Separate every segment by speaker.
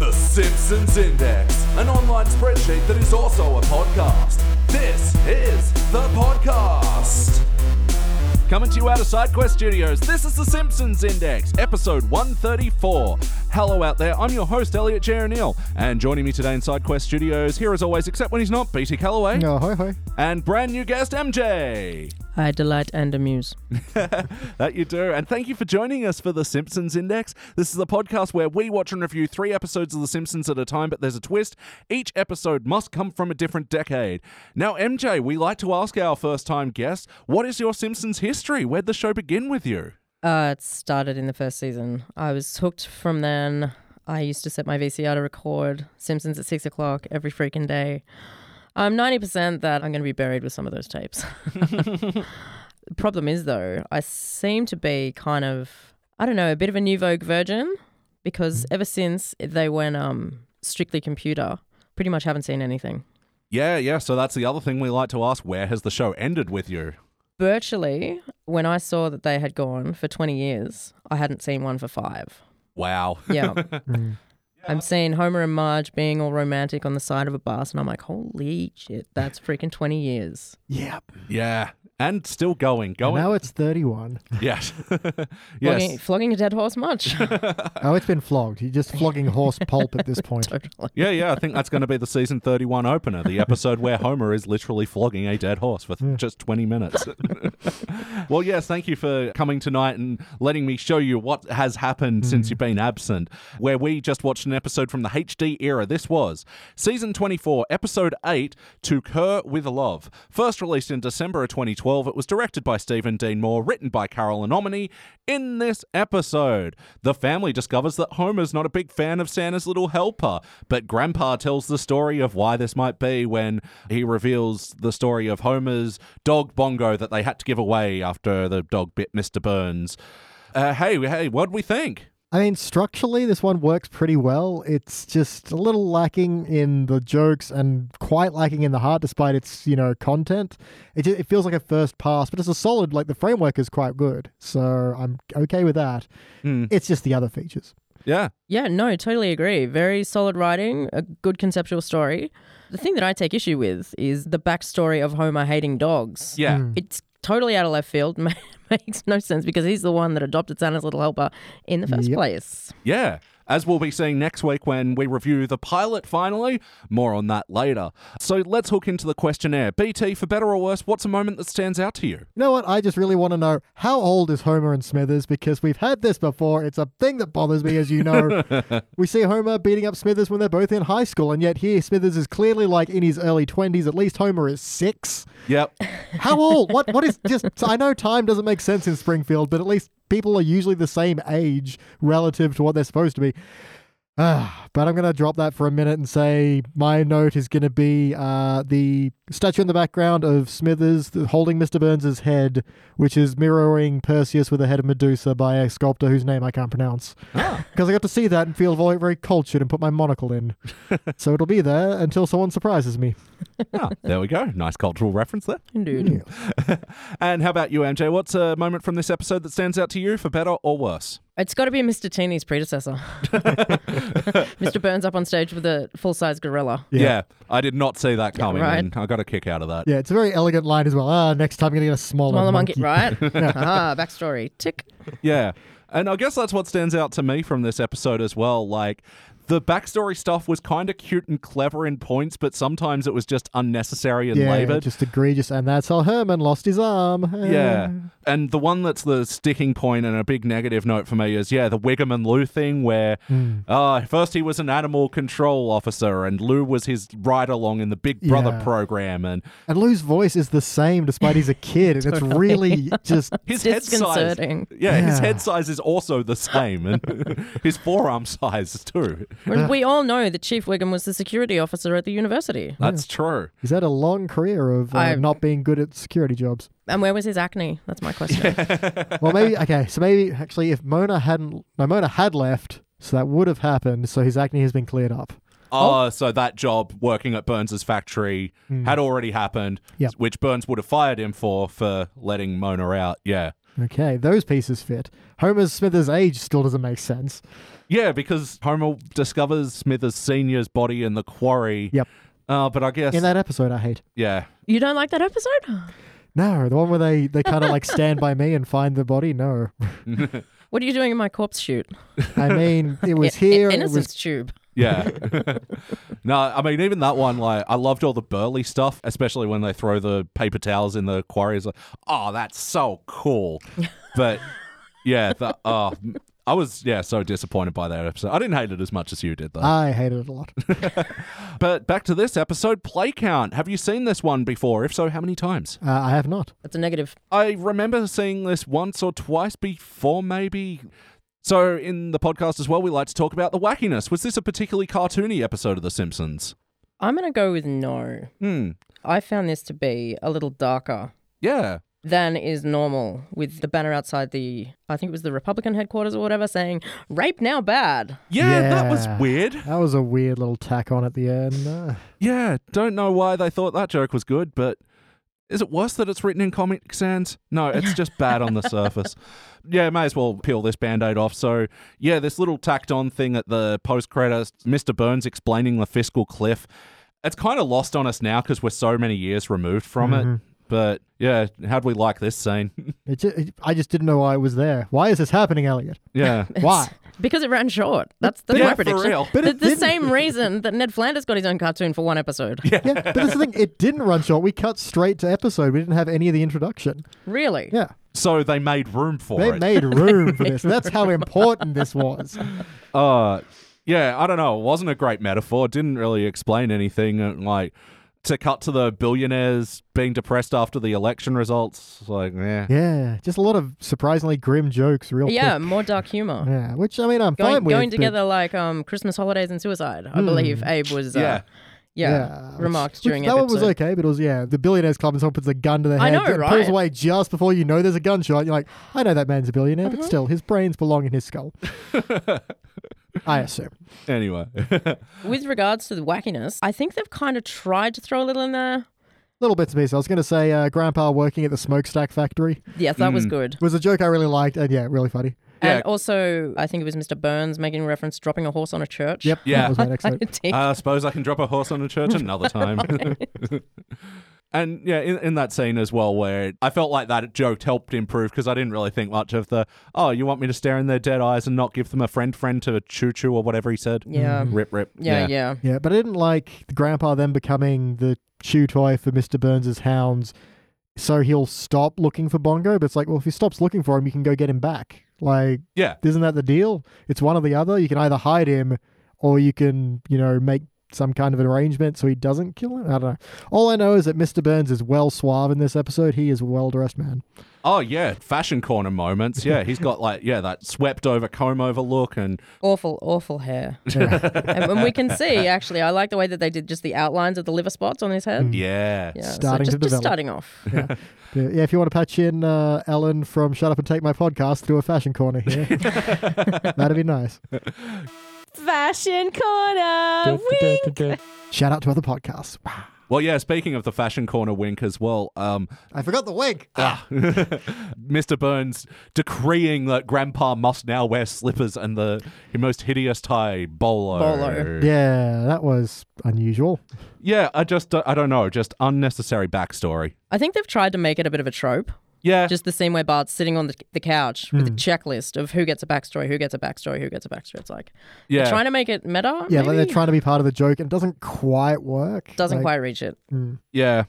Speaker 1: Simpsons Index, an online spreadsheet that is also a podcast. This is the podcast. Coming to you out of SideQuest Studios, this is The Simpsons Index, episode 134. Hello out there, I'm your host, Elliot Jerranil, and joining me today in SideQuest Studios, here as always, except when he's not, BT Calloway,
Speaker 2: Oh, hi, hi.
Speaker 1: and brand new guest, MJ.
Speaker 3: I delight and amuse.
Speaker 1: That you do. And thank you for joining us for The Simpsons Index. This is a podcast where we watch and review three episodes of The Simpsons at a time, but there's a twist. Each episode must come from a different decade. Now, MJ, we like to ask our first time guest, what is your Simpsons history? Where'd the show begin with you?
Speaker 3: Uh, it started in the first season. I was hooked from then. I used to set my VCR to record Simpsons at six o'clock every freaking day. I'm 90% that I'm going to be buried with some of those tapes. the problem is, though, I seem to be kind of, I don't know, a bit of a new Vogue virgin because ever since they went um, strictly computer, pretty much haven't seen anything.
Speaker 1: Yeah, yeah. So that's the other thing we like to ask. Where has the show ended with you?
Speaker 3: Virtually, when I saw that they had gone for 20 years, I hadn't seen one for five.
Speaker 1: Wow.
Speaker 3: Yeah. I'm seeing Homer and Marge being all romantic on the side of a bus, and I'm like, holy shit, that's freaking 20 years.
Speaker 2: Yep.
Speaker 1: Yeah. And still going. Going.
Speaker 2: Now it's 31.
Speaker 1: yes.
Speaker 3: Flogging,
Speaker 1: yes.
Speaker 3: flogging a dead horse much.
Speaker 2: Oh, it's been flogged. You're just flogging horse pulp at this point.
Speaker 3: totally.
Speaker 1: Yeah, yeah, I think that's going to be the season 31 opener, the episode where Homer is literally flogging a dead horse for just 20 minutes. well, yes, thank you for coming tonight and letting me show you what has happened since you've been absent, where we just watched an episode from the HD era. This was season 24, episode 8, To Cur with Love. First released in December of 2012, it was directed by Stephen Dean Moore, written by Carolyn Omni. In this episode, the family discovers that Homer's not a big fan of Santa's little helper, but Grandpa tells the story of why this might be when he reveals the story of Homer's dog Bongo that they had to give away after the dog bit Mr. Burns. Uh, hey, hey, what'd we think?
Speaker 2: I mean, structurally, this one works pretty well. It's just a little lacking in the jokes and quite lacking in the heart, despite its, you know, content. It, ju it feels like a first pass, but it's a solid, like, the framework is quite good. So I'm okay with that. It's just the other features.
Speaker 1: Yeah.
Speaker 3: Yeah, no, totally agree. Very solid writing, a good conceptual story. The thing that I take issue with is the backstory of Homer hating dogs.
Speaker 1: Yeah.
Speaker 3: It's totally out of left field, ma- makes no sense because he's the one that adopted Santa's little helper in the first
Speaker 2: Yep.
Speaker 3: place.
Speaker 1: Yeah. As we'll be seeing next week when we review the pilot finally. More on that later. So let's hook into the questionnaire. BT, for better or worse, what's a moment that stands out to you?
Speaker 2: You know what? I just really want to know how old is Homer and Smithers because we've had this before. It's a thing that bothers me, as you know. we see Homer beating up Smithers when they're both in high school, and yet here Smithers is clearly like in his early 20s. At least Homer is six.
Speaker 1: Yep.
Speaker 2: How old? what? What is just. I know time doesn't make sense in Springfield, but at least people are usually the same age relative to what they're supposed to be. Ah, but I'm going to drop that for a minute and say my note is going to be uh, the statue in the background of Smithers th- holding Mr. Burns' head, which is mirroring Perseus with the head of Medusa by a sculptor whose name I can't pronounce. Because I got to see that and feel very, very cultured and put my monocle in. so it'll be there until someone surprises me.
Speaker 1: Ah, there we go. Nice cultural reference there.
Speaker 3: Dude.
Speaker 1: And how about you, MJ? What's a moment from this episode that stands out to you for better or worse?
Speaker 3: It's got to be Mr. Teeny's predecessor. Mr. Burns up on stage with a full size gorilla.
Speaker 1: Yeah. I did not see that coming.
Speaker 3: right.
Speaker 1: and I got a kick out of that.
Speaker 2: Yeah, it's a very elegant line as well. Ah, next time I'm going to get a smaller,
Speaker 3: Smaller monkey,
Speaker 2: monkey.
Speaker 3: right? ah, backstory. Tick.
Speaker 1: Yeah. And I guess that's what stands out to me from this episode as well. Like, the backstory stuff was kind of cute and clever in points, but sometimes it was just unnecessary and
Speaker 2: Yeah,
Speaker 1: labored.
Speaker 2: just egregious. And that's how Herman lost his arm. Ah.
Speaker 1: Yeah. And the one that's the sticking point and a big negative note for me is, yeah, the Wiggum and Lou thing where
Speaker 2: Mm.
Speaker 1: uh, first he was an animal control officer and Lou was his ride along in the Big Brother
Speaker 2: Yeah.
Speaker 1: program. And
Speaker 2: And Lou's voice is the same despite he's a kid, and it's really just
Speaker 1: his head
Speaker 3: It's
Speaker 1: size.
Speaker 3: disconcerting.
Speaker 1: Yeah, his
Speaker 2: Yeah.
Speaker 1: head size is also the same. And his forearm size, too.
Speaker 3: Whereas we all know that Chief Wiggum was the security officer at the university.
Speaker 1: That's true.
Speaker 2: he's had a long career of uh,
Speaker 3: I-
Speaker 2: not being good at security jobs.
Speaker 3: And where was his acne? That's my question.
Speaker 2: Well, maybe okay, so maybe actually, if Mona hadn't, no, Mona had left, so that would have happened. So his acne has been cleared up.
Speaker 1: Oh, so that job working at Burns's factory had already happened,
Speaker 2: Mm. Yep.
Speaker 1: which Burns would have fired him for for letting Mona out. Yeah.
Speaker 2: Okay, those pieces fit. Homer Smithers' age still doesn't make sense.
Speaker 1: Yeah, because Homer discovers Smithers Senior's body in the quarry.
Speaker 2: Yep.
Speaker 1: Uh, but I guess
Speaker 2: In that episode, I hate.
Speaker 1: yeah,
Speaker 3: You don't like that episode?
Speaker 2: No, the one where they, they kind of like stand by me and find the body? No.
Speaker 3: What are you doing in my corpse shoot?
Speaker 2: I mean, it was
Speaker 3: I-
Speaker 2: here. It
Speaker 3: Innocence
Speaker 2: was
Speaker 3: tube.
Speaker 1: yeah. no, I mean even that one. Like I loved all the burly stuff, especially when they throw the paper towels in the quarry. It's like, oh, that's so cool. But yeah, the, uh, I was yeah so disappointed by that episode. I didn't hate it as much as you did though.
Speaker 2: I hated it a lot.
Speaker 1: but back to this episode, play count. Have you seen this one before? If so, how many times?
Speaker 2: Uh, I have not.
Speaker 3: That's a negative.
Speaker 1: I remember seeing this once or twice before, maybe. So, in the podcast as well, we like to talk about the wackiness. Was this a particularly cartoony episode of The Simpsons?
Speaker 3: I'm going to go with no.
Speaker 1: Hmm.
Speaker 3: I found this to be a little darker
Speaker 1: Yeah.
Speaker 3: than is normal with the banner outside the, I think it was the Republican headquarters or whatever, saying, rape now bad.
Speaker 1: Yeah, that was
Speaker 2: Yeah.
Speaker 1: weird.
Speaker 2: That was a weird little tack on at the end. Uh,
Speaker 1: Yeah, don't know why they thought that joke was good, but is it worse that it's written in Comic Sans? No, it's just bad on the surface. Yeah, may as well peel this band aid off. So, yeah, this little tacked on thing at the post credits, Mr. Burns explaining the fiscal cliff. It's kind of lost on us now because we're so many years removed from it.
Speaker 2: Mm-hmm.
Speaker 1: But yeah, how'd we like this scene?
Speaker 2: it ju- it- I just didn't know why it was there. Why is this happening, Elliot?
Speaker 1: yeah.
Speaker 2: Why?
Speaker 3: Because it ran short. That's, that's
Speaker 1: yeah,
Speaker 3: my prediction.
Speaker 1: for real.
Speaker 2: But
Speaker 3: The,
Speaker 2: it
Speaker 3: the
Speaker 2: didn't-
Speaker 3: same reason that Ned Flanders got his own cartoon for one episode.
Speaker 2: Yeah, but that's the thing. It didn't run short. We cut straight to episode. We didn't have any of the introduction.
Speaker 3: Really?
Speaker 2: Yeah.
Speaker 1: So they made room for
Speaker 2: They
Speaker 1: it.
Speaker 2: made room for this. That's how important this was.
Speaker 1: Uh, yeah, I don't know. It wasn't a great metaphor. It didn't really explain anything. uh, Like to cut to the billionaires being depressed after the election results. it's Like, yeah,
Speaker 2: Yeah. Just a lot of surprisingly grim jokes, real
Speaker 3: Yeah,
Speaker 2: quick.
Speaker 3: more dark humor.
Speaker 2: Yeah. Which, I mean, I'm
Speaker 3: Going,
Speaker 2: fine with.
Speaker 3: going
Speaker 2: but-
Speaker 3: together like um, Christmas holidays and suicide, I believe Abe was uh,
Speaker 1: Yeah.
Speaker 3: yeah.
Speaker 2: which-
Speaker 3: remarked
Speaker 2: which
Speaker 3: during
Speaker 2: that
Speaker 3: Abe
Speaker 2: one was
Speaker 3: episode.
Speaker 2: okay, but it was yeah. The billionaires club and someone puts a gun to their
Speaker 3: I
Speaker 2: head,
Speaker 3: know,
Speaker 2: and
Speaker 3: right?
Speaker 2: pulls away just before you know there's a gunshot. You're like, I know that man's a billionaire,
Speaker 3: Uh-huh.
Speaker 2: but still, his brains belong in his skull. I assume.
Speaker 1: Anyway,
Speaker 3: With regards to the wackiness, I think they've kind of tried to throw a little in there.
Speaker 2: Little bits and pieces. I was going to say, uh, Grandpa working at the smokestack factory
Speaker 3: Yes, that was good.
Speaker 2: was a joke I really liked, and Hmm. yeah, really funny.
Speaker 1: Yeah.
Speaker 3: And also, I think it was Mr. Burns making reference dropping a horse on a church.
Speaker 2: Yep. Uh,
Speaker 1: Yeah.
Speaker 2: That was my next note.
Speaker 3: Dick.
Speaker 1: I suppose I can drop a horse on a church another time. And yeah, in, in that scene as well, where I felt like that joke helped improve because I didn't really think much of the, oh, you want me to stare in their dead eyes and not give them a friend friend to choo choo or whatever he said?
Speaker 3: Yeah.
Speaker 1: Rip, rip.
Speaker 3: yeah, yeah.
Speaker 2: Yeah, but I didn't like the grandpa then becoming the shoe toy for Mr. Burns' hounds. So he'll stop looking for Bongo, but it's like, well, if he stops looking for him, you can go get him back. Like,
Speaker 1: Yeah.
Speaker 2: isn't that the deal? It's one or the other. You can either hide him or you can, you know, make some kind of an arrangement so he doesn't kill him. I don't know. All I know is that Mr. Burns is well suave in this episode. He is a well dressed man.
Speaker 1: Oh yeah, fashion corner moments. Yeah, he's got like yeah that swept over comb over look, and
Speaker 3: Awful, awful hair. and, and we can see, actually, I like the way that they did just the outlines of the liver spots on his head.
Speaker 1: yeah,
Speaker 3: Yeah, so
Speaker 2: Mm. Starting to
Speaker 3: just, just
Speaker 2: develop.
Speaker 3: starting off.
Speaker 2: Yeah, yeah, if you want to patch in uh, Ellen from Shut Up and Take My Podcast through a fashion corner here, that'd be nice.
Speaker 4: Fashion Corner. Wink.
Speaker 2: Shout out to other podcasts. Wow.
Speaker 1: Well, yeah. Speaking of the fashion corner wink as well, um,
Speaker 2: I forgot the wig.
Speaker 1: Mr. Burns decreeing that Grandpa must now wear slippers and the most hideous tie, bolo.
Speaker 3: Bolo.
Speaker 2: Yeah, that was unusual.
Speaker 1: Yeah, I just don't- I don't know, just unnecessary backstory.
Speaker 3: I think they've tried to make it a bit of a trope.
Speaker 1: Yeah,
Speaker 3: Just the scene where Bart's sitting on the, the couch with a
Speaker 2: Mm.
Speaker 3: checklist of who gets a backstory, who gets a backstory, who gets a backstory. It's like
Speaker 1: yeah.
Speaker 3: trying to make it meta.
Speaker 2: Yeah, like
Speaker 3: maybe?
Speaker 2: they're trying to be part of the joke and it doesn't quite work.
Speaker 3: Doesn't
Speaker 2: Like,
Speaker 3: quite reach it.
Speaker 1: Yeah.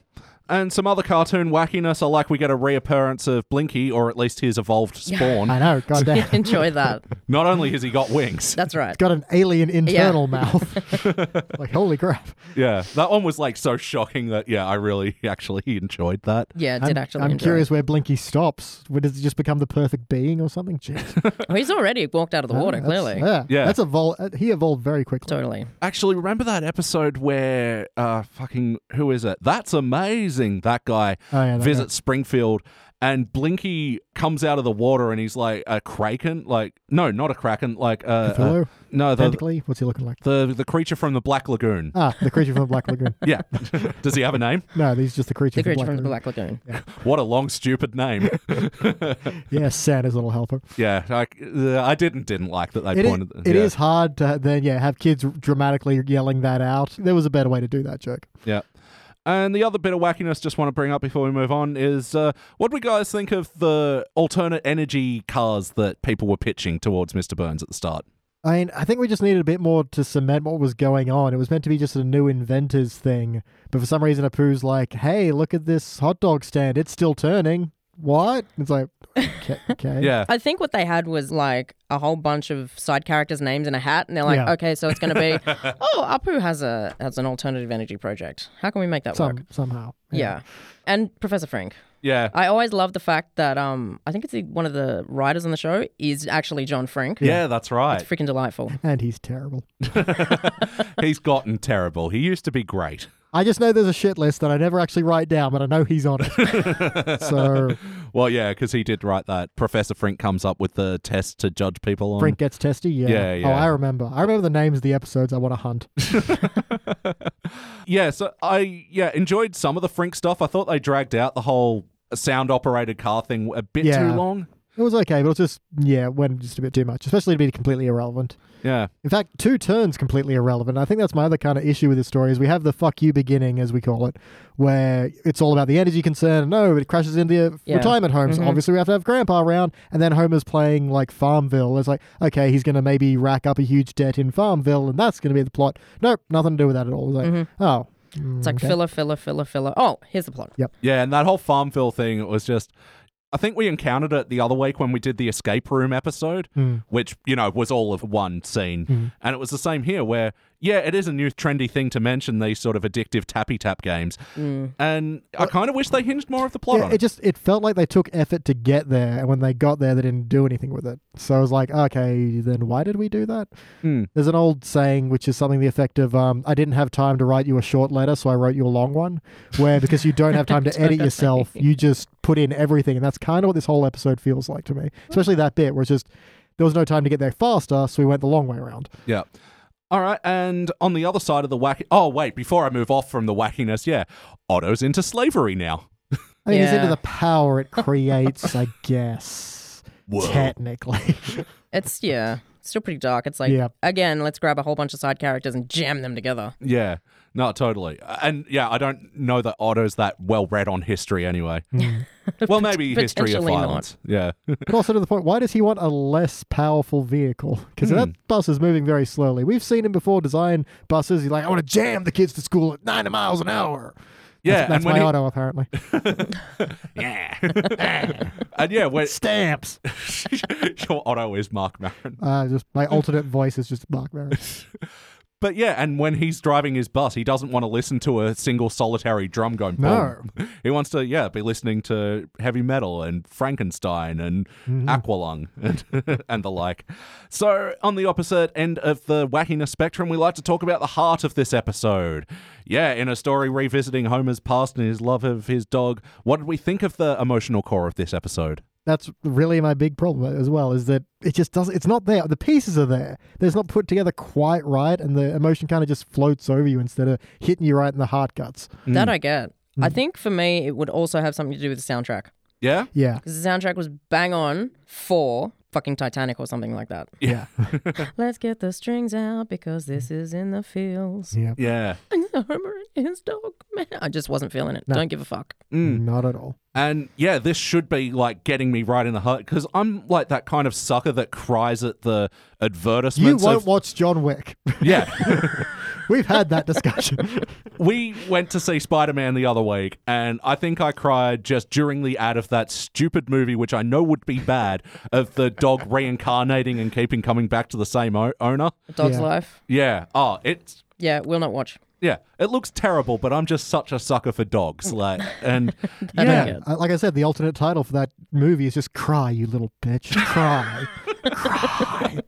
Speaker 1: And some other cartoon wackiness. I like we get a reappearance of Blinky, or at least his evolved spawn.
Speaker 2: I know, goddamn.
Speaker 3: Enjoy that.
Speaker 1: Not only has he got wings,
Speaker 3: That's right.
Speaker 2: Got an alien internal mouth. like, holy crap.
Speaker 1: Yeah, that one was like so shocking that yeah, I really actually enjoyed that.
Speaker 3: Yeah, it
Speaker 2: I'm,
Speaker 3: did actually.
Speaker 2: I'm
Speaker 3: enjoy
Speaker 2: curious where Blinky stops. Would does he just become the perfect being or something? Jeez.
Speaker 3: It. Well, he's already walked out of the water,
Speaker 2: That's-
Speaker 3: clearly.
Speaker 2: Yeah.
Speaker 1: Yeah.
Speaker 2: That's evol- uh, he evolved very quickly.
Speaker 3: Totally.
Speaker 1: Actually, remember that episode where uh fucking who is it? That's amazing. That guy
Speaker 2: Oh, yeah, that
Speaker 1: visits Springfield and Blinky comes out of the water and he's like a kraken, like no, not a kraken, like uh, uh,
Speaker 2: Cthulhu?
Speaker 1: no, the,
Speaker 2: Tentacly? What's he looking like?
Speaker 1: the the creature from the Black Lagoon.
Speaker 2: Ah, the creature from the Black Lagoon.
Speaker 1: yeah, does he have a name?
Speaker 2: No, he's just the creature,
Speaker 3: The creature
Speaker 2: from
Speaker 3: from the
Speaker 2: Black
Speaker 3: Black Lagoon.
Speaker 1: What a long, stupid name.
Speaker 2: Lagoon. Yeah, Santa's little helper.
Speaker 1: yeah, I, uh, I didn't didn't like that they
Speaker 2: It is,
Speaker 1: pointed.
Speaker 2: it
Speaker 1: yeah,
Speaker 2: is hard to then yeah have kids dramatically yelling that out. There was a better way to do that joke.
Speaker 1: yeah. And the other bit of wackiness just want to bring up before we move on is uh, what do we guys think of the alternate energy cars that people were pitching towards Mr. Burns at the start?
Speaker 2: I mean, I think we just needed a bit more to cement what was going on. It was meant to be just a new inventors thing, but for some reason, Apu's like, "Hey, look at this hot dog stand. It's still turning. What?" It's like, okay, okay.
Speaker 1: Yeah.
Speaker 3: I think what they had was like a whole bunch of side characters' names and a hat, and they're like,
Speaker 2: Yeah.
Speaker 3: okay, so it's going to be, oh, Apu has a has an alternative energy project. How can we make that work?
Speaker 2: Some, somehow.
Speaker 3: Yeah. And Professor Frank.
Speaker 1: Yeah.
Speaker 3: I always love the fact that um I think it's the, one of the writers on the show is actually John Frank.
Speaker 1: Yeah, that's right.
Speaker 3: It's freaking delightful.
Speaker 2: and he's terrible.
Speaker 1: He's gotten terrible. He used to be great.
Speaker 2: I just know there's a shit list that I never actually write down, but I know he's on it. so
Speaker 1: Well, yeah, because he did write that. Professor Frink comes up with the test to judge people on.
Speaker 2: Brink gets testy. Yeah.
Speaker 1: Yeah,
Speaker 2: Oh,
Speaker 1: yeah.
Speaker 2: I remember. I remember the names of the episodes I want to hunt.
Speaker 1: Yeah, so I yeah enjoyed some of the Frink stuff. I thought they dragged out the whole sound operated car thing a bit
Speaker 2: Yeah.
Speaker 1: too long.
Speaker 2: It was okay, but it was just yeah, it went just a bit too much, especially to be completely irrelevant.
Speaker 1: Yeah.
Speaker 2: In fact, two turns completely irrelevant. I think that's my other kind of issue with this story is we have the fuck you beginning, as we call it, where it's all about the energy concern. No, it crashes into your
Speaker 3: Yeah.
Speaker 2: retirement home. So obviously we have to have grandpa around. And then Homer's playing like Farmville. It's like, okay, he's going to maybe rack up a huge debt in Farmville and that's going to be the plot. Nope, nothing to do with that at all. It's like, oh.
Speaker 3: It's like filler, filler, filler, filler. Oh, here's the plot.
Speaker 1: Yeah, and that whole Farmville thing it was just. I think we encountered it the other week when we did the escape room episode, which, you know, was all of one scene. And it was the same here where, yeah, it is a new trendy thing to mention these sort of addictive tappy tap games. And I kind of wish they hinged more of the plot
Speaker 2: Yeah,
Speaker 1: on
Speaker 2: it just it felt like they took effort to get there, and when they got there, they didn't do anything with it. So I was like, okay, then why did we do that?
Speaker 1: Hmm.
Speaker 2: There's an old saying which is something to the effect of, um, "I didn't have time to write you a short letter, so I wrote you a long one," where because you don't have time to edit yourself, you just put in everything, and that's kind of what this whole episode feels like to me, especially that bit where it's just. There was no time to get there faster, so we went the long way around.
Speaker 1: Yeah. All right, and on the other side of the wacky. Oh wait, before I move off from the wackiness, yeah, Otto's into slavery now.
Speaker 2: I mean, it's
Speaker 3: Yeah.
Speaker 2: into the power it creates, I guess.
Speaker 1: Whoa.
Speaker 2: Technically.
Speaker 3: It's yeah, it's still pretty dark. It's like
Speaker 2: Yeah.
Speaker 3: again, let's grab a whole bunch of side characters and jam them together.
Speaker 1: Yeah, no, totally. And yeah, I don't know that Otto's that well read on history anyway.
Speaker 2: Hmm.
Speaker 1: well, maybe history of
Speaker 3: Potentially not.
Speaker 1: violence. Yeah,
Speaker 2: But also to the point, why does he want a less powerful vehicle? Because
Speaker 1: Hmm.
Speaker 2: that bus is moving very slowly. We've seen him before design buses. He's like, I want to jam the kids to school at 90 miles an hour.
Speaker 1: yeah, and
Speaker 2: That's
Speaker 1: when
Speaker 2: my
Speaker 1: he-
Speaker 2: auto, apparently.
Speaker 1: yeah, and yeah, when
Speaker 2: Stamps.
Speaker 1: your Otto is Mark Maron.
Speaker 2: Uh, just my alternate voice is just Mark Maron.
Speaker 1: But yeah, and when he's driving his bus, he doesn't want to listen to a single solitary drum going. boom.
Speaker 2: No.
Speaker 1: he wants to yeah be listening to heavy metal and Frankenstein and
Speaker 2: Mm-hmm.
Speaker 1: Aqualung and and the like. So on the opposite end of the wackiness spectrum, we like to talk about the heart of this episode. Yeah, in a story revisiting Homer's past and his love of his dog, what did we think of the emotional core of this episode?
Speaker 2: That's really my big problem as well, is that it just doesn't, it's not there. The pieces are there. They're just not put together quite right, and the emotion kind of just floats over you instead of hitting you right in the heart guts.
Speaker 3: That I get. I think for me, it would also have something to do with the soundtrack
Speaker 1: Yeah,
Speaker 2: Yeah.
Speaker 3: because the soundtrack was bang on for fucking Titanic or something like that.
Speaker 2: Yeah.
Speaker 3: Let's get the strings out because this is in the fields.
Speaker 2: Yeah.
Speaker 1: yeah.
Speaker 3: And the Homer and his dog, man. I just wasn't feeling it. Don't give a fuck.
Speaker 1: Hmm.
Speaker 2: Not at all.
Speaker 1: And yeah, this should be like getting me right in the heart because I'm like that kind of sucker that cries at the
Speaker 2: You
Speaker 1: advertisements.
Speaker 2: won't
Speaker 1: of-
Speaker 2: watch John Wick.
Speaker 1: yeah.
Speaker 2: We've had that discussion.
Speaker 1: we went to see Spider Man the other week, and I think I cried just during the ad of that stupid movie, which I know would be bad, of the dog reincarnating and keeping coming back to the same o- owner.
Speaker 3: A dog's
Speaker 2: Yeah.
Speaker 3: life.
Speaker 1: Yeah. Oh, it's.
Speaker 3: Yeah, we'll not watch.
Speaker 1: Yeah, it looks terrible, but I'm just such a sucker for dogs. Like, and
Speaker 3: I
Speaker 1: yeah,
Speaker 3: don't get.
Speaker 2: Uh, Like I said, the alternate title for that movie is just "Cry, you little bitch, cry, cry."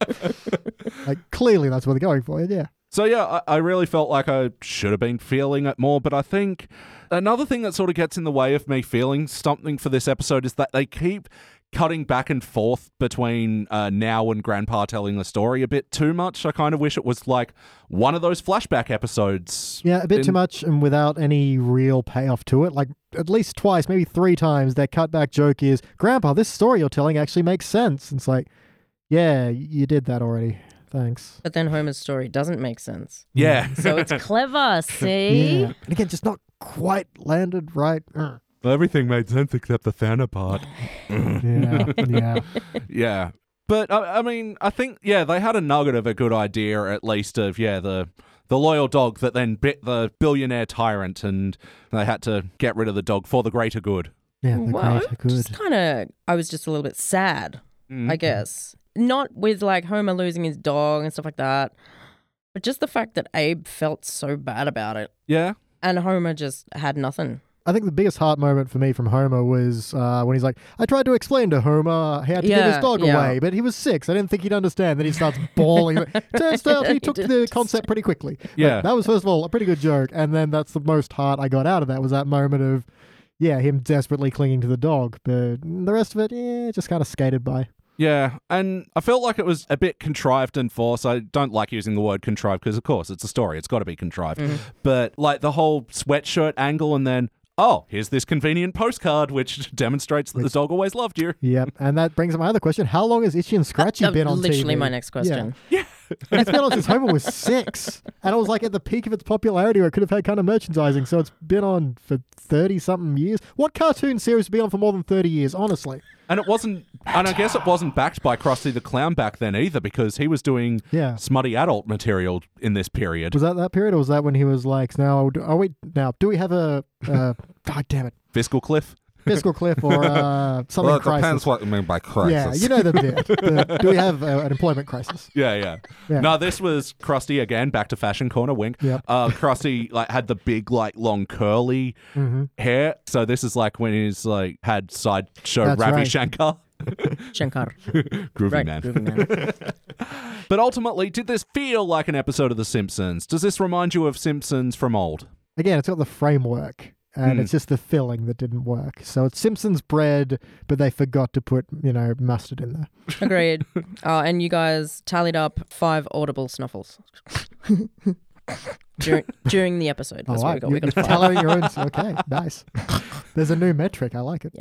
Speaker 2: like clearly, that's what they're going for. Yeah,
Speaker 1: So yeah, I, I really felt like I should have been feeling it more, but I think another thing that sort of gets in the way of me feeling something for this episode is that they keep cutting back and forth between uh, now and grandpa telling the story a bit too much i kind of wish it was like one of those flashback episodes
Speaker 2: Yeah, a bit too
Speaker 1: In-
Speaker 2: much and without any real payoff to it. Like at least twice, maybe three times, their cutback joke is, "Grandpa, this story you're telling actually makes sense." It's like, yeah, you did that already. Thanks.
Speaker 3: But then Homer's story doesn't make sense.
Speaker 1: yeah
Speaker 3: So it's clever, see?
Speaker 2: Yeah. And again, just not quite landed right. Mm.
Speaker 1: everything made sense except the Thana part
Speaker 2: Yeah, yeah.
Speaker 1: yeah but I, I mean i think yeah they had a nugget of a good idea at least of yeah the the loyal dog that then bit the billionaire tyrant and they had to get rid of the dog for the greater good
Speaker 2: Yeah, the
Speaker 3: Well,
Speaker 2: greater good.
Speaker 3: Just kind of, I was just a little bit sad,
Speaker 1: Mm.
Speaker 3: I guess. Not with like Homer losing his dog and stuff like that, but just the fact that Abe felt so bad about it
Speaker 1: yeah
Speaker 3: and Homer just had nothing.
Speaker 2: I think the biggest heart moment for me from Homer was uh, when he's like, I tried to explain to Homer he had to give
Speaker 3: Yeah,
Speaker 2: his dog
Speaker 3: yeah.
Speaker 2: away, but he was six. I didn't think he'd understand. Then he starts bawling. Turns out he
Speaker 3: He
Speaker 2: took to the
Speaker 3: didn't.
Speaker 2: concept pretty quickly. But
Speaker 1: Yeah.
Speaker 2: that was, first of all, a pretty good joke. And then that's the most heart I got out of that was that moment of, yeah, him desperately clinging to the dog. But the rest of it, yeah, just kind of skated by.
Speaker 1: Yeah, and I felt like it was a bit contrived and forced. I don't like using the word contrived because, of course, it's a story. It's got to be contrived. But like the whole sweatshirt angle, and then oh, here's this convenient postcard which demonstrates that the dog always loved you.
Speaker 2: Yep. And that brings up my other question. How long has Itchy and Scratchy
Speaker 3: That-
Speaker 2: been on
Speaker 3: literally
Speaker 2: TV?
Speaker 3: my next question.
Speaker 2: And it's been on since Homer was six. And it was like at the peak of its popularity where it could have had kind of merchandising. So it's been on for 30 something years. What cartoon series has been on for more than 30 years, honestly?
Speaker 1: And it wasn't, and I guess it wasn't backed by Krusty the Clown back then either because he was doing
Speaker 2: Yeah.
Speaker 1: smutty adult material in this period.
Speaker 2: Was that that period or was that when he was like, now, are we, now, do we have a, uh, god damn it,
Speaker 1: Fiscal Cliff.
Speaker 2: fiscal cliff or uh, something
Speaker 5: well, it
Speaker 2: crisis?
Speaker 5: depends what you mean by crisis.
Speaker 2: Yeah, you know the bit. The, do we have uh, an employment crisis?
Speaker 1: Yeah, yeah,
Speaker 2: Yeah.
Speaker 1: No, this was Krusty again, back to fashion corner wink.
Speaker 2: Yep.
Speaker 1: Uh, Krusty like had the big, like long curly
Speaker 2: Mm-hmm.
Speaker 1: hair. So this is like when he's like had sideshow
Speaker 2: That's
Speaker 1: Ravi
Speaker 2: right.
Speaker 1: Shankar,
Speaker 3: Shankar.
Speaker 1: groovy
Speaker 3: Right.
Speaker 1: man.
Speaker 3: groovy man.
Speaker 1: But ultimately, did this feel like an episode of The Simpsons? Does this remind you of Simpsons from old?
Speaker 2: Again, it's got the framework.
Speaker 5: Hmm.
Speaker 2: And it's just the filling that didn't work. So it's Simpsons bread, but they forgot to put, you know, mustard in there.
Speaker 3: Agreed. Uh, and you guys tallied up five audible snuffles during, during the episode.
Speaker 1: Oh,
Speaker 3: That's what we got. We
Speaker 2: You're
Speaker 3: got five.
Speaker 2: tailoring your own. Okay, nice. There's a new metric. I like it.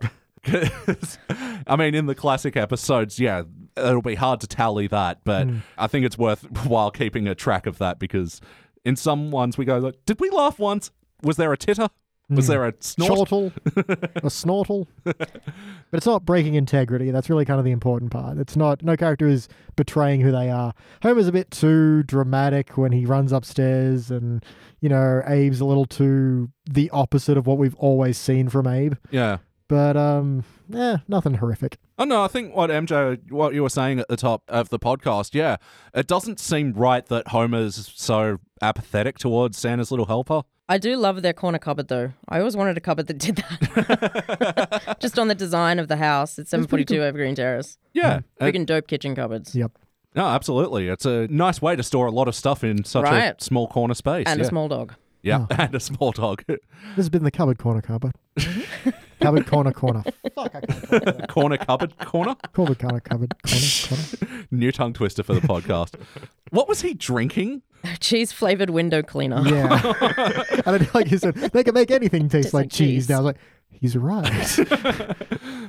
Speaker 1: I mean, in the classic episodes, yeah, it'll be hard to tally that, but I think it's worthwhile keeping a track of that because in some ones we go like, did we laugh once? Was there a titter? Was there a snort?
Speaker 2: Chortle, a snortle. But it's not breaking integrity. That's really kind of the important part. It's not, no character is betraying who they are. Homer's a bit too dramatic when he runs upstairs, and, you know, Abe's a little too the opposite of what we've always seen from Abe.
Speaker 1: Yeah.
Speaker 2: But, um, yeah, nothing horrific.
Speaker 1: Oh no, I think what MJ, what you were saying at the top of the podcast, yeah, it doesn't seem right that Homer's so apathetic towards Santa's little helper.
Speaker 3: I do love their corner cupboard though. I always wanted a cupboard that did that. Just on the design of the house. It's 742 Evergreen Terrace.
Speaker 1: Yeah, Uh,
Speaker 3: Freaking dope kitchen cupboards.
Speaker 2: Yep.
Speaker 1: no, absolutely. It's a nice way to store a lot of stuff in such
Speaker 3: Right.
Speaker 1: a small corner space.
Speaker 3: And
Speaker 1: yeah.
Speaker 3: a small dog.
Speaker 1: yeah, and a small dog
Speaker 2: This has been the cupboard corner, cupboard.
Speaker 3: Mm-hmm.
Speaker 2: cupboard corner, corner.
Speaker 1: corner cupboard corner.
Speaker 2: Cupboard corner, cupboard corner, corner.
Speaker 1: New tongue twister for the podcast. what was he drinking?
Speaker 3: Cheese flavored window cleaner.
Speaker 2: Yeah. and I, do like you said, they can make anything taste
Speaker 3: Tastes
Speaker 2: like
Speaker 3: like
Speaker 2: cheese.
Speaker 3: cheese.
Speaker 2: Now I was like, he's right.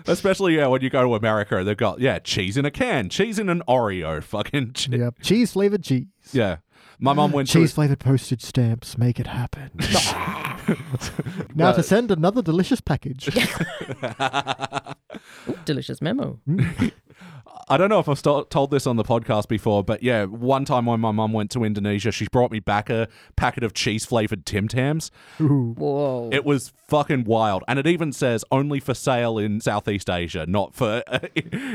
Speaker 1: Especially yeah, when you go to America, they've got yeah, cheese in a can, cheese in an Oreo, fucking che-
Speaker 2: yep. Cheese flavored cheese.
Speaker 1: yeah. My mum went to
Speaker 2: Cheese flavored postage stamps make it happen. now to send another delicious package.
Speaker 3: Delicious memo.
Speaker 1: I don't know if I've sto- told this on the podcast before, but yeah, one time when my mum went to Indonesia, she brought me back a packet of cheese flavored Tim Tams.
Speaker 2: Ooh.
Speaker 3: Whoa.
Speaker 1: It was fucking wild. And it even says only for sale in Southeast Asia, not for uh,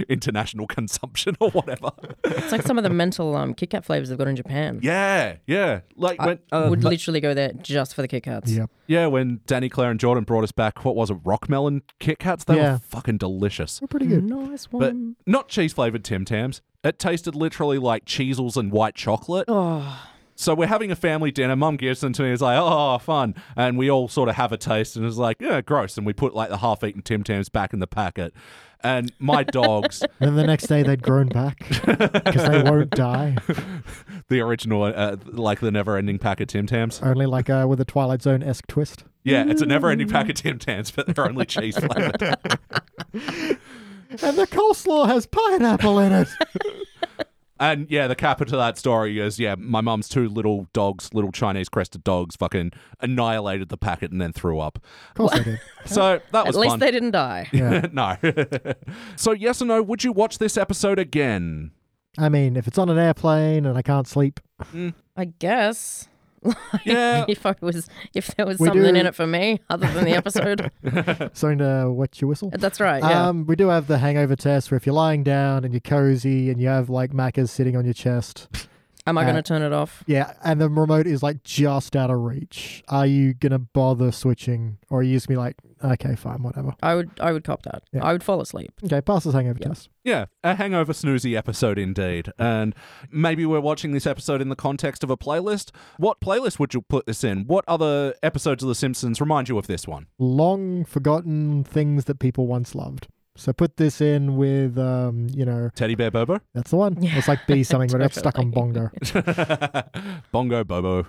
Speaker 1: international consumption or whatever.
Speaker 3: it's like some of the mental um, Kit Kat flavors they've got in Japan.
Speaker 1: yeah, yeah. Like when.
Speaker 3: I
Speaker 1: Uh,
Speaker 3: would literally go there just for the Kit Kats.
Speaker 2: Yep.
Speaker 1: yeah, when Danny, Claire, and Jordan brought us back, what was it, Rockmelon Kit Kats? They
Speaker 2: Yeah.
Speaker 1: were fucking delicious.
Speaker 2: They're pretty good.
Speaker 3: Nice
Speaker 1: But
Speaker 3: one.
Speaker 1: not cheese flavored Tim Tams. It tasted literally like cheesels and white chocolate.
Speaker 3: oh,
Speaker 1: So we're having a family dinner. Mum gives them to me. It's like, oh, fun. And we all sort of have a taste and it's like, yeah, gross. And we put like the half eaten Tim Tams back in the packet. And my dogs,
Speaker 2: then the next day they'd grown back because they won't die.
Speaker 1: the original, uh, like the never ending pack of Tim Tams.
Speaker 2: Only like uh, with a Twilight Zone esque twist.
Speaker 1: Yeah, it's a never ending pack of Tim Tams, but they're only cheese flavored.
Speaker 2: And the coleslaw has pineapple in it.
Speaker 1: And yeah, the capper to that story is yeah, my mum's two little dogs, little Chinese crested dogs, fucking annihilated the packet and then threw up.
Speaker 2: Of course they did.
Speaker 1: So that
Speaker 3: At
Speaker 1: was
Speaker 3: least
Speaker 1: fun.
Speaker 3: they didn't die.
Speaker 2: Yeah.
Speaker 1: no. so yes or no, would you watch this episode again?
Speaker 2: I mean, if it's on an airplane and I can't sleep,
Speaker 3: I guess.
Speaker 1: Yeah.
Speaker 3: if I was, if there was
Speaker 2: We
Speaker 3: something
Speaker 2: do-
Speaker 3: in it for me other than the episode, Uh,
Speaker 2: something to wet your whistle.
Speaker 3: that's right. Uh, Yeah.
Speaker 2: Um, we do have the hangover test where if you're lying down and you're cozy and you have like macas sitting on your chest,
Speaker 3: Am I going
Speaker 2: uh,
Speaker 3: to turn it off?
Speaker 2: yeah, and the remote is like just out of reach, are you gonna bother switching, or are you just gonna be like, okay, fine, whatever?
Speaker 3: I would. I would cop that.
Speaker 2: Yeah.
Speaker 3: I would fall asleep.
Speaker 2: Okay, pass this hangover
Speaker 3: Yeah.
Speaker 2: test.
Speaker 1: Yeah, a hangover snoozy episode indeed. And maybe we're watching this episode in the context of a playlist. What playlist would you put this in? What other episodes of The Simpsons remind you of this one?
Speaker 2: Long forgotten things that people once loved. So put this in with, um, you know,
Speaker 1: Teddy Bear Bobo?
Speaker 2: that's the one.
Speaker 3: Yeah,
Speaker 2: It's like B something, but it's stuck on
Speaker 3: totally.
Speaker 2: bongo.
Speaker 1: Bongo Bobo.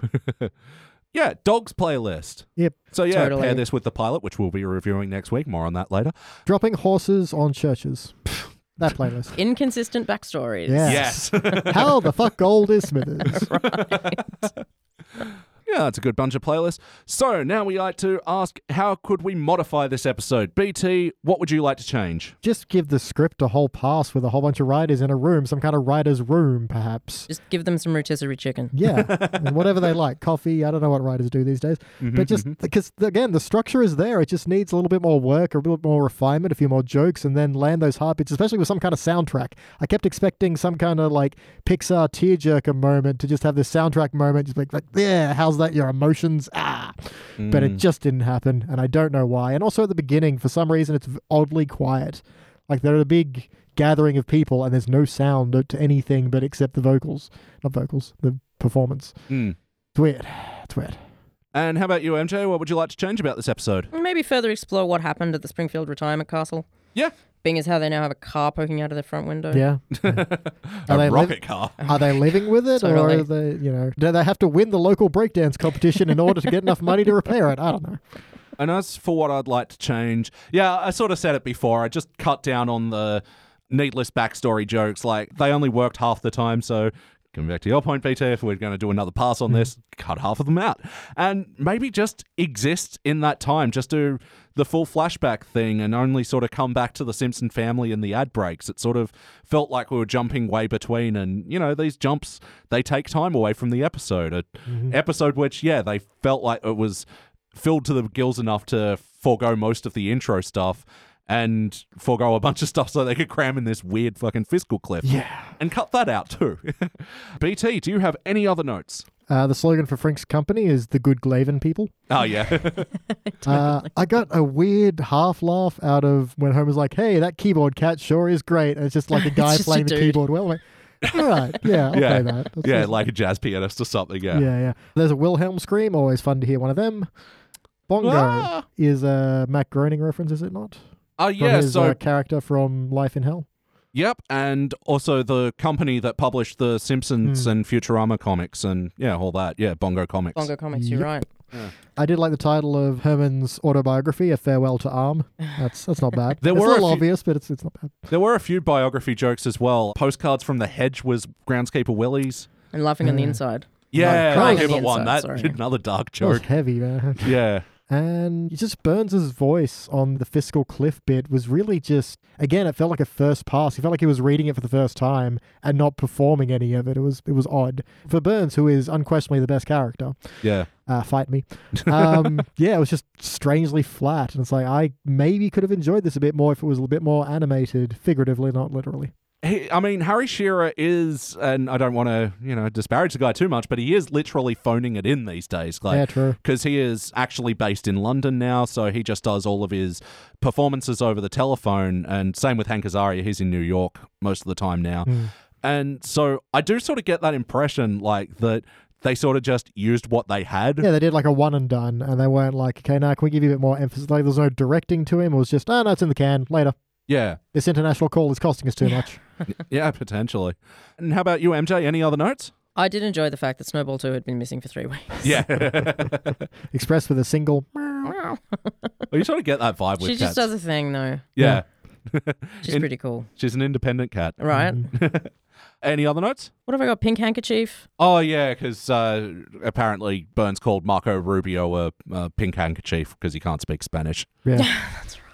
Speaker 1: yeah, dogs playlist.
Speaker 2: Yep.
Speaker 1: So yeah,
Speaker 3: Totally.
Speaker 1: pair this with the pilot, which we'll be reviewing next week. More on that later.
Speaker 2: Dropping horses on churches. that playlist.
Speaker 3: Inconsistent backstories.
Speaker 2: Yeah.
Speaker 1: Yes.
Speaker 2: Yes.
Speaker 1: yeah,
Speaker 2: How the fuck old is Smithers?
Speaker 1: that's a good bunch of playlists. So now we like to ask, how could we modify this episode? BT, what would you like to change?
Speaker 2: Just give the script a whole pass with a whole bunch of writers in a room, some kind of writer's room, perhaps.
Speaker 3: Just give them some rotisserie chicken.
Speaker 2: Yeah, and whatever they like, coffee. I don't know what writers do these days, but just because again, the structure is there. It just needs a little bit more work, a little bit more refinement, a few more jokes, and then land those heartbeats, especially with some kind of soundtrack. I kept expecting some kind of like Pixar tearjerker moment to just have this soundtrack moment, just like, like yeah, how's that? Your emotions, ah, but it just didn't happen, and I don't know why. And also at the beginning, for some reason, it's oddly quiet. Like there are a big gathering of people, and there's no sound to anything but except the vocals, not vocals, the performance.
Speaker 1: Hmm.
Speaker 2: It's weird. It's weird.
Speaker 1: And how about you, MJ? What would you like to change about this episode?
Speaker 3: Maybe further explore what happened at the Springfield Retirement Castle.
Speaker 1: Yeah.
Speaker 3: Being as how they now have a car poking out of their front window.
Speaker 2: Yeah.
Speaker 1: A
Speaker 2: Are they
Speaker 1: rocket car.
Speaker 2: Are they living with it, or
Speaker 3: Totally.
Speaker 2: are they, you know, do they have to win the local breakdance competition in order to get enough money to repair it? I don't know.
Speaker 1: And as for what I'd like to change, yeah, I sort of said it before. I just cut down on the needless backstory jokes. Like they only worked half the time, so coming back to your point, BT, if we're going to do another pass on this, cut half of them out, and maybe just exist in that time. Just do the full flashback thing, and only sort of come back to the Simpson family in the ad breaks. It sort of felt like we were jumping way between, and you know these jumps they take time away from the episode. A episode which, yeah, they felt like it was filled to the gills enough to forego most of the intro stuff and forego a bunch of stuff so they could cram in this weird fucking fiscal clip.
Speaker 2: Yeah.
Speaker 1: And cut that out too. BT, do you have any other notes?
Speaker 2: Uh, the slogan for Frink's company is the good Glaven people.
Speaker 1: Oh, yeah.
Speaker 2: Uh, I got a weird half laugh out of when Homer's like, "Hey, that keyboard cat sure is great," and it's just like a guy
Speaker 3: just a
Speaker 2: playing the
Speaker 3: dude.
Speaker 2: keyboard. Well, I'm like, all right, yeah, I'll
Speaker 1: Yeah.
Speaker 2: play that. That's-
Speaker 1: yeah,
Speaker 2: that's-
Speaker 1: like a jazz pianist or something. Yeah.
Speaker 2: yeah, yeah. There's a Wilhelm scream. Always fun to hear one of them. Bongo
Speaker 1: Ah!
Speaker 2: is a Matt Groening reference, is it not?
Speaker 1: Oh,
Speaker 2: From
Speaker 1: yeah.
Speaker 2: his
Speaker 1: So,
Speaker 2: uh, character from Life in Hell.
Speaker 1: yep. And also the company that published The
Speaker 2: Hmm.
Speaker 1: Simpsons and Futurama comics and, yeah, all that. Yeah, Bongo Comics.
Speaker 3: Bongo Comics, you're
Speaker 2: Yep.
Speaker 3: right.
Speaker 2: I did like the title of Herman's autobiography, "A Farewell to Arm." That's that's not bad.
Speaker 1: There
Speaker 2: it's
Speaker 1: were
Speaker 2: a
Speaker 1: a
Speaker 2: little
Speaker 1: few-
Speaker 2: obvious, but it's it's not bad.
Speaker 1: There were a few biography jokes as well. Postcards from the Hedge was Groundskeeper Willie's.
Speaker 3: And laughing on the
Speaker 2: Yeah.
Speaker 3: inside.
Speaker 1: Yeah,
Speaker 3: crying
Speaker 1: I
Speaker 3: on
Speaker 1: give
Speaker 3: the
Speaker 1: it one. That
Speaker 3: inside, sorry.
Speaker 1: another dark
Speaker 2: That was
Speaker 1: joke.
Speaker 2: heavy, man.
Speaker 1: Yeah.
Speaker 2: And just Burns's voice on the fiscal cliff bit was really just again, it felt like a first pass. He felt like he was reading it for the first time and not performing any of it. It was it was odd for Burns, who is unquestionably the best character.
Speaker 1: Yeah.
Speaker 2: Uh, fight me. Um, yeah, it was just strangely flat, and it's like I maybe could have enjoyed this a bit more if it was a bit more animated, figuratively, not literally.
Speaker 1: He, I mean, Harry Shearer is, and I don't want to, you know, disparage the guy too much, but he is literally phoning it in these days.
Speaker 2: yeah,
Speaker 1: Like,
Speaker 2: true.
Speaker 1: because he is actually based in London now, so he just does all of his performances over the telephone. And same with Hank Azaria, he's in New York most of the time now.
Speaker 2: Mm.
Speaker 1: And so I do sort of get that impression, like that They sort of just used what they had.
Speaker 2: Yeah, they did like a one and done, and they weren't like, okay, now can we give you a bit more emphasis? Like, there's no directing to him. It was just, oh, no, it's in the can. Later.
Speaker 1: Yeah,
Speaker 2: This international call is costing us too much.
Speaker 1: yeah, potentially. And how about you, MJ? Any other notes?
Speaker 3: I did enjoy the fact that Snowball 2 had been missing for three weeks.
Speaker 1: Yeah,
Speaker 2: Expressed with a single.
Speaker 1: well, you sort of get that vibe with
Speaker 3: she
Speaker 1: cats.
Speaker 3: just does a thing, though.
Speaker 1: yeah.
Speaker 3: She's
Speaker 1: In-
Speaker 3: pretty cool.
Speaker 1: she's an independent cat.
Speaker 3: Right?
Speaker 1: Any other notes?
Speaker 3: What have I got? Pink handkerchief?
Speaker 1: Oh yeah, because uh, apparently Burns called Marco Rubio a, a pink handkerchief because he can't speak Spanish.
Speaker 2: Yeah.
Speaker 3: That's right.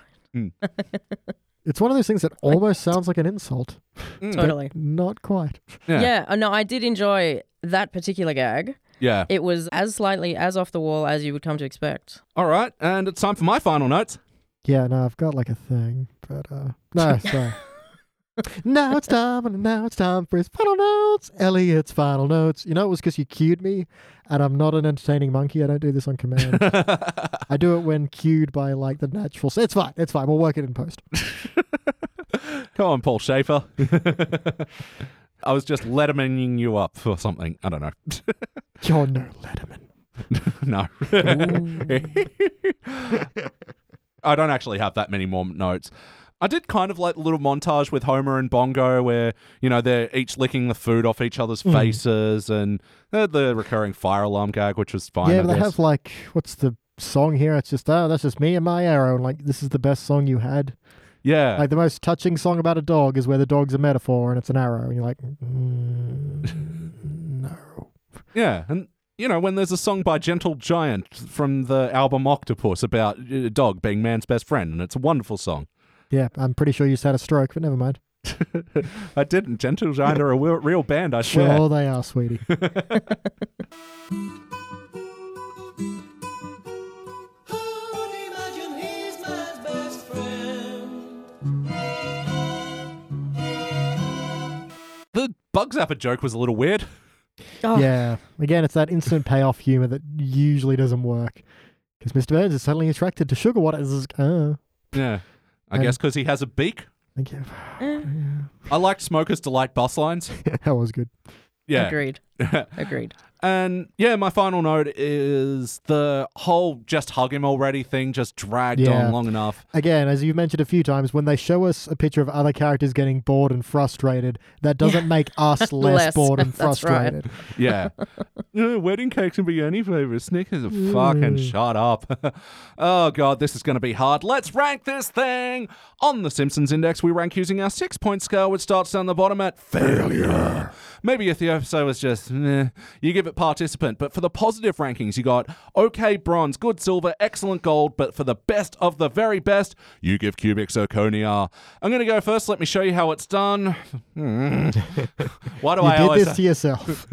Speaker 2: it's one of those things that almost sounds like an insult.
Speaker 3: Totally.
Speaker 2: Not quite.
Speaker 1: Yeah.
Speaker 3: Yeah. uh, no, I did enjoy that particular gag.
Speaker 1: Yeah.
Speaker 3: It was as slightly as off the wall as you would come to expect.
Speaker 1: All right, and it's time for my final notes.
Speaker 2: Yeah, no, I've got like a thing, but uh no, sorry. now it's time, and now it's time for his final notes. Elliot's final notes. You know, it was because you cued me, and I'm not an entertaining monkey. I don't do this on command. I do it when cued by like the natural. It's fine. It's fine. We'll work it in post.
Speaker 1: Come on, Paul Schaefer. I was just lettermaning you up for something. I don't know.
Speaker 2: You're no Letterman.
Speaker 1: no. I don't actually have that many more notes. I did kind of like a little montage with Homer and Bongo where, you know, they're each licking the food off each other's
Speaker 2: Hmm.
Speaker 1: faces and uh, the recurring fire alarm gag, which was fine.
Speaker 2: yeah,
Speaker 1: I
Speaker 2: but they
Speaker 1: guess.
Speaker 2: have like what's the song here? It's just oh, that's just me and my arrow. And like this is the best song you had.
Speaker 1: yeah.
Speaker 2: Like the most touching song about a dog is where the dog's a metaphor and it's an arrow, and you're like, mm, no.
Speaker 1: Yeah, and you know when there's a song by Gentle Giant from the album Octopus about uh, a dog being man's best friend, and it's a wonderful song.
Speaker 2: Yeah, I'm pretty sure you just had a stroke, but never mind.
Speaker 1: I didn't. Gentle Giant are a real, real band, I
Speaker 2: Sure,
Speaker 1: swear.
Speaker 2: they are, sweetie.
Speaker 5: would imagine he's man's best friend.
Speaker 1: The Bug Zapper joke was a little weird.
Speaker 3: Oh,
Speaker 2: yeah. Again, it's that instant payoff humor that usually doesn't work. Because Mr. Burns is suddenly attracted to sugar water. It's just, uh,
Speaker 1: Yeah, I
Speaker 2: And-
Speaker 1: guess because he has a beak.
Speaker 2: thank you.
Speaker 3: Eh,
Speaker 1: I liked Smokers Delight bus lines.
Speaker 2: that was good.
Speaker 1: Yeah,
Speaker 3: Agreed. Agreed.
Speaker 1: and yeah, my final note is the whole just hug him already thing just dragged
Speaker 2: Yeah.
Speaker 1: on long enough.
Speaker 2: Again, as you've mentioned a few times, when they show us a picture of other characters getting bored and frustrated, that doesn't make us less,
Speaker 3: Less.
Speaker 2: bored and
Speaker 3: That's right.
Speaker 2: frustrated.
Speaker 1: Yeah. Uh, wedding cakes can be any favorite. Snickers are fucking
Speaker 2: Mm.
Speaker 1: shut up. oh, God, this is going to be hard. Let's rank this thing. On the Simpsons Index, we rank using our six point scale, which starts down the bottom at failure. Maybe if the episode was just, meh, you give it participant. But for the positive rankings, you got okay bronze, good silver, excellent gold. But for the best of the very best, you give cubic zirconia. I'm going to go first. Let me show you how it's done. Hmm. Why do
Speaker 2: You
Speaker 1: I
Speaker 2: did
Speaker 1: always.
Speaker 2: this to yourself.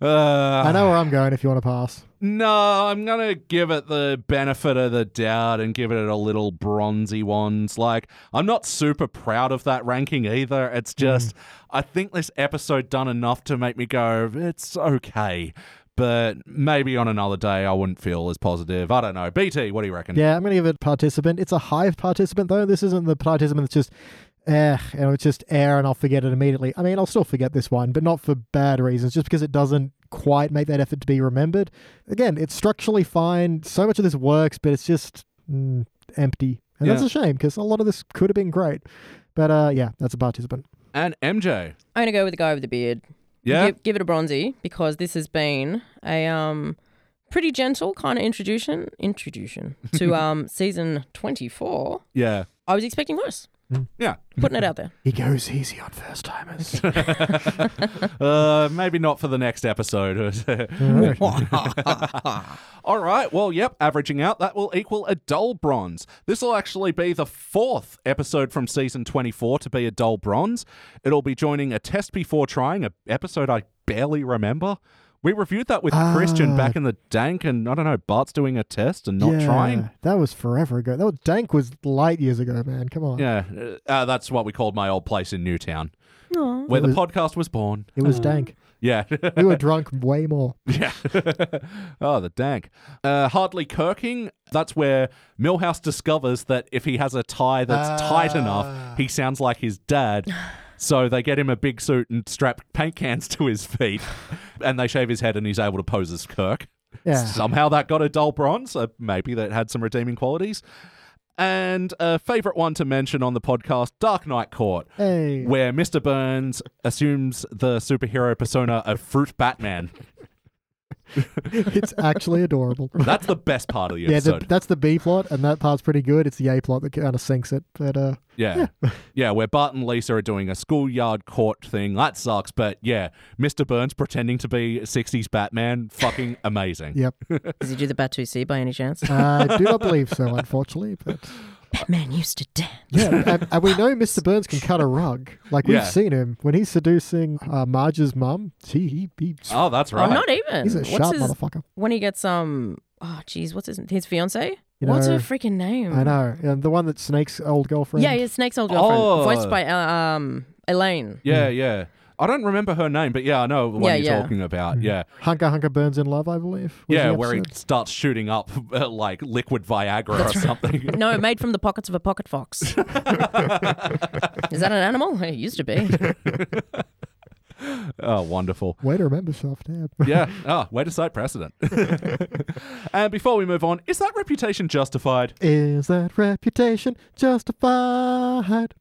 Speaker 1: Uh,
Speaker 2: I know where I'm going if you want to pass.
Speaker 1: no, I'm gonna give it the benefit of the doubt and give it a little bronzy ones. Like, I'm not super proud of that ranking either. It's just, I think this episode done enough to make me go, it's okay. But maybe on another day, I wouldn't feel as positive. I don't know. BT, what do you reckon?
Speaker 2: Yeah, I'm going to give it participant. It's a hive participant, though. This isn't the participant that's just, eh, you know, it's just air and I'll forget it immediately. I mean, I'll still forget this one, but not for bad reasons, just because it doesn't quite make that effort to be remembered. Again, it's structurally fine. So much of this works, but it's just mm, empty. And that's
Speaker 1: Yeah.
Speaker 2: a shame because a lot of this could have been great. But uh, yeah, that's a participant.
Speaker 1: And MJ.
Speaker 3: I'm going to go with the guy with the beard.
Speaker 1: Yeah?
Speaker 3: Give, give it a bronzy because this has been a um pretty gentle kind of introduction introduction to um season 24.
Speaker 1: yeah.
Speaker 3: I was expecting worse.
Speaker 1: Yeah.
Speaker 3: Putting it out there.
Speaker 2: He goes easy on first timers.
Speaker 1: Uh, maybe not for the next episode. All right. Well, yep. Averaging out, that will equal a dull bronze. This will actually be the fourth episode from season 24 to be a dull bronze. It'll be joining a test before trying, a episode I barely remember. We reviewed that with Christian
Speaker 2: Ah.
Speaker 1: back in the dank, and I don't know, Bart's doing a test and not
Speaker 2: Yeah,
Speaker 1: trying.
Speaker 2: That was forever ago. That was, Dank was light years ago, man. Come on.
Speaker 1: Yeah, uh, that's what we called my old place in Newtown, where the podcast was born.
Speaker 2: It was Dank.
Speaker 1: Yeah.
Speaker 2: We were drunk way more.
Speaker 1: Yeah. oh, the dank. Uh, Hardly Kirking. That's where Milhouse discovers that if he has a tie that's tight enough, he sounds like his dad. So they get him a big suit and strap paint cans to his feet, and they shave his head, and he's able to pose as Kirk.
Speaker 2: Yeah.
Speaker 1: Somehow that got a dull bronze. So maybe that had some redeeming qualities. And a favorite one to mention on the podcast, Dark Knight Court,
Speaker 2: Hey.
Speaker 1: where Mr. Burns assumes the superhero persona of Fruit Batman.
Speaker 2: It's actually adorable.
Speaker 1: That's the best part of the
Speaker 2: Yeah, the,
Speaker 1: episode.
Speaker 2: that's the B plot, and that part's pretty good. It's the A plot that kind of sinks it. But uh,
Speaker 1: Yeah. Yeah, where Bart and Lisa are doing a schoolyard court thing. That sucks, but yeah, Mr. Burns pretending to be 60s Batman, fucking amazing.
Speaker 2: yep,
Speaker 3: Does he do the Batusi by any chance?
Speaker 2: I do not believe so, unfortunately. But
Speaker 3: Batman used to dance.
Speaker 2: yeah, and, and we know Mr. Burns can cut a rug. Like we've
Speaker 1: Yeah.
Speaker 2: seen him when he's seducing uh, Marge's mum. He he, he
Speaker 1: Oh, that's
Speaker 3: Oh,
Speaker 1: right.
Speaker 3: not even.
Speaker 2: he's a
Speaker 3: what's
Speaker 2: sharp
Speaker 3: his,
Speaker 2: motherfucker.
Speaker 3: When he gets um, oh jeez, what's his his fiance?
Speaker 2: You
Speaker 3: what's
Speaker 2: know-
Speaker 3: her freaking
Speaker 1: Hmm.
Speaker 3: name?
Speaker 2: I know, and the one that Snake's old girlfriend.
Speaker 3: Yeah, yeah, Snake's old girlfriend,
Speaker 1: Oh.
Speaker 3: voiced by uh, um Elaine.
Speaker 1: Yeah, yeah. I don't remember her name, but yeah, I know what
Speaker 3: Yeah,
Speaker 1: you're
Speaker 3: yeah.
Speaker 1: talking about. Yeah.
Speaker 2: Hunker Hunker Burns in Love, I believe. Mm-hmm. was
Speaker 1: Yeah,
Speaker 2: the
Speaker 1: where he
Speaker 2: episode.
Speaker 1: starts shooting up uh, like liquid Viagra or something.
Speaker 3: No, made from the pockets of a pocket fox. Is that an animal? It used to be.
Speaker 1: Oh, wonderful.
Speaker 2: Way to remember self now.
Speaker 1: Yeah. Oh, way to cite precedent. and before we move on, is that reputation justified?
Speaker 2: Is that reputation justified?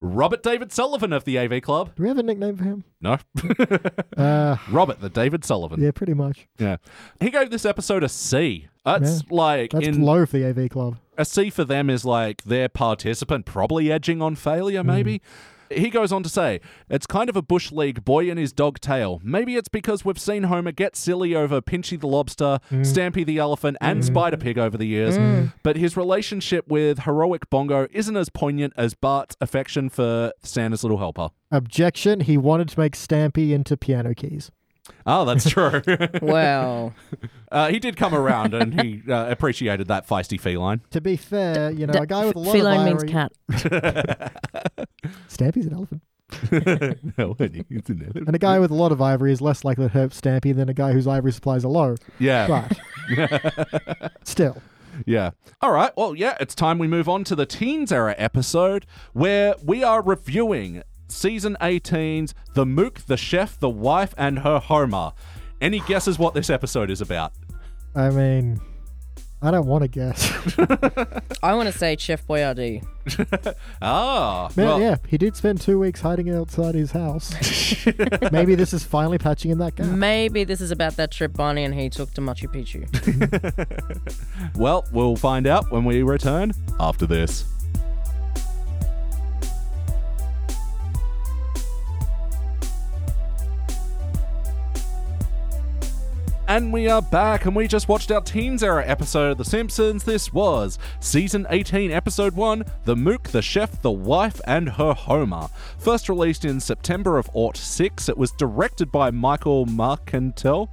Speaker 1: Robert David Sullivan of the AV Club?
Speaker 2: Do we have a nickname for him?
Speaker 1: No.
Speaker 2: Uh,
Speaker 1: Robert the David Sullivan.
Speaker 2: yeah, pretty much.
Speaker 1: Yeah. He gave this episode a C. That's like
Speaker 2: That's
Speaker 1: in,
Speaker 2: low for the AV Club.
Speaker 1: a C for them is like their participant probably edging on
Speaker 2: Mm.
Speaker 1: failure, maybe. He goes on to say, it's kind of a bush league boy and his dog tail. Maybe it's because we've seen Homer get silly over Pinchy the lobster,
Speaker 2: Mm.
Speaker 1: Stampy the elephant, and Spider Pig over the years,
Speaker 3: Mm.
Speaker 1: but his relationship with heroic Bongo isn't as poignant as Bart's affection for Santa's little helper.
Speaker 2: Objection. He wanted to make Stampy into piano keys.
Speaker 1: Oh, that's true.
Speaker 3: Well,
Speaker 1: Uh, he did come around and he uh, appreciated that feisty feline.
Speaker 2: To be fair, you know, a guy with a lot
Speaker 3: feline
Speaker 2: of
Speaker 3: means
Speaker 2: ivory-
Speaker 3: cat.
Speaker 2: Stampy's an elephant.
Speaker 1: No, it's an elephant.
Speaker 2: And a guy with a lot of ivory is less likely to hurt Stampy than a guy whose ivory supplies are low.
Speaker 1: Yeah.
Speaker 2: But still,
Speaker 1: Yeah. All right. Well, yeah, it's time we move on to the Teens Era episode where we are reviewing season 18's The Mook, the Chef, the Wife, and Her Homer. Any guesses what this episode is about?
Speaker 2: I mean, I don't want to guess.
Speaker 3: I want to say Chef Boyardee.
Speaker 1: Ah.
Speaker 2: Man,
Speaker 1: well,
Speaker 2: yeah, he did spend two weeks hiding outside his house. Maybe this is finally patching in that
Speaker 1: Mm.
Speaker 2: gap.
Speaker 3: Maybe this is about that trip Barney and he took to Machu Picchu.
Speaker 1: well, we'll find out when we return after this. And we are back, and we just watched our Teens Era episode of The Simpsons. This was Season 18, Episode 1 The Mook, the Chef, the Wife, and Her Homer. First released in September of Aught 6, it was directed by Michael Markentel.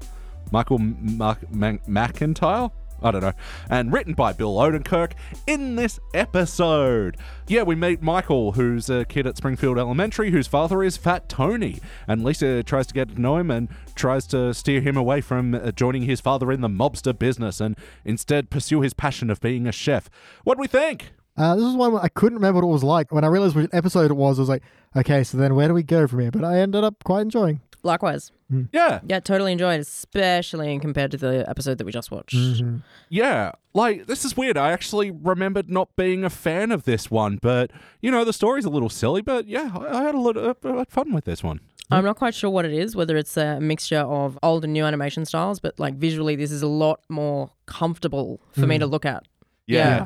Speaker 1: Michael M- Mark- Man- McIntyre? I don't know. And written by Bill Odenkirk in this episode. Yeah, we meet Michael, who's a kid at Springfield Elementary, whose father is Fat Tony. And Lisa tries to get to know him and tries to steer him away from uh, joining his father in the mobster business and instead pursue his passion of being a chef. What do we think?
Speaker 2: Uh, this is one where I couldn't remember what it was like. When I realized which episode it was, I was like, okay, so then where do we go from here? But I ended up quite enjoying.
Speaker 3: Likewise.
Speaker 1: Yeah,
Speaker 3: Yeah, totally enjoyed, especially in compared to the episode that we just watched.
Speaker 2: Mm-hmm.
Speaker 1: yeah. Like, this is weird. I actually remembered not being a fan of this one, but, you know, the story's a little silly, but yeah, I, I had a lot of uh, fun with this one.
Speaker 3: I'm not quite sure what it is, whether it's a mixture of old and new animation styles, but like visually, this is a lot more comfortable for me to look at.
Speaker 1: Yeah.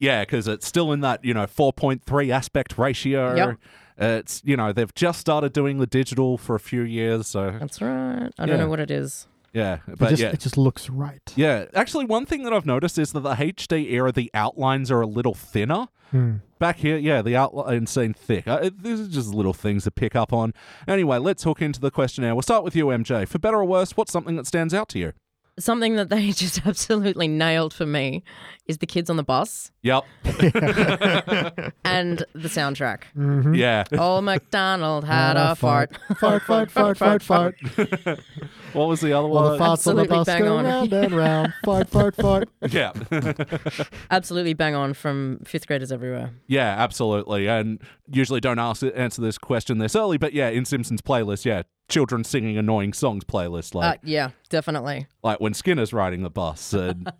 Speaker 1: Yeah, because it's still in that, you know, 4.3 aspect ratio.
Speaker 3: Yep.
Speaker 1: It's, you know, they've just started doing the digital for a few years. So,
Speaker 3: That's right. I
Speaker 1: Yeah.
Speaker 3: don't know what it is.
Speaker 1: yeah.
Speaker 2: It
Speaker 1: But
Speaker 2: just,
Speaker 1: yeah.
Speaker 2: it just looks right.
Speaker 1: Yeah. Actually, one thing that I've noticed is that the HD era, the outlines are a little thinner. Back here, yeah, the outline seemed thick. Uh, it- these are just little things to pick up on. Anyway, let's hook into the questionnaire. We'll start with you, MJ. For better or worse, what's something that stands out to you?
Speaker 3: Something that they just absolutely nailed for me is the kids on the bus
Speaker 1: Yep.
Speaker 3: and the soundtrack.
Speaker 1: Yeah.
Speaker 3: Old MacDonald had
Speaker 2: Uh,
Speaker 3: a fart.
Speaker 2: Fart, fart, fart, fart, fart.
Speaker 1: What was the other
Speaker 2: While
Speaker 1: one?
Speaker 2: the farts on the
Speaker 3: Absolutely
Speaker 2: bus
Speaker 3: bang
Speaker 2: go
Speaker 3: on.
Speaker 2: round and round. Fart, fart, fart.
Speaker 1: yeah.
Speaker 3: Absolutely bang on from fifth graders everywhere.
Speaker 1: Yeah, absolutely. And usually don't ask, answer this question this early, but yeah, in Simpsons playlist, yeah, children singing annoying songs playlist, like
Speaker 3: Uh, yeah, definitely.
Speaker 1: like when Skinner's riding the bus, and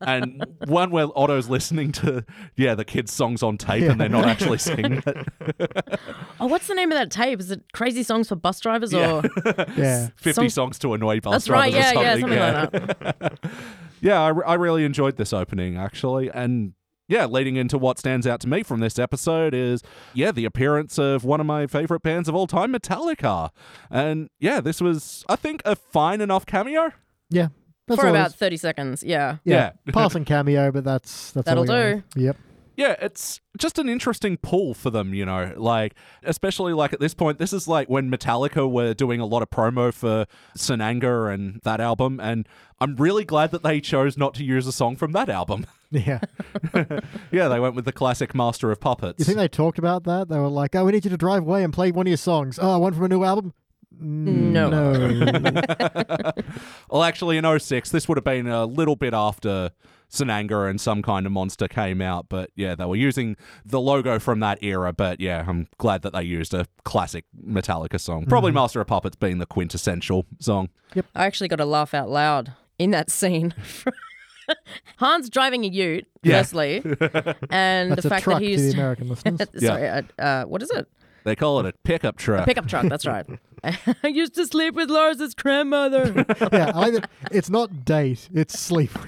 Speaker 1: and one where Otto's listening to yeah the kids' songs on tape, and they're not actually singing. it.
Speaker 3: Oh, what's the name of that tape? Is it Crazy Songs for Bus Drivers or?
Speaker 2: Yeah.
Speaker 1: Fifty
Speaker 3: Songs-
Speaker 1: songs to annoy bus
Speaker 3: That's right.
Speaker 1: drivers
Speaker 3: Yeah,
Speaker 1: or something.
Speaker 3: yeah, something like that.
Speaker 1: Yeah, I, re- I really enjoyed this opening actually, and yeah, leading into what stands out to me from this episode is yeah the appearance of one of my favorite bands of all time, Metallica, and yeah, this was I think a fine enough cameo.
Speaker 2: Yeah. That's
Speaker 3: For
Speaker 2: all it
Speaker 3: about
Speaker 2: is.
Speaker 3: thirty seconds. Yeah.
Speaker 2: yeah.
Speaker 1: yeah.
Speaker 2: Passing cameo, but that's that's all
Speaker 3: That'll
Speaker 2: we got. Yep.
Speaker 1: Yeah, it's just an interesting pull for them, you know. Like, especially like at this point, this is like when Metallica were doing a lot of promo for Sananga and that album, and I'm really glad that they chose not to use a song from that album.
Speaker 2: Yeah.
Speaker 1: yeah, they went with the classic Master of Puppets.
Speaker 2: You think they talked about that? They were like, "Oh, we need you to drive away and play one of your songs. Oh, one from a new album." Mm,
Speaker 3: No.
Speaker 2: no.
Speaker 1: well, actually, in 06, this would have been a little bit after Sananga and Some Kind of Monster came out, but yeah, they were using the logo from that era. But yeah, I'm glad that they used a classic Metallica song.
Speaker 3: Mm-hmm.
Speaker 1: Probably Master of Puppets being the quintessential song.
Speaker 3: I actually got to laugh out loud in that scene. Hans driving a Ute,
Speaker 1: Yeah.
Speaker 3: firstly, and
Speaker 2: That's a
Speaker 3: the fact
Speaker 2: truck to
Speaker 3: that he
Speaker 2: the
Speaker 3: used
Speaker 2: American listeners.
Speaker 3: sorry, uh, uh, what is it?
Speaker 1: They call it a pickup truck.
Speaker 3: Pickup truck. That's right. I used to sleep with Lars's grandmother.
Speaker 2: yeah, I like that. It's not date. It's sleep.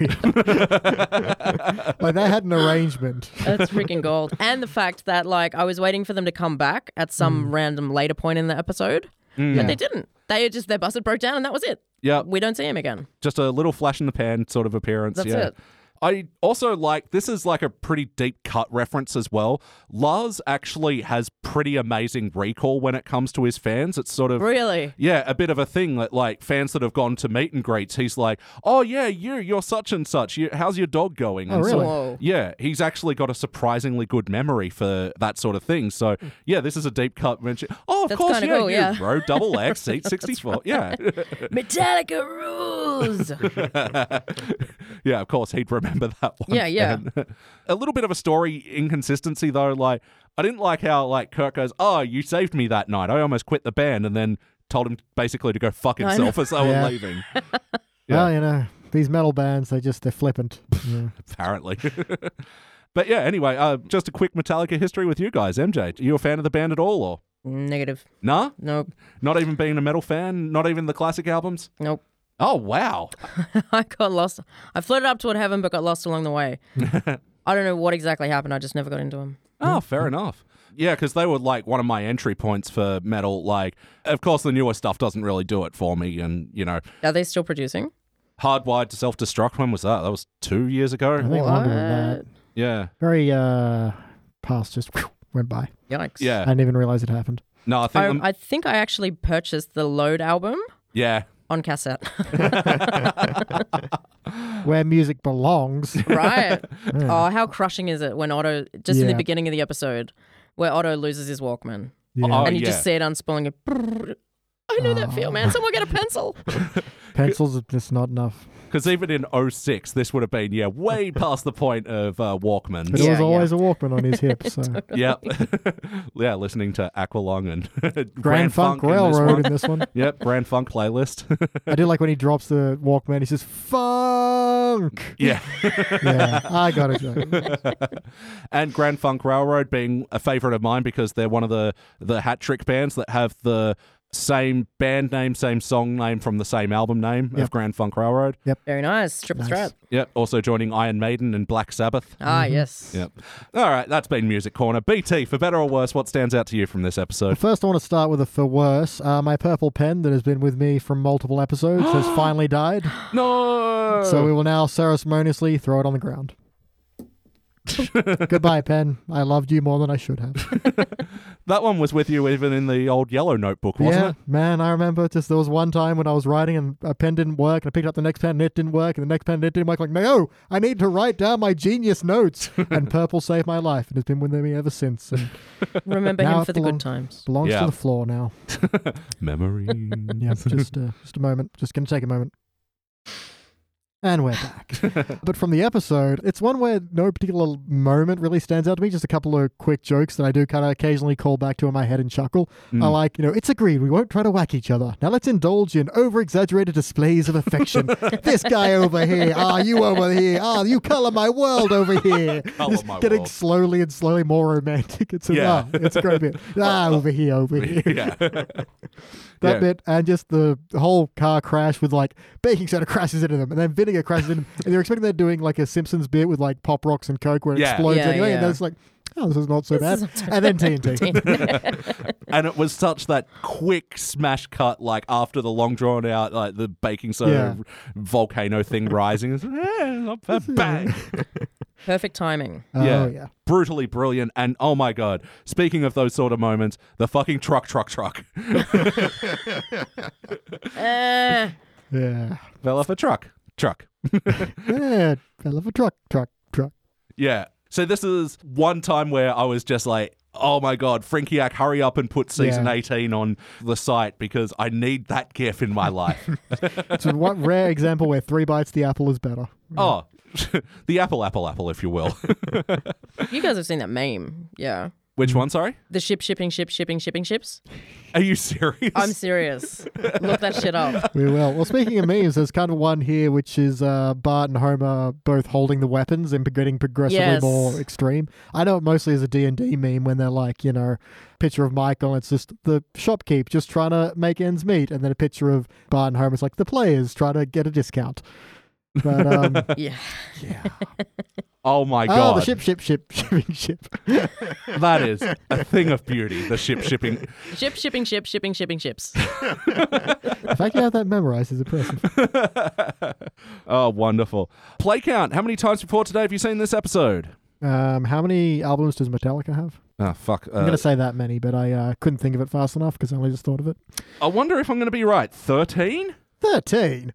Speaker 2: like they had an arrangement.
Speaker 3: That's freaking gold. And the fact that like I was waiting for them to come back at some
Speaker 2: Mm.
Speaker 3: random later point in the episode,
Speaker 1: Mm.
Speaker 3: but they didn't. They just their bus had broke down and that was it.
Speaker 1: yeah,
Speaker 3: We don't see him again.
Speaker 1: just a little flash in the pan sort of appearance.
Speaker 3: That's
Speaker 1: yeah.
Speaker 3: it.
Speaker 1: I also like this is like a pretty deep cut reference as well. Lars actually has pretty amazing recall when it comes to his fans. It's sort of
Speaker 3: Really?
Speaker 1: yeah, a bit of a thing that like fans that have gone to meet and greets, he's like, "Oh yeah, you, you're such and such. You, how's your dog going?"
Speaker 2: Oh,
Speaker 1: and so-
Speaker 2: Really?
Speaker 3: Whoa.
Speaker 1: yeah, he's actually got a surprisingly good memory for that sort of thing. So yeah, this is a deep cut mention. Oh, of
Speaker 3: Mm. That's
Speaker 1: course,
Speaker 3: kinda
Speaker 1: yeah,
Speaker 3: cool,
Speaker 1: you
Speaker 3: yeah.
Speaker 1: row double X seat sixty four. Yeah,
Speaker 3: Metallica rules.
Speaker 1: yeah, of course, he'd remember that one.
Speaker 3: Yeah, yeah.
Speaker 1: And a little bit of a story inconsistency though. Like, I didn't like how like Kirk goes, "Oh, you saved me that night. I almost quit the band," and then told him basically to go fuck
Speaker 3: know.
Speaker 1: himself as they were
Speaker 2: Yeah.
Speaker 1: leaving. Yeah.
Speaker 2: Well, you know, these metal bands, they just they're flippant. Yeah.
Speaker 1: Apparently. But yeah, anyway, uh, just a quick Metallica history with you guys. MJ, are you a fan of the band at all, or
Speaker 3: Negative.
Speaker 1: nah?
Speaker 3: Nope.
Speaker 1: Not even being a metal fan, not even the classic albums.
Speaker 3: Nope.
Speaker 1: Oh wow!
Speaker 3: I got lost. I floated up toward heaven, but got lost along the way. I don't know what exactly happened. I just never got into them.
Speaker 1: Oh, fair enough. Yeah, because they were like one of my entry points for metal. Like, of course, the newer stuff doesn't really do it for me, and you know,
Speaker 3: Are they still producing?
Speaker 1: hardwired to self-destruct. When was that? That was two years
Speaker 2: I
Speaker 1: ago.
Speaker 2: think longer than that.
Speaker 1: Yeah,
Speaker 2: Very uh, past just went by.
Speaker 3: Yikes.
Speaker 2: I
Speaker 1: yeah.
Speaker 2: didn't even realize it happened.
Speaker 1: No, I think.
Speaker 3: I,
Speaker 1: them-
Speaker 3: I think I actually purchased the Load album
Speaker 1: yeah,
Speaker 3: on cassette.
Speaker 2: Where music belongs.
Speaker 3: right. Oh, how crushing is it when Otto, just
Speaker 2: Hmm.
Speaker 3: in
Speaker 2: Yeah.
Speaker 3: the beginning of the episode, where Otto loses his Walkman
Speaker 1: Oh,
Speaker 3: and you
Speaker 1: yeah.
Speaker 3: just see it unspooling it. Brrr. I know that feel,
Speaker 2: Oh.
Speaker 3: man. Someone get a pencil.
Speaker 2: Pencils are just not enough.
Speaker 1: because even in 06, this would have been yeah way past the point of uh, Walkman.
Speaker 2: But it
Speaker 3: Yeah,
Speaker 2: was
Speaker 3: yeah.
Speaker 2: always a Walkman on his hip. So
Speaker 1: Yeah, yeah, listening to Aqualung and Grand,
Speaker 2: Grand Funk,
Speaker 1: in this one.
Speaker 2: Railroad in this one.
Speaker 1: Yep, Grand Funk playlist.
Speaker 2: I do like when he drops the Walkman. He says "funk."
Speaker 1: yeah.
Speaker 2: Yeah, I got it.
Speaker 1: and Grand Funk Railroad being a favorite of mine because they're one of the the hat trick bands that have the same band name, same song name from the same album name of
Speaker 2: Yep.
Speaker 1: Grand Funk Railroad.
Speaker 3: Very nice. Triple
Speaker 2: Nice.
Speaker 3: threat.
Speaker 1: Yep. Also joining Iron Maiden and Black Sabbath.
Speaker 3: Ah,
Speaker 2: Mm-hmm.
Speaker 3: yes.
Speaker 1: Yep. All right, that's been Music Corner. BT, for better or worse, what stands out to you from this episode?
Speaker 2: First, I want to start with a for worse. Uh, my purple pen that has been with me from multiple episodes has finally died,
Speaker 1: No.
Speaker 2: so we will now ceremoniously throw it on the ground. Goodbye, Pen. I loved you more than I should have.
Speaker 1: That one was with you even in the old yellow notebook, wasn't
Speaker 2: yeah, man, I remember just there was one time when I was writing and a pen didn't work, and I picked up the next pen and it didn't work, and the next pen and it didn't work. Like, no, I need to write down my genius notes. and purple saved my life, and it's been with me ever since. And
Speaker 3: Remember
Speaker 2: Now
Speaker 3: him
Speaker 2: it
Speaker 3: for the good
Speaker 2: belongs-
Speaker 3: times.
Speaker 2: belongs
Speaker 1: Yeah.
Speaker 2: to the floor now.
Speaker 1: it? Memory.
Speaker 2: Yeah, just uh, just a moment. Just gonna take a moment. And we're back. but from the episode, it's one where no particular moment really stands out to me. Just a couple of quick jokes that I do kind of occasionally call back to in my head and chuckle.
Speaker 1: Mm.
Speaker 2: I like, you know, it's agreed we won't try to whack each other. Now let's indulge in over exaggerated displays of affection. this guy over here, ah, you over here, ah, you color my world over here.
Speaker 1: Colour
Speaker 2: Just
Speaker 1: my
Speaker 2: getting
Speaker 1: world.
Speaker 2: slowly and slowly more romantic. It's,
Speaker 1: Yeah.
Speaker 2: ah, it's a great bit. Ah, over here, over here
Speaker 1: yeah.
Speaker 2: that
Speaker 1: Yeah.
Speaker 2: bit and just the whole car crash with like baking soda crashes into them and then vinegar crashes into them and they're expecting they're doing like a Simpsons bit with like pop rocks and coke where it
Speaker 1: Yeah.
Speaker 2: explodes
Speaker 3: Yeah,
Speaker 2: anyway and
Speaker 3: yeah.
Speaker 2: that's like oh this is not so
Speaker 3: This
Speaker 2: bad
Speaker 3: is not so
Speaker 2: and then TNT
Speaker 1: and it was such that quick smash cut, like after the long drawn out, like the baking soda volcano thing rising. It's, eh, not bad. Bang.
Speaker 3: Perfect timing.
Speaker 1: Yeah.
Speaker 2: oh yeah
Speaker 1: Brutally brilliant. And oh my God, speaking of those sort of moments, the fucking truck, truck, truck.
Speaker 3: Eh,
Speaker 2: yeah
Speaker 1: Fell off a truck. Truck.
Speaker 2: yeah I love a truck truck truck
Speaker 1: Yeah. So this is one time where I was just like, oh my God, Frankiak, hurry up and put season
Speaker 2: Yeah.
Speaker 1: 18 on the site because I need that gif in my life.
Speaker 2: it's one rare example where three bites the apple is better
Speaker 1: oh, the apple, apple, apple, if you will.
Speaker 3: you guys have seen that meme, yeah?
Speaker 1: Which one, sorry?
Speaker 3: The ship shipping ship shipping shipping ships.
Speaker 1: Are you serious?
Speaker 3: I'm serious. Look that shit up.
Speaker 2: we will well speaking of memes there's kind of one here which is uh, Bart and Homer both holding the weapons and getting progressively
Speaker 3: Yes.
Speaker 2: more extreme I know it mostly is a D&D meme when they're like, you know, picture of Michael, it's just the shopkeep just trying to make ends meet, and then a picture of Bart and Homer's like the players trying to get a discount. But um,
Speaker 3: Yeah.
Speaker 2: yeah,
Speaker 1: oh my
Speaker 2: oh,
Speaker 1: God.
Speaker 2: the ship, ship, ship, shipping ship.
Speaker 1: that is a thing of beauty, the ship shipping.
Speaker 3: Ship shipping ship shipping shipping ships.
Speaker 2: The fact you have that memorized is impressive.
Speaker 1: oh, wonderful. Play count. How many times before today have you seen this episode?
Speaker 2: Um, how many albums does Metallica have?
Speaker 1: Ah, fuck.
Speaker 2: I'm
Speaker 1: Uh,
Speaker 2: gonna say that many, but I uh, couldn't think of it fast enough because I only just thought of it.
Speaker 1: I wonder if I'm going to be right. 13?
Speaker 2: Thirteen.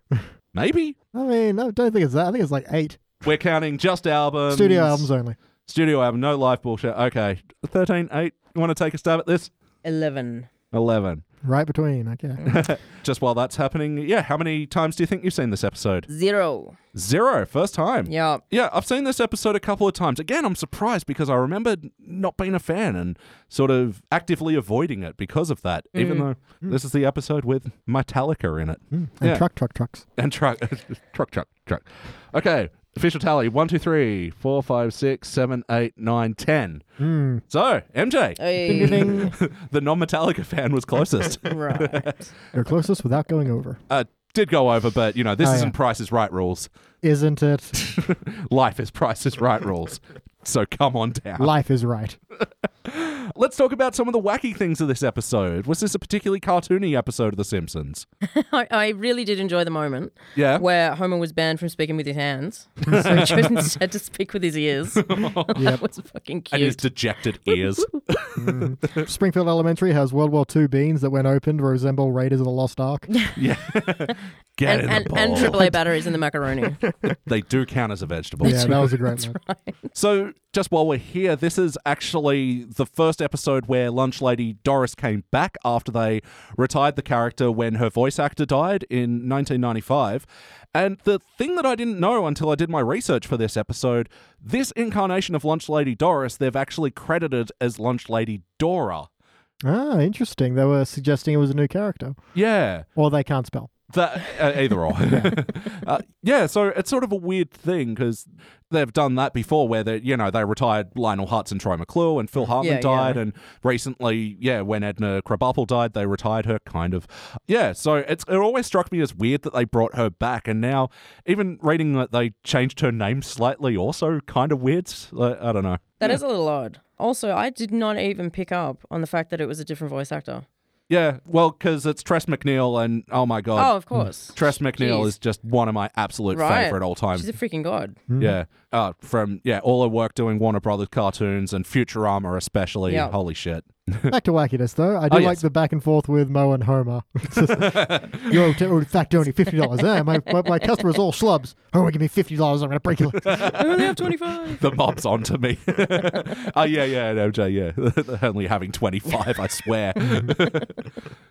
Speaker 1: Maybe.
Speaker 2: I mean, I don't think it's that. I think it's like eight
Speaker 1: We're counting just albums.
Speaker 2: studio albums only.
Speaker 1: Studio album, no live bullshit. Okay. 13, 8. You want to take a stab at this?
Speaker 3: Eleven.
Speaker 1: 11.
Speaker 2: Right between. Okay.
Speaker 1: Just while that's happening, yeah, how many times do you think you've seen this episode?
Speaker 3: Zero.
Speaker 1: Zero. First time.
Speaker 3: Yeah.
Speaker 1: Yeah, I've seen this episode a couple of times. Again, I'm surprised because I remember not being a fan and sort of actively avoiding it because of that, even though this is the episode with Metallica in it.
Speaker 2: Mm. And
Speaker 1: Yeah.
Speaker 2: truck, truck, trucks.
Speaker 1: And truck, truck, truck, truck. Okay, official tally one, two, three, four, five, six, seven, eight, nine, ten.
Speaker 2: Mm.
Speaker 1: So, MJ,
Speaker 3: Hey.
Speaker 1: the non Metallica fan, was closest.
Speaker 3: right.
Speaker 2: You're closest without going over.
Speaker 1: uh, did go over, but you know, this
Speaker 2: Oh,
Speaker 1: isn't
Speaker 2: yeah.
Speaker 1: Price is Right rules.
Speaker 2: Isn't it?
Speaker 1: Life is Price is Right rules. So come on down.
Speaker 2: Life is right.
Speaker 1: Let's talk about some of the wacky things of this episode. Was this a particularly cartoony episode of The Simpsons?
Speaker 3: I, I really did enjoy the moment
Speaker 1: Yeah.
Speaker 3: where Homer was banned from speaking with his hands, so he chose instead to speak with his ears. that was fucking
Speaker 1: and his
Speaker 3: cute.
Speaker 1: dejected ears.
Speaker 2: Springfield Elementary has World War II beans that, when opened, resemble Raiders of the Lost Ark.
Speaker 1: yeah. Get
Speaker 3: And,
Speaker 1: in
Speaker 3: and,
Speaker 1: the bowl.
Speaker 3: and AAA batteries in the macaroni.
Speaker 1: They do count as a vegetable.
Speaker 2: yeah, that was a great one.
Speaker 1: So, just while we're here, this is actually the first episode where Lunch Lady Doris came back after they retired the character when her voice actor died in 1995. And the thing that I didn't know until I did my research for this episode this incarnation of Lunch Lady Doris, they've actually credited as Lunch Lady Dora.
Speaker 2: Ah, interesting. They were suggesting it was a new character,
Speaker 1: Yeah.
Speaker 2: or they can't spell.
Speaker 1: That uh, either or, uh, yeah. So it's sort of a weird thing because they've done that before, where they, you know, they retired Lionel Hutz and Troy McClure, and Phil Hartman
Speaker 3: Yeah,
Speaker 1: died,
Speaker 3: yeah.
Speaker 1: and recently, yeah, when Edna Krabappel died, they retired her, kind of. Yeah. So it's it always struck me as weird that they brought her back, and now even reading that they changed her name slightly, also kind of weird. Like, I don't know.
Speaker 3: That is a little odd. Also, I did not even pick up on the fact that it was a different voice actor.
Speaker 1: Yeah, well, because it's Tress McNeil, and oh my god,
Speaker 3: Oh, of course.
Speaker 1: Tress McNeil
Speaker 3: Jeez.
Speaker 1: is just one of my absolute
Speaker 3: Right.
Speaker 1: favorite all time.
Speaker 3: She's a freaking god.
Speaker 1: yeah, uh, from yeah, all her work doing Warner Brothers cartoons and Futurama, especially.
Speaker 3: Yeah.
Speaker 1: Holy shit!
Speaker 2: Back to wackiness, though. I
Speaker 1: Oh,
Speaker 2: do like
Speaker 1: yes.
Speaker 2: the back and forth with Mo and Homer. It's just, You're in fact only fifty dollars. Eh? My, my my customers all schlubs. Homer, give me fifty dollars. I'm gonna break your leg.
Speaker 3: I only have 25.
Speaker 1: The mob's onto me. oh yeah, yeah, and MJ, yeah, They're only having twenty five, I swear.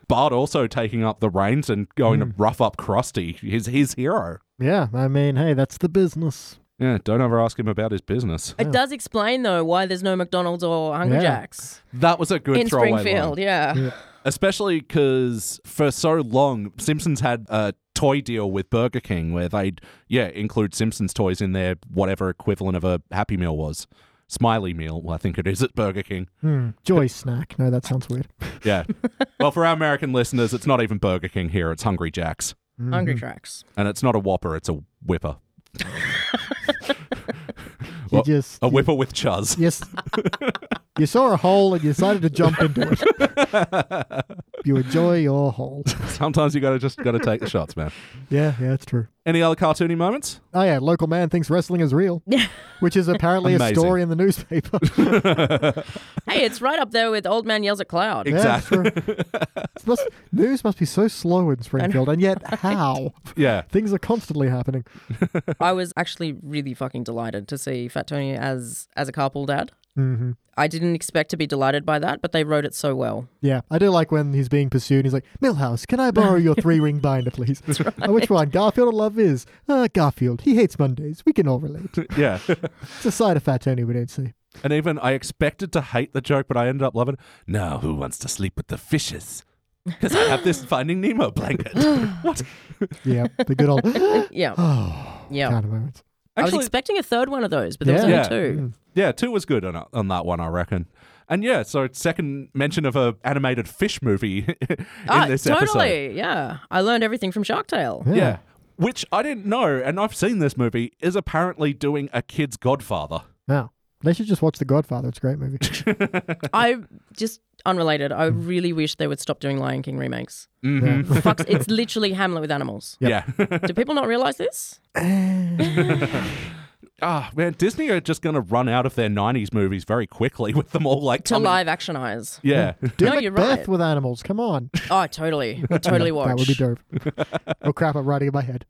Speaker 1: Bart also taking up the reins and going
Speaker 3: Mm.
Speaker 1: to rough up Krusty, his his hero.
Speaker 2: Yeah, I mean, hey, that's the business.
Speaker 1: Yeah, don't ever ask him about his business.
Speaker 3: It does explain, though, why there's no McDonald's or Hungry
Speaker 2: Yeah.
Speaker 3: Jack's
Speaker 1: That was a good
Speaker 3: in
Speaker 1: throwaway line.
Speaker 3: Springfield. Yeah.
Speaker 1: especially because for so long simpsons had a toy deal with burger king where they'd yeah include simpsons toys in their whatever equivalent of a happy meal was smiley meal i think it is at burger king
Speaker 2: Hmm. Joy snack. No, that sounds weird.
Speaker 1: yeah well for our american listeners it's not even burger king here it's hungry jack's
Speaker 3: Hungry Jacks.
Speaker 1: and it's not a whopper it's a whipper
Speaker 2: You
Speaker 1: Well, oh.
Speaker 2: just
Speaker 1: a whipper with chuz
Speaker 2: yes. You saw a hole and you decided to jump into it. you enjoy your hole.
Speaker 1: sometimes you gotta just gotta take the shots man
Speaker 2: Yeah, yeah, it's true.
Speaker 1: any other cartoony moments
Speaker 2: Oh yeah, local man thinks wrestling is real, which is apparently a
Speaker 1: Amazing.
Speaker 2: story in the newspaper.
Speaker 3: Hey, it's right up there with Old Man Yells at Cloud.
Speaker 1: Ex- Exactly.
Speaker 2: Yeah, sure. It's must- news must be so slow in Springfield, and yet how
Speaker 1: yeah
Speaker 2: things are constantly happening.
Speaker 3: I was actually really fucking delighted to see Fat Tony as, as a carpool dad.
Speaker 2: Mm-hmm.
Speaker 3: I didn't expect to be delighted by that, but they wrote it so well.
Speaker 2: Yeah, I do like when he's being pursued. He's like, Millhouse, can I borrow your three ring binder, please? "Uh, Which one, Garfield or Love Is? Uh, Garfield. He hates Mondays. We can all relate.
Speaker 1: yeah
Speaker 2: It's a side of Fat Tony we don't see.
Speaker 1: And even I expected to hate the joke, but I ended up loving it. Now, who wants to sleep with the fishes? Because I have this Finding Nemo blanket. what?
Speaker 2: Yeah, the good old
Speaker 3: Yeah. yeah.
Speaker 2: kind of moments. Mm,
Speaker 3: I
Speaker 1: Actually,
Speaker 3: was expecting a third one of those, but there
Speaker 2: Yeah.
Speaker 3: was only two.
Speaker 1: yeah, two was good on, on that one, I reckon. And yeah, so second mention of a animated fish movie in
Speaker 3: Ah,
Speaker 1: this
Speaker 3: totally.
Speaker 1: episode.
Speaker 3: Yeah. I learned everything from Shark Tale.
Speaker 1: Yeah. Which I didn't know, and I've seen this movie, is apparently doing a kid's godfather.
Speaker 2: Now, they should just watch The Godfather. It's a great movie.
Speaker 3: I just unrelated. I really wish they would stop doing Lion King remakes.
Speaker 1: Mhm.
Speaker 3: Fucks, it's literally Hamlet with animals.
Speaker 1: Yeah.
Speaker 3: Do people not realize this?
Speaker 1: Ah, man, Disney are just going to run out of their 90s movies very quickly with them all like.
Speaker 3: To Mm-hmm.
Speaker 1: coming-
Speaker 3: live action eyes.
Speaker 1: Yeah.
Speaker 2: Do
Speaker 3: No,
Speaker 2: Macbeth
Speaker 3: you're right.
Speaker 2: with animals. Come on.
Speaker 3: Oh, totally. Would totally watch.
Speaker 2: That would be dope. oh crap, I'm writing in my head.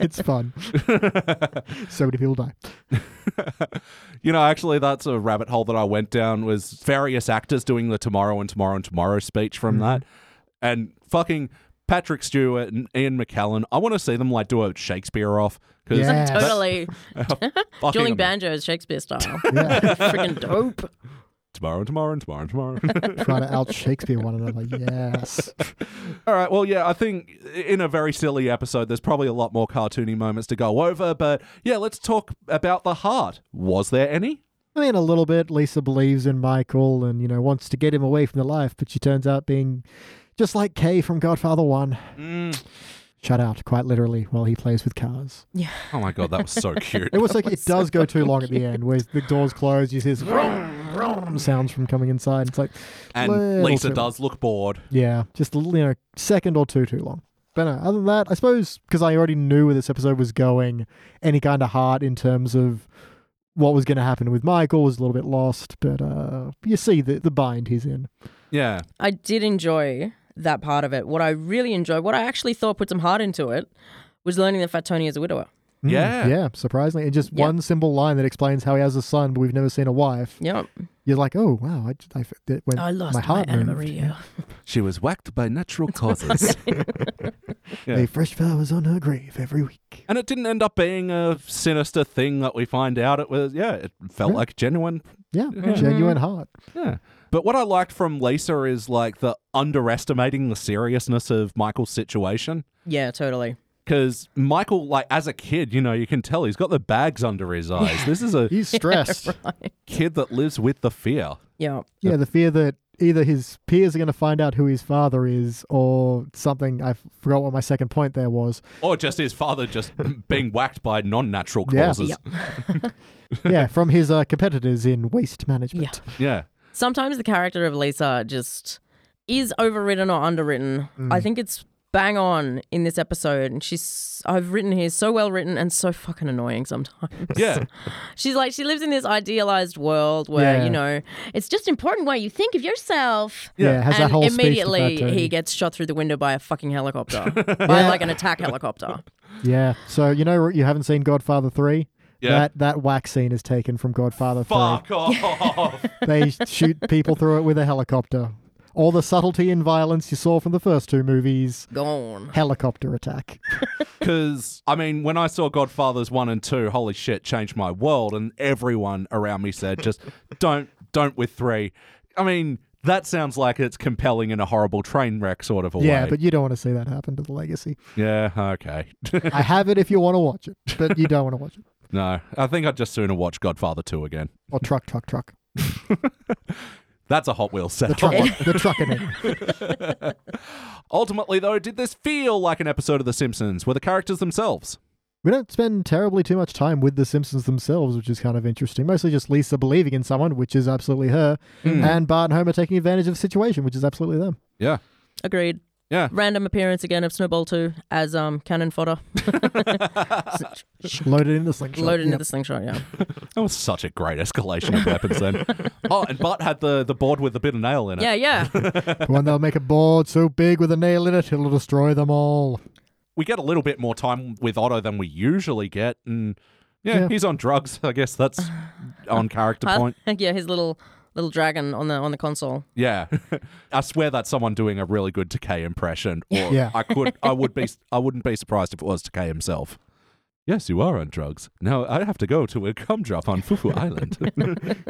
Speaker 2: it's fun. so many people die.
Speaker 1: You know, actually, that's a rabbit hole that I went down was various actors doing the tomorrow and tomorrow and tomorrow speech from that, and fucking Patrick Stewart and Ian McKellen. I want to see them like do a Shakespeare off because
Speaker 2: Yeah.
Speaker 3: Totally. Dueling banjos, Shakespeare style.
Speaker 2: Yeah.
Speaker 3: Freaking dope.
Speaker 1: tomorrow and tomorrow and tomorrow and tomorrow.
Speaker 2: Trying to out Shakespeare one another. Yes.
Speaker 1: All right, well, yeah, I think in a very silly episode, there's probably a lot more cartoony moments to go over, but yeah, let's talk about the heart. Was there any?
Speaker 2: I mean, a little bit. Lisa believes in Michael and, you know, wants to get him away from the life, but she turns out being just like Kay from Godfather 1.
Speaker 1: Mm.
Speaker 2: Shut out, quite literally, while he plays with cars.
Speaker 1: Oh my god, that was so cute.
Speaker 2: It was like it does go too long at the end, where the doors close, you see this vroom, vroom sounds from coming inside. It's like,
Speaker 1: And
Speaker 2: little
Speaker 1: Lisa
Speaker 2: too-
Speaker 1: does look bored.
Speaker 2: Yeah, just a little, you know, second or two too long. But no, other than that, I suppose because I already knew where this episode was going, any kind of heart in terms of what was going to happen with Michael was a little bit lost. But uh, you see the the bind he's in.
Speaker 1: Yeah.
Speaker 3: I did enjoy that part of it. What I really enjoyed, what I actually thought put some heart into it, was learning that Fat Tony is a widower.
Speaker 2: Mm,
Speaker 1: Yeah.
Speaker 2: yeah, surprisingly, and just
Speaker 3: Yeah.
Speaker 2: one simple line that explains how he has a son, but we've never seen a wife.
Speaker 3: Yep.
Speaker 2: You're like, oh wow, I, I that went,
Speaker 3: I lost
Speaker 2: my
Speaker 3: my,
Speaker 2: heart
Speaker 3: Anna
Speaker 2: moved.
Speaker 3: Maria.
Speaker 1: She was whacked by natural causes. Yeah.
Speaker 2: Lay fresh flowers on her grave every week.
Speaker 1: and it didn't end up being a sinister thing that we find out. It was, yeah, it felt
Speaker 2: Yeah.
Speaker 1: like genuine.
Speaker 2: Yeah, genuine heart.
Speaker 1: Yeah. But what I liked from Lisa is like the underestimating the seriousness of Michael's situation.
Speaker 3: Yeah, totally.
Speaker 1: Because Michael, like as a kid, you know, you can tell he's got the bags under his eyes. This is a
Speaker 2: He's stressed.
Speaker 1: kid that lives with the fear.
Speaker 3: Yeah.
Speaker 2: Yeah, the fear that either his peers are going to find out who his father is or something. I forgot what my second point there was.
Speaker 1: Or just his father just being whacked by non natural
Speaker 2: Yeah.
Speaker 1: causes.
Speaker 2: yeah, from his uh, competitors in waste management.
Speaker 3: Yeah.
Speaker 1: Yeah.
Speaker 3: Sometimes the character of Lisa just is overwritten or underwritten.
Speaker 2: Mm.
Speaker 3: I think it's bang on in this episode. And she's, I've written here, so well written and so fucking annoying sometimes.
Speaker 1: Yeah.
Speaker 3: She's like, she lives in this idealized world where,
Speaker 2: Yeah.
Speaker 3: you know, it's just important what you think of yourself.
Speaker 2: Yeah, has that
Speaker 3: and
Speaker 2: whole
Speaker 3: immediately
Speaker 2: speech with that
Speaker 3: he
Speaker 2: tone.
Speaker 3: gets shot through the window by a fucking helicopter, by like an attack helicopter.
Speaker 2: Yeah. So you know you haven't seen Godfather three.
Speaker 1: Yeah.
Speaker 2: That that wax scene is taken from Godfather
Speaker 1: Fuck off.
Speaker 2: three. They shoot people through it with a helicopter. All the subtlety and violence you saw from the first two movies.
Speaker 3: Gone.
Speaker 2: Helicopter attack.
Speaker 1: Because, I mean, when I saw Godfathers 1 and 2, holy shit, changed my world. And everyone around me said, just don't, don't with three. I mean, that sounds like it's compelling in a horrible train wreck sort of a
Speaker 2: Yeah,
Speaker 1: way.
Speaker 2: but you don't want to see that happen to the legacy.
Speaker 1: yeah, okay.
Speaker 2: I have it if you want to watch it, but you don't want to watch it.
Speaker 1: no, I think I'd just sooner watch Godfather 2 again.
Speaker 2: Or truck, truck, truck.
Speaker 1: That's a Hot Wheels
Speaker 2: The
Speaker 1: setup.
Speaker 2: truck, the truck in it.
Speaker 1: Ultimately, though, did this feel like an episode of The Simpsons? Were the characters themselves?
Speaker 2: We don't spend terribly too much time with the Simpsons themselves, which is kind of interesting. Mostly just Lisa believing in someone, which is absolutely her, and Bart and Homer taking advantage of the situation, which is absolutely them.
Speaker 1: Yeah.
Speaker 3: Agreed.
Speaker 1: Yeah.
Speaker 3: Random appearance again of Snowball 2 as um cannon fodder.
Speaker 2: Loaded into the slingshot.
Speaker 3: Loaded into
Speaker 2: Yep.
Speaker 3: the slingshot, yeah.
Speaker 1: That was such a great escalation of weapons then. Oh, and Bart had the, the board with the bit of nail in it.
Speaker 3: Yeah, yeah.
Speaker 2: The one that'll make a board so big with a nail in it, it'll destroy them all.
Speaker 1: We get a little bit more time with Otto than we usually get. And yeah,
Speaker 2: Yeah.
Speaker 1: he's on drugs. I guess that's on character point.
Speaker 3: yeah, his little little dragon on the on the console.
Speaker 1: Yeah. I swear that's someone doing a really good Takei impression. Or
Speaker 2: Yeah.
Speaker 1: I could I would be I wouldn't be surprised if it was Takei himself. Yes, you are on drugs. Now I have to go to a cum drop on Fufu Island.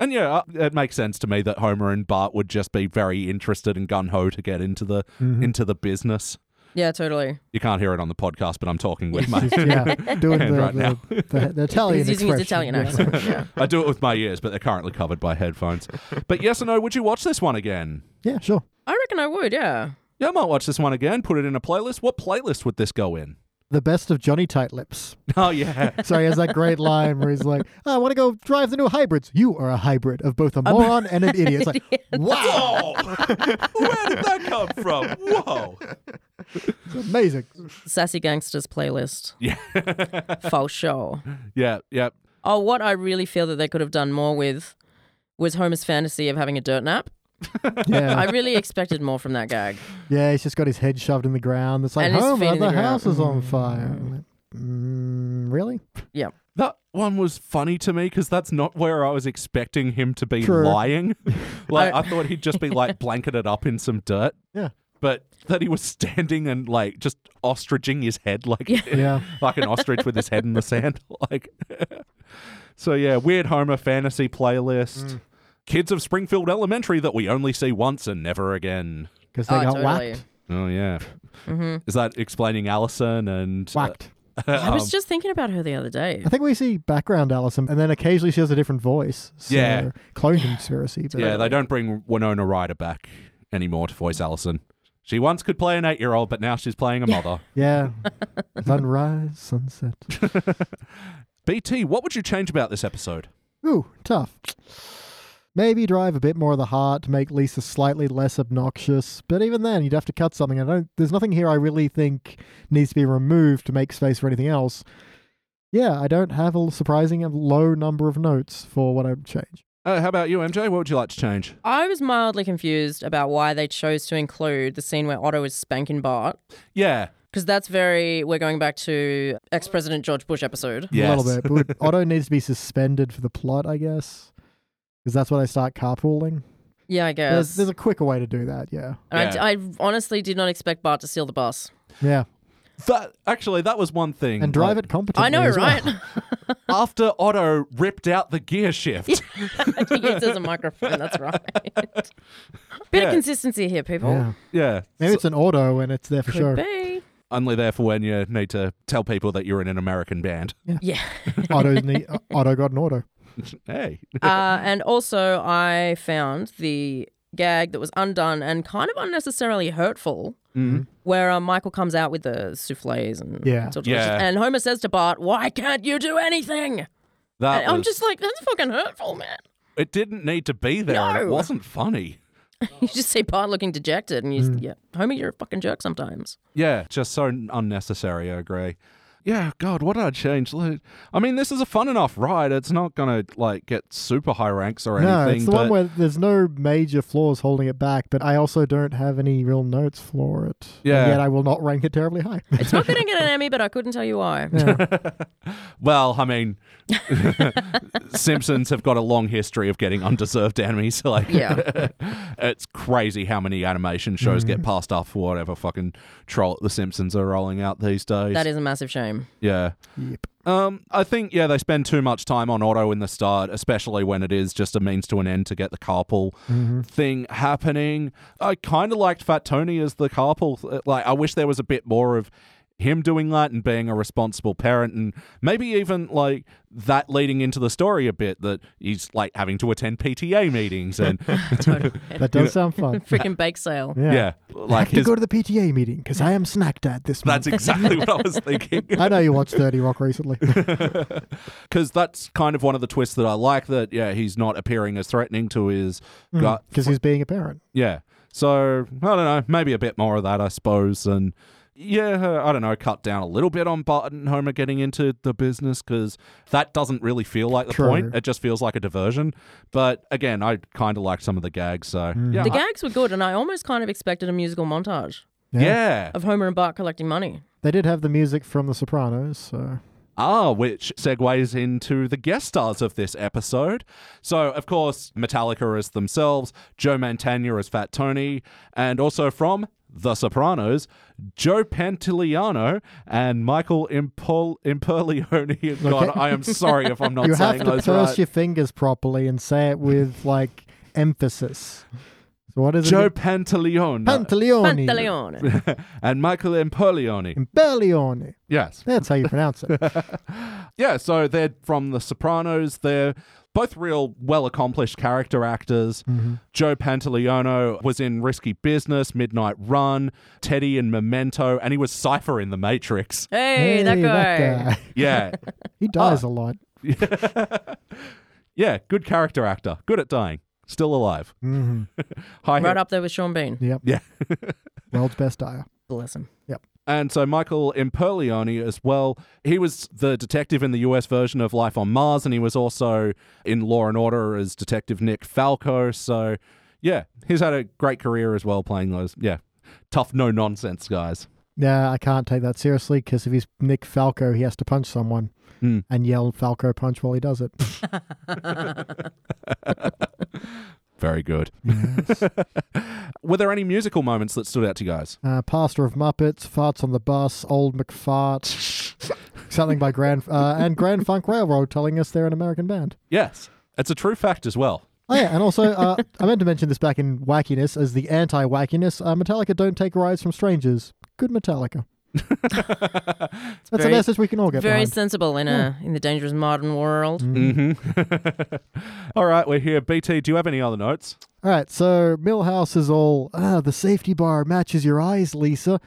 Speaker 1: and yeah, uh, it makes sense to me that Homer and Bart would just be very interested and gun ho to get into the
Speaker 2: Mm-hmm.
Speaker 1: into the business.
Speaker 3: Yeah, totally.
Speaker 1: You can't hear it on the podcast, but I'm talking with my
Speaker 2: yeah, doing the,
Speaker 1: Right
Speaker 2: the,
Speaker 1: now.
Speaker 2: the- the Italian
Speaker 3: He's using his
Speaker 2: expression,
Speaker 3: Italian
Speaker 2: Oh, yeah.
Speaker 3: accent. Yeah.
Speaker 1: I do it with my ears, but they're currently covered by headphones. But yes or no, would you watch this one again?
Speaker 2: Yeah, sure.
Speaker 3: I reckon I would, yeah.
Speaker 1: Yeah, I might watch this one again, put it in a playlist. What playlist would this go in?
Speaker 2: The best of Johnny Tight Lips.
Speaker 1: Oh yeah.
Speaker 2: So he has that great line where he's like, "Oh, I want to go drive the new hybrids. You are a hybrid of both a moron and an idiot. It's like, wow,
Speaker 1: Whoa! Where did that come from? Whoa!
Speaker 2: it's amazing.
Speaker 3: Sassy Gangsters playlist.
Speaker 1: Yeah.
Speaker 3: For sure.
Speaker 1: Yeah, yeah.
Speaker 3: Oh, what I really feel that they could have done more with was Homer's fantasy of having a dirt nap. I
Speaker 2: Yeah.
Speaker 3: really expected more from that gag.
Speaker 2: Yeah, he's just got his head shoved in the ground. It's like,
Speaker 3: And his feet
Speaker 2: Homer,
Speaker 3: in the
Speaker 2: the,
Speaker 3: ground."
Speaker 2: house is on fire. I'm like, Mm, really?
Speaker 1: That one was funny to me because that's not where I was expecting him to be
Speaker 2: True.
Speaker 1: lying. Like I thought he'd just be like blanketed up in some dirt,
Speaker 2: Yeah.
Speaker 1: but that he was standing and like just ostriching his head like
Speaker 2: Yeah.
Speaker 1: like an ostrich with his head in the sand. Like So yeah, weird Homer fantasy playlist. Kids of Springfield Elementary that we only see once and never again.
Speaker 2: Because they
Speaker 3: oh,
Speaker 2: got
Speaker 3: totally.
Speaker 2: whacked.
Speaker 1: Oh yeah.
Speaker 2: Mm-hmm.
Speaker 1: Is that explaining Allison and uh,
Speaker 2: Whacked.
Speaker 3: I
Speaker 1: Um,
Speaker 3: was just thinking about her the other day.
Speaker 2: I think we see background Allison, and then occasionally she has a different voice. So
Speaker 1: Yeah.
Speaker 2: Clone conspiracy. But
Speaker 1: Yeah, they don't bring Winona Ryder back anymore to voice Allison. She once could play an eight-year-old, but now she's playing a mother.
Speaker 2: Yeah. Sunrise, sunset.
Speaker 1: BT, what would you change about this episode?
Speaker 2: Ooh, tough. Maybe drive a bit more of the heart to make Lisa slightly less obnoxious, but even then, you'd have to cut something. I don't. There's nothing here I really think needs to be removed to make space for anything else. Yeah, I don't have a surprising and low number of notes for what I would change.
Speaker 1: Uh, how about you, MJ? What would you like to change?
Speaker 3: I was mildly confused about why they chose to include the scene where Otto is spanking Bart.
Speaker 1: Yeah,
Speaker 3: Because that's very, we're going back to ex President George Bush episode.
Speaker 1: yes.
Speaker 2: A little bit. But would- Otto needs to be suspended for the plot, I guess, because that's when I start carpooling.
Speaker 3: Yeah, I guess.
Speaker 2: There's, there's a quicker way to do that. Yeah.
Speaker 3: And
Speaker 1: Yeah.
Speaker 3: I, I honestly did not expect Bart to steal the bus.
Speaker 2: Yeah.
Speaker 1: That actually, that was one thing.
Speaker 2: And drive it competently.
Speaker 3: I know,
Speaker 2: as well.
Speaker 3: right?
Speaker 1: after Otto ripped out the gear shift.
Speaker 3: to use as a microphone. That's right. Bit
Speaker 1: Yeah.
Speaker 3: of consistency here, people.
Speaker 2: Yeah.
Speaker 1: yeah,
Speaker 2: Maybe it's an auto and it's there for
Speaker 3: Could
Speaker 2: sure.
Speaker 3: be.
Speaker 1: only there for when you need to tell people that you're in an American band.
Speaker 3: Yeah.
Speaker 2: Otto's ne- Otto got an auto.
Speaker 1: Hey,
Speaker 3: Uh, and also, I found the gag that was undone and kind of unnecessarily hurtful.
Speaker 1: Mm-hmm.
Speaker 3: Where uh, Michael comes out with the souffles and
Speaker 2: Yeah.
Speaker 3: it's all delicious.
Speaker 1: Yeah.
Speaker 3: and Homer says to Bart, "Why can't you do anything?"
Speaker 1: that
Speaker 3: And I'm
Speaker 1: was-
Speaker 3: just like, "That's fucking hurtful, man."
Speaker 1: it didn't need to be there, and it
Speaker 3: No.
Speaker 1: wasn't funny.
Speaker 3: you just say Bart looking dejected, and you,
Speaker 2: Mm.
Speaker 3: just, yeah, homie, you're a fucking jerk sometimes.
Speaker 1: Yeah, just so unnecessary, I agree. Yeah, God, what did I change? Like, I mean, this is a fun enough ride. It's not gonna like get super high ranks or
Speaker 2: No,
Speaker 1: anything.
Speaker 2: it's the
Speaker 1: but
Speaker 2: one where there's no major flaws holding it back, but I also don't have any real notes for it. And
Speaker 1: Yeah.
Speaker 2: yet I will not rank it terribly high.
Speaker 3: It's not going to get an Emmy, but I couldn't tell you why.
Speaker 1: Well, I mean, Simpsons have got a long history of getting undeserved enemies. Like,
Speaker 3: Yeah.
Speaker 1: it's crazy how many animation shows
Speaker 2: Mm.
Speaker 1: get passed off for whatever fucking troll the Simpsons are rolling out these days.
Speaker 3: That is a massive shame.
Speaker 1: yeah.
Speaker 2: Yep.
Speaker 1: Um, I think yeah, they spend too much time on auto in the start, especially when it is just a means to an end to get the carpool
Speaker 2: Mm-hmm.
Speaker 1: thing happening. I kind of liked Fat Tony as the carpool. th- Like, I wish there was a bit more of him doing that and being a responsible parent, and maybe even like that leading into the story a bit that he's like having to attend PTA meetings and
Speaker 3: Totally.
Speaker 2: That does sound fun.
Speaker 3: Freaking bake sale.
Speaker 2: Yeah.
Speaker 1: yeah, like
Speaker 2: Have to
Speaker 1: his,
Speaker 2: go to the PTA meeting because I am snack dad this month.
Speaker 1: that's exactly what I was thinking.
Speaker 2: I know you watched 30 Rock recently.
Speaker 1: because that's kind of one of the twists that I like. That yeah, he's not appearing as threatening to his gut.
Speaker 2: Because he's being a parent.
Speaker 1: Yeah, so I don't know, maybe a bit more of that, I suppose, and. Yeah, I don't know. Cut down a little bit on Bart and Homer getting into the business because that doesn't really feel like the
Speaker 2: True.
Speaker 1: point. It just feels like a diversion. But again, I kind of like some of the gags. So yeah,
Speaker 3: The
Speaker 1: I-
Speaker 3: gags were good, and I almost kind of expected a musical montage
Speaker 1: yeah.
Speaker 3: of Homer and Bart collecting money.
Speaker 2: They did have the music from The Sopranos, so.
Speaker 1: Ah, which segues into the guest stars of this episode. So, of course, Metallica as themselves, Joe Mantegna as Fat Tony, and also from The Sopranos, Joe Pantoliano and Michael Impol- Imperlione. God, I am sorry if I'm not
Speaker 2: you
Speaker 1: saying
Speaker 2: have to
Speaker 1: those
Speaker 2: purse
Speaker 1: right.
Speaker 2: your fingers properly and say it with, like, emphasis. So what is
Speaker 1: Joe
Speaker 2: it?
Speaker 1: Pantaleone
Speaker 2: Pantaleone.
Speaker 3: Pantaleone.
Speaker 1: and Michael Imperlione.
Speaker 2: Impellione.
Speaker 1: Yes.
Speaker 2: That's how you pronounce it.
Speaker 1: Yeah, so they're from The Sopranos. They're both real well accomplished character actors. Joe Pantaleone was in Risky Business, Midnight Run, Teddy in Memento, and he was Cypher in The Matrix.
Speaker 3: Hey, that guy.
Speaker 2: guy.
Speaker 1: Yeah.
Speaker 2: He dies a lot.
Speaker 1: yeah, good character actor. Good at dying. Still alive.
Speaker 2: hmm
Speaker 1: High
Speaker 3: Right up there with Sean Bean.
Speaker 2: Yep.
Speaker 1: Yeah.
Speaker 2: World's best dyer.
Speaker 3: Bless him.
Speaker 1: And so Michael Imperlione as well. He was the detective in the US version of Life on Mars, and he was also in Law and Order as Detective Nick Falco. So, yeah, he's had a great career as well playing those. Yeah, tough, no nonsense guys.
Speaker 2: Nah, I can't take that seriously because if he's Nick Falco, he has to punch someone
Speaker 1: Hmm.
Speaker 2: and yell Falco punch while he does it.
Speaker 1: Very good.
Speaker 2: Yes.
Speaker 1: Were there any musical moments that stood out to you guys?
Speaker 2: uh, Pastor of Muppets, Farts on the Bus, Old McFart, something by Grand uh, and Grand Funk Railroad telling us they're an American band.
Speaker 1: Yes, it's a true fact as well.
Speaker 2: Oh yeah, and also uh, I meant to mention this back in wackiness as the anti-wackiness. Uh, Metallica don't take rides from strangers. Good Metallica. That's
Speaker 3: very-
Speaker 2: a message we can all get
Speaker 3: Very
Speaker 2: behind.
Speaker 3: sensible in a in the dangerous modern world.
Speaker 1: Mm. All right, we're here. BT, do you have any other notes?
Speaker 2: All right, so Millhouse is all, ah, the safety bar matches your eyes, Lisa.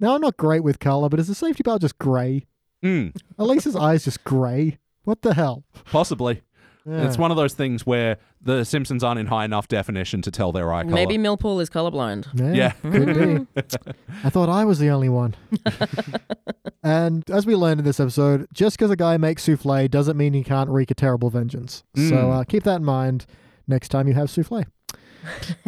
Speaker 2: Now, I'm not great with color, but is the safety bar just gray?
Speaker 1: Mm,
Speaker 2: Are Lisa's eyes just gray? What the hell?
Speaker 1: possibly. It's
Speaker 2: Yeah.
Speaker 1: one of those things where the Simpsons aren't in high enough definition to tell their eye color.
Speaker 3: Maybe Millpool is colorblind.
Speaker 2: Mm.
Speaker 1: Yeah.
Speaker 2: Could be. I thought I was the only one. and as we learned in this episode, just because a guy makes souffle doesn't mean he can't wreak a terrible vengeance. So
Speaker 1: Mm.
Speaker 2: uh, keep that in mind next time you have souffle.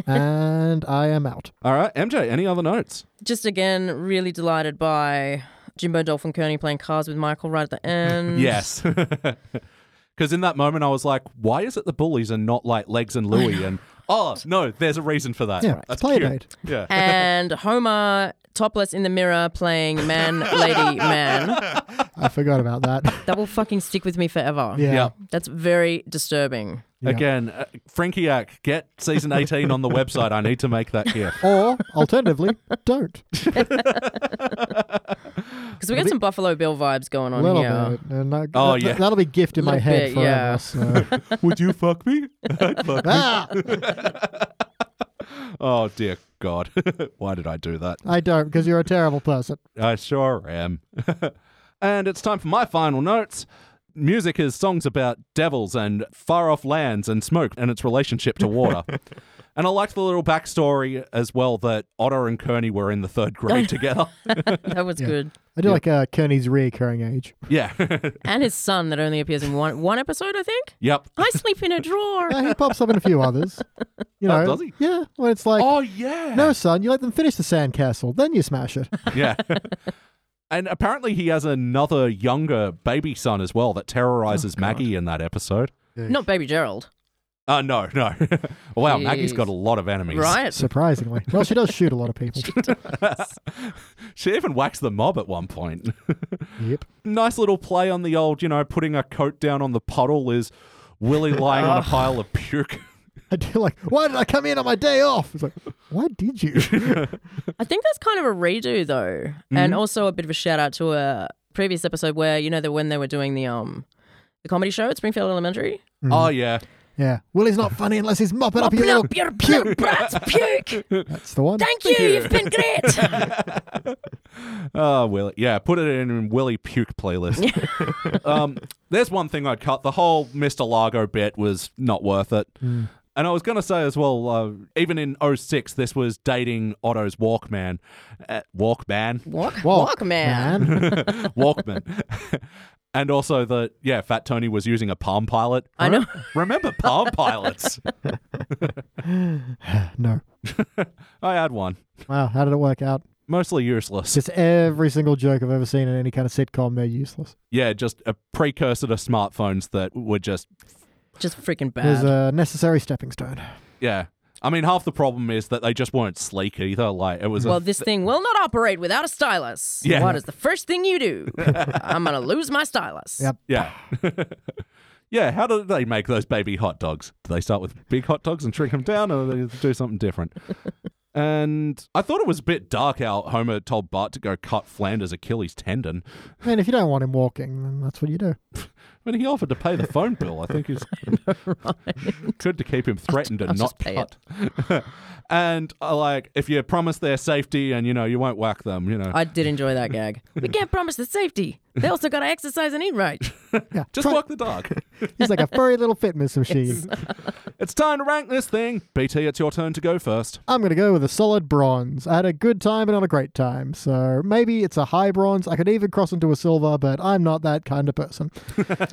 Speaker 2: and I am out.
Speaker 1: All right, MJ, any other notes?
Speaker 3: Just again, really delighted by Jimbo Dolphin Kearney playing cards with Michael right at the end.
Speaker 1: Yes. Because in that moment, I was like, why is it the bullies and not like Legs and Louie? And oh, no, there's a reason for that.
Speaker 2: Yeah, it's
Speaker 1: That's
Speaker 2: play
Speaker 1: cute.
Speaker 2: date.
Speaker 1: Yeah.
Speaker 3: And Homer topless in the mirror playing man, lady, man.
Speaker 2: I forgot about that.
Speaker 3: That will fucking stick with me forever.
Speaker 1: Yeah.
Speaker 3: That's very disturbing.
Speaker 2: Yeah.
Speaker 1: Again, uh, Frankie Ack, get season 18 on the website. I need to make that here.
Speaker 2: Or alternatively, don't.
Speaker 3: Because we got some Buffalo Bill vibes going
Speaker 2: A
Speaker 3: on
Speaker 2: little
Speaker 3: here.
Speaker 2: bit. And I,
Speaker 1: Oh,
Speaker 2: that,
Speaker 1: yeah.
Speaker 2: That'll be gift in my
Speaker 3: Little
Speaker 2: head
Speaker 3: bit,
Speaker 2: forever.
Speaker 3: yeah.
Speaker 2: So.
Speaker 1: Would you fuck me? I'd fuck me.
Speaker 2: ah,
Speaker 1: Oh, dear God. why did I do that?
Speaker 2: I don't because you're a terrible person.
Speaker 1: I sure am. and it's time for my final notes. music is songs about devils and far off lands and smoke and its relationship to water. and I liked the little backstory as well that Otter and Kearney were in the third grade together.
Speaker 3: That was good.
Speaker 2: I do like uh, Kearney's reoccurring age.
Speaker 1: yeah.
Speaker 3: And his son that only appears in one one episode, I think.
Speaker 1: yep.
Speaker 3: I sleep in a drawer.
Speaker 2: Uh, he pops up in a few others. You know,
Speaker 1: Oh, does he?
Speaker 2: Yeah, when it's like,
Speaker 1: Oh, yeah.
Speaker 2: no, son, you let them finish the sandcastle, then you smash it.
Speaker 1: Yeah. And apparently, he has another younger baby son as well that terrorizes
Speaker 3: Oh,
Speaker 1: Maggie in that episode.
Speaker 3: Not baby Gerald,
Speaker 1: Uh, no, no. wow, Maggie's
Speaker 3: Jeez.
Speaker 1: got a lot of enemies.
Speaker 3: right?
Speaker 2: Surprisingly, well, she does shoot a lot of people.
Speaker 1: She even waxed the mob at one point.
Speaker 2: yep.
Speaker 1: nice little play on the old, you know, putting a coat down on the puddle is Willie lying
Speaker 3: Oh.
Speaker 1: on a pile of puke.
Speaker 2: I do like, why did I come in on my day off? It's like, why did you?
Speaker 3: I think that's kind of a redo though,
Speaker 2: Mm-hmm.
Speaker 3: and also a bit of a shout out to a previous episode where you know that when they were doing the um the comedy show at Springfield Elementary.
Speaker 1: Oh, yeah.
Speaker 2: yeah. Willie's not funny unless he's mopping up your little
Speaker 3: Bloop, your bloop, brat's puke.
Speaker 2: That's the one.
Speaker 3: Thank you. You've been great.
Speaker 1: Oh, Willie. Yeah, put it in Willie Puke playlist. um, there's one thing I'd cut. The whole Mr. Largo bit was not worth it. And I was going to say as well, uh, even in 06, this was dating Otto's Walkman. Uh, Walkman?
Speaker 3: Walk,
Speaker 2: Walk,
Speaker 3: walk, man.
Speaker 1: Walkman. and also that, yeah, Fat Tony was using a Palm Pilot.
Speaker 3: I know.
Speaker 1: Remember Palm Pilots?
Speaker 2: No.
Speaker 1: I had one.
Speaker 2: Wow, how did it work out?
Speaker 1: Mostly useless.
Speaker 2: Just every single joke I've ever seen in any kind of sitcom, they're useless.
Speaker 1: yeah, just a precursor to smartphones that were just,
Speaker 3: Just freaking
Speaker 2: There's a
Speaker 3: bad.
Speaker 2: necessary stepping stone.
Speaker 1: yeah. I mean, half the problem is that they just weren't sleek either. Like, it was a
Speaker 3: well, this thing will not operate without a stylus.
Speaker 1: Yeah.
Speaker 3: What is the first thing you do? I'm gonna lose my stylus.
Speaker 2: Yep.
Speaker 1: Yeah. yeah. How do they make those baby hot dogs? Do they start with big hot dogs and shrink them down, or do they do something different? And I thought it was a bit dark how Homer told Bart to go cut Flanders' Achilles tendon.
Speaker 2: I mean, if you don't want him walking, then that's what you do.
Speaker 1: When he offered to pay the phone bill, I think it's good to keep him threatened and
Speaker 3: I'll
Speaker 1: not
Speaker 3: just pay
Speaker 1: cut. and I like, if you promise their safety and you know you won't whack them, you know,
Speaker 3: I did enjoy that gag. We can't promise the safety. They also gotta exercise and eat right.
Speaker 2: Yeah.
Speaker 1: just
Speaker 2: try-
Speaker 1: walk the dog.
Speaker 2: He's like a furry little fitness machine.
Speaker 1: it's time to rank this thing. BT, it's your turn to go first.
Speaker 2: I'm going to go with a solid bronze. I had a good time, but not a great time. So maybe it's a high bronze. I could even cross into a silver, but I'm not that kind of person.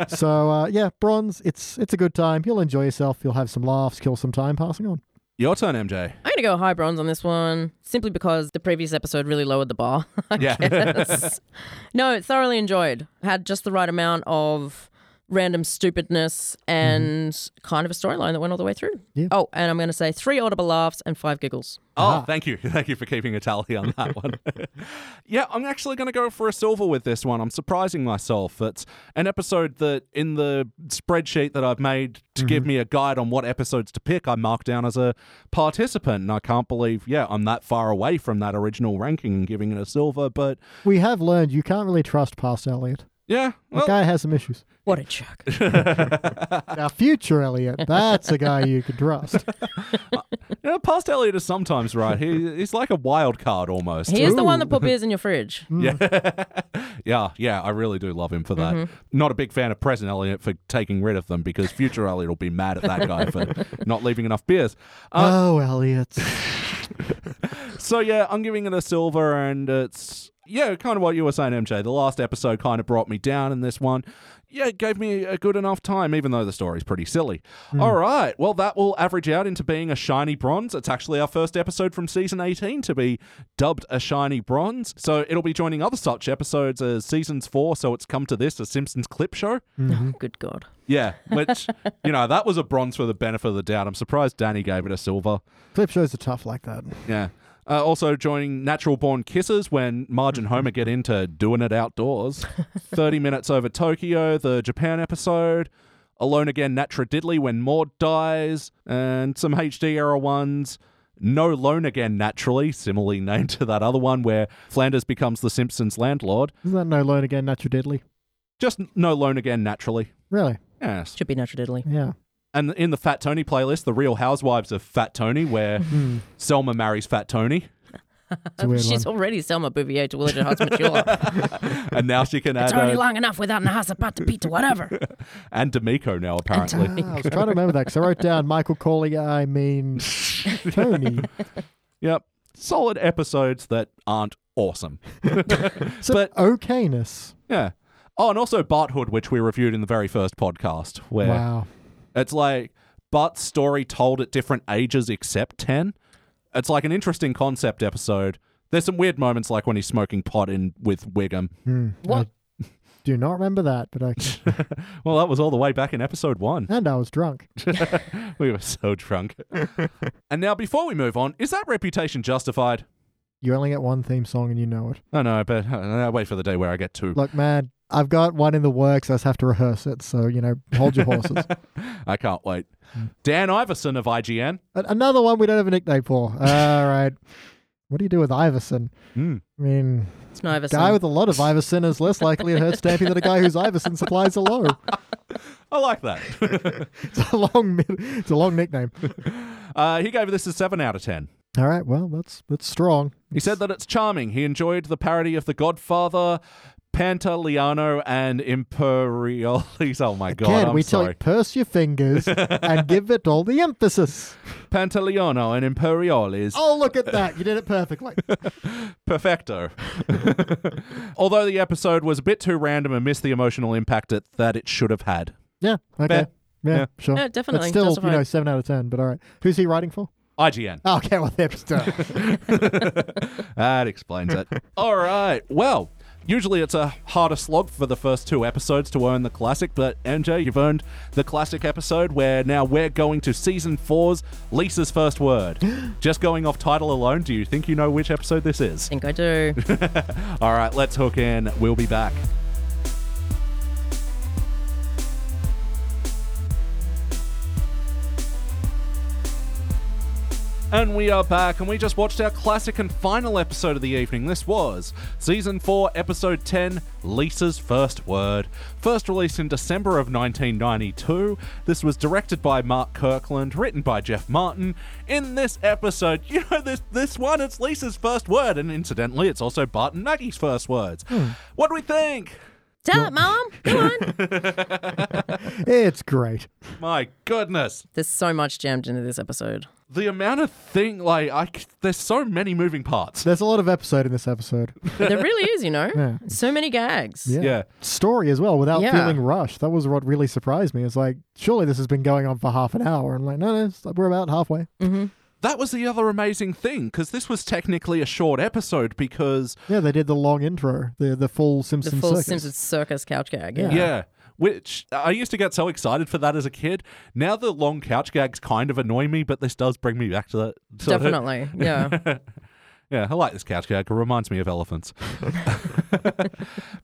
Speaker 2: so uh, yeah, bronze. It's it's a good time. You'll enjoy yourself. You'll have some laughs. Kill some time passing on.
Speaker 1: Your turn, MJ.
Speaker 3: I'm gonna go high bronze on this one simply because the previous episode really lowered the bar. I
Speaker 1: Yeah.
Speaker 3: guess. no, thoroughly enjoyed. Had just the right amount of random stupidness and kind of a storyline that went all the way through.
Speaker 2: Yeah.
Speaker 3: Oh, and I'm gonna say three audible laughs and five giggles.
Speaker 1: Oh, thank you. Thank you for keeping a tally on that one. yeah, I'm actually going to go for a silver with this one. I'm surprising myself. It's an episode that in the spreadsheet that I've made to give me a guide on what episodes to pick, I marked down as a participant. And I can't believe, yeah, I'm that far away from that original ranking and giving it a silver. But
Speaker 2: We have learned you can't really trust past Elliot.
Speaker 1: yeah,
Speaker 2: The
Speaker 1: well,
Speaker 2: guy has some issues.
Speaker 3: What a jerk.
Speaker 2: Now, future Elliot, that's a guy you can trust.
Speaker 1: you know, past Elliot is sometimes right. He, he's like a wild card almost.
Speaker 3: He is the
Speaker 2: Ooh.
Speaker 3: one that put beers in your fridge.
Speaker 1: Yeah, yeah, I really do love him for that. Not a big fan of present Elliot for taking rid of them because future Elliot will be mad at that guy for not leaving enough beers. Uh,
Speaker 2: oh, Elliot.
Speaker 1: so yeah, I'm giving it a silver, and it's yeah, kind of what you were saying, MJ. The last episode kind of brought me down, and this one, yeah, it gave me a good enough time, even though the story's pretty silly. All right, well, that will average out into being a shiny bronze. It's actually our first episode from season 18 to be dubbed a shiny bronze. So it'll be joining other such episodes as seasons four. So it's come to this, a Simpsons clip show.
Speaker 2: Mm-hmm.
Speaker 3: Oh, good God.
Speaker 1: Yeah, which you know that was a bronze for the benefit of the doubt. I'm surprised Danny gave it a silver.
Speaker 2: Clip shows are tough like that.
Speaker 1: Yeah. Uh, also joining Natural Born Kisses when Marge and Homer get into doing it outdoors. 30 Minutes Over Tokyo, the Japan episode. Alone Again, Natra Diddley when Maud dies. And some HD era ones. No Lone Again, naturally, similarly named to that other one where Flanders becomes the Simpsons landlord.
Speaker 2: Isn't that no loan again, natural deadly?
Speaker 1: Just No Lone Again, naturally.
Speaker 2: Really?
Speaker 1: Yes.
Speaker 3: Should be natural diddly.
Speaker 2: Yeah.
Speaker 1: And in the Fat Tony playlist, The Real Housewives of Fat Tony, where Selma marries Fat Tony.
Speaker 2: Hmm. It's a weird
Speaker 3: She's
Speaker 2: one.
Speaker 3: already Selma Bouvier to Willard Hearts Mature.
Speaker 1: and now she can
Speaker 3: it's
Speaker 1: add
Speaker 3: already
Speaker 1: uh,
Speaker 3: long enough without Nahasa to Pita, whatever.
Speaker 1: and D'Amico now apparently.
Speaker 2: Ah, I was trying to remember that because I wrote down Michael Corley. I mean, Tony.
Speaker 1: Yep, solid episodes that aren't awesome.
Speaker 2: So
Speaker 1: But-
Speaker 2: okayness.
Speaker 1: Yeah. Oh, and also Barthood, which we reviewed in the very first podcast, where
Speaker 2: Wow.
Speaker 1: it's like Bart's story told at different ages except 10. It's like an interesting concept episode. There's some weird moments like when he's smoking pot in with Wiggum.
Speaker 2: Hmm.
Speaker 3: What?
Speaker 2: I do not remember that, but I
Speaker 1: Well, that was all the way back in episode one.
Speaker 2: and I was drunk.
Speaker 1: We were so drunk. and now, before we move on, is that reputation justified?
Speaker 2: You only get one theme song and you know it.
Speaker 1: I know, but uh, I'll wait for the day where I get two.
Speaker 2: Look, man, I've got one in the works. I just have to rehearse it. So you know, hold your horses.
Speaker 1: I can't wait. Dan Iverson of IGN.
Speaker 2: A- Another one we don't have a nickname for. All right. What do you do with Iverson?
Speaker 1: Hmm.
Speaker 2: I mean,
Speaker 3: It's nervous.
Speaker 2: guy with a lot of Iverson is less likely to hurt Stampy than a guy whose Iverson supplies are low.
Speaker 1: I like that.
Speaker 2: It's a long, mid- it's a long nickname.
Speaker 1: uh, he gave this a 7 out of 10.
Speaker 2: All right, well, that's that's strong.
Speaker 1: He said that it's charming. He enjoyed the parody of The Godfather, Pantaleano, and Imperialis. Oh my god,
Speaker 2: Again,
Speaker 1: I'm
Speaker 2: we tell you,
Speaker 1: sorry.
Speaker 2: purse your fingers and give it all the emphasis.
Speaker 1: Pantaleano and Imperialis.
Speaker 2: Oh, look at that! You did it perfectly.
Speaker 1: Perfecto. Although the episode was a bit too random and missed the emotional impact it, that it should have had.
Speaker 2: Yeah. Okay. Yeah,
Speaker 1: Yeah.
Speaker 2: sure.
Speaker 3: Yeah, definitely.
Speaker 2: It's still,
Speaker 3: Justified.
Speaker 2: you know, seven out of ten. But all right, who's he writing for?
Speaker 1: IGN.
Speaker 2: Oh, okay, well, they're still.
Speaker 1: That explains it. All right. Well, usually it's a harder slog for the first two episodes to earn the classic, but MJ, you've earned the classic episode where now we're going to season four's Lisa's First Word. Just going off title alone, do you think you know which episode this is?
Speaker 3: I think I do.
Speaker 1: All right, let's hook in. We'll be back. And we are back, and we just watched our classic and final episode of the evening. This was Season 4, Episode 10 Lisa's First Word. First released in December of 1992. This was directed by Mark Kirkland, written by Jeff Martin. In this episode, you know, this, this one, it's Lisa's first word, and incidentally, it's also Bart and Maggie's first words. What do we think?
Speaker 3: Tell it, Mom. Come on.
Speaker 2: it's great.
Speaker 1: My goodness.
Speaker 3: There's so much jammed into this episode.
Speaker 1: The amount of thing, like, I, c- there's so many moving parts.
Speaker 2: There's a lot of episode in this episode.
Speaker 3: But there really is, you know?
Speaker 2: Yeah.
Speaker 3: So many gags.
Speaker 2: Yeah.
Speaker 1: Yeah.
Speaker 2: Story as well, without
Speaker 3: Yeah.
Speaker 2: feeling rushed. That was what really surprised me. It's like, surely this has been going on for half an hour, and like, no, no, it's- we're about halfway.
Speaker 3: Mm.
Speaker 1: That was the other amazing thing because this was technically a short episode because
Speaker 2: Yeah, they did the long intro, the the full
Speaker 3: The
Speaker 2: Simpson
Speaker 3: full
Speaker 2: circus.
Speaker 3: Simpsons circus couch gag.
Speaker 1: yeah. which I used to get so excited for that as a kid. Now the long couch gags kind of annoy me, but this does bring me back to that. to it.
Speaker 3: Definitely. Yeah.
Speaker 1: Yeah, I like this couch gag. It reminds me of elephants.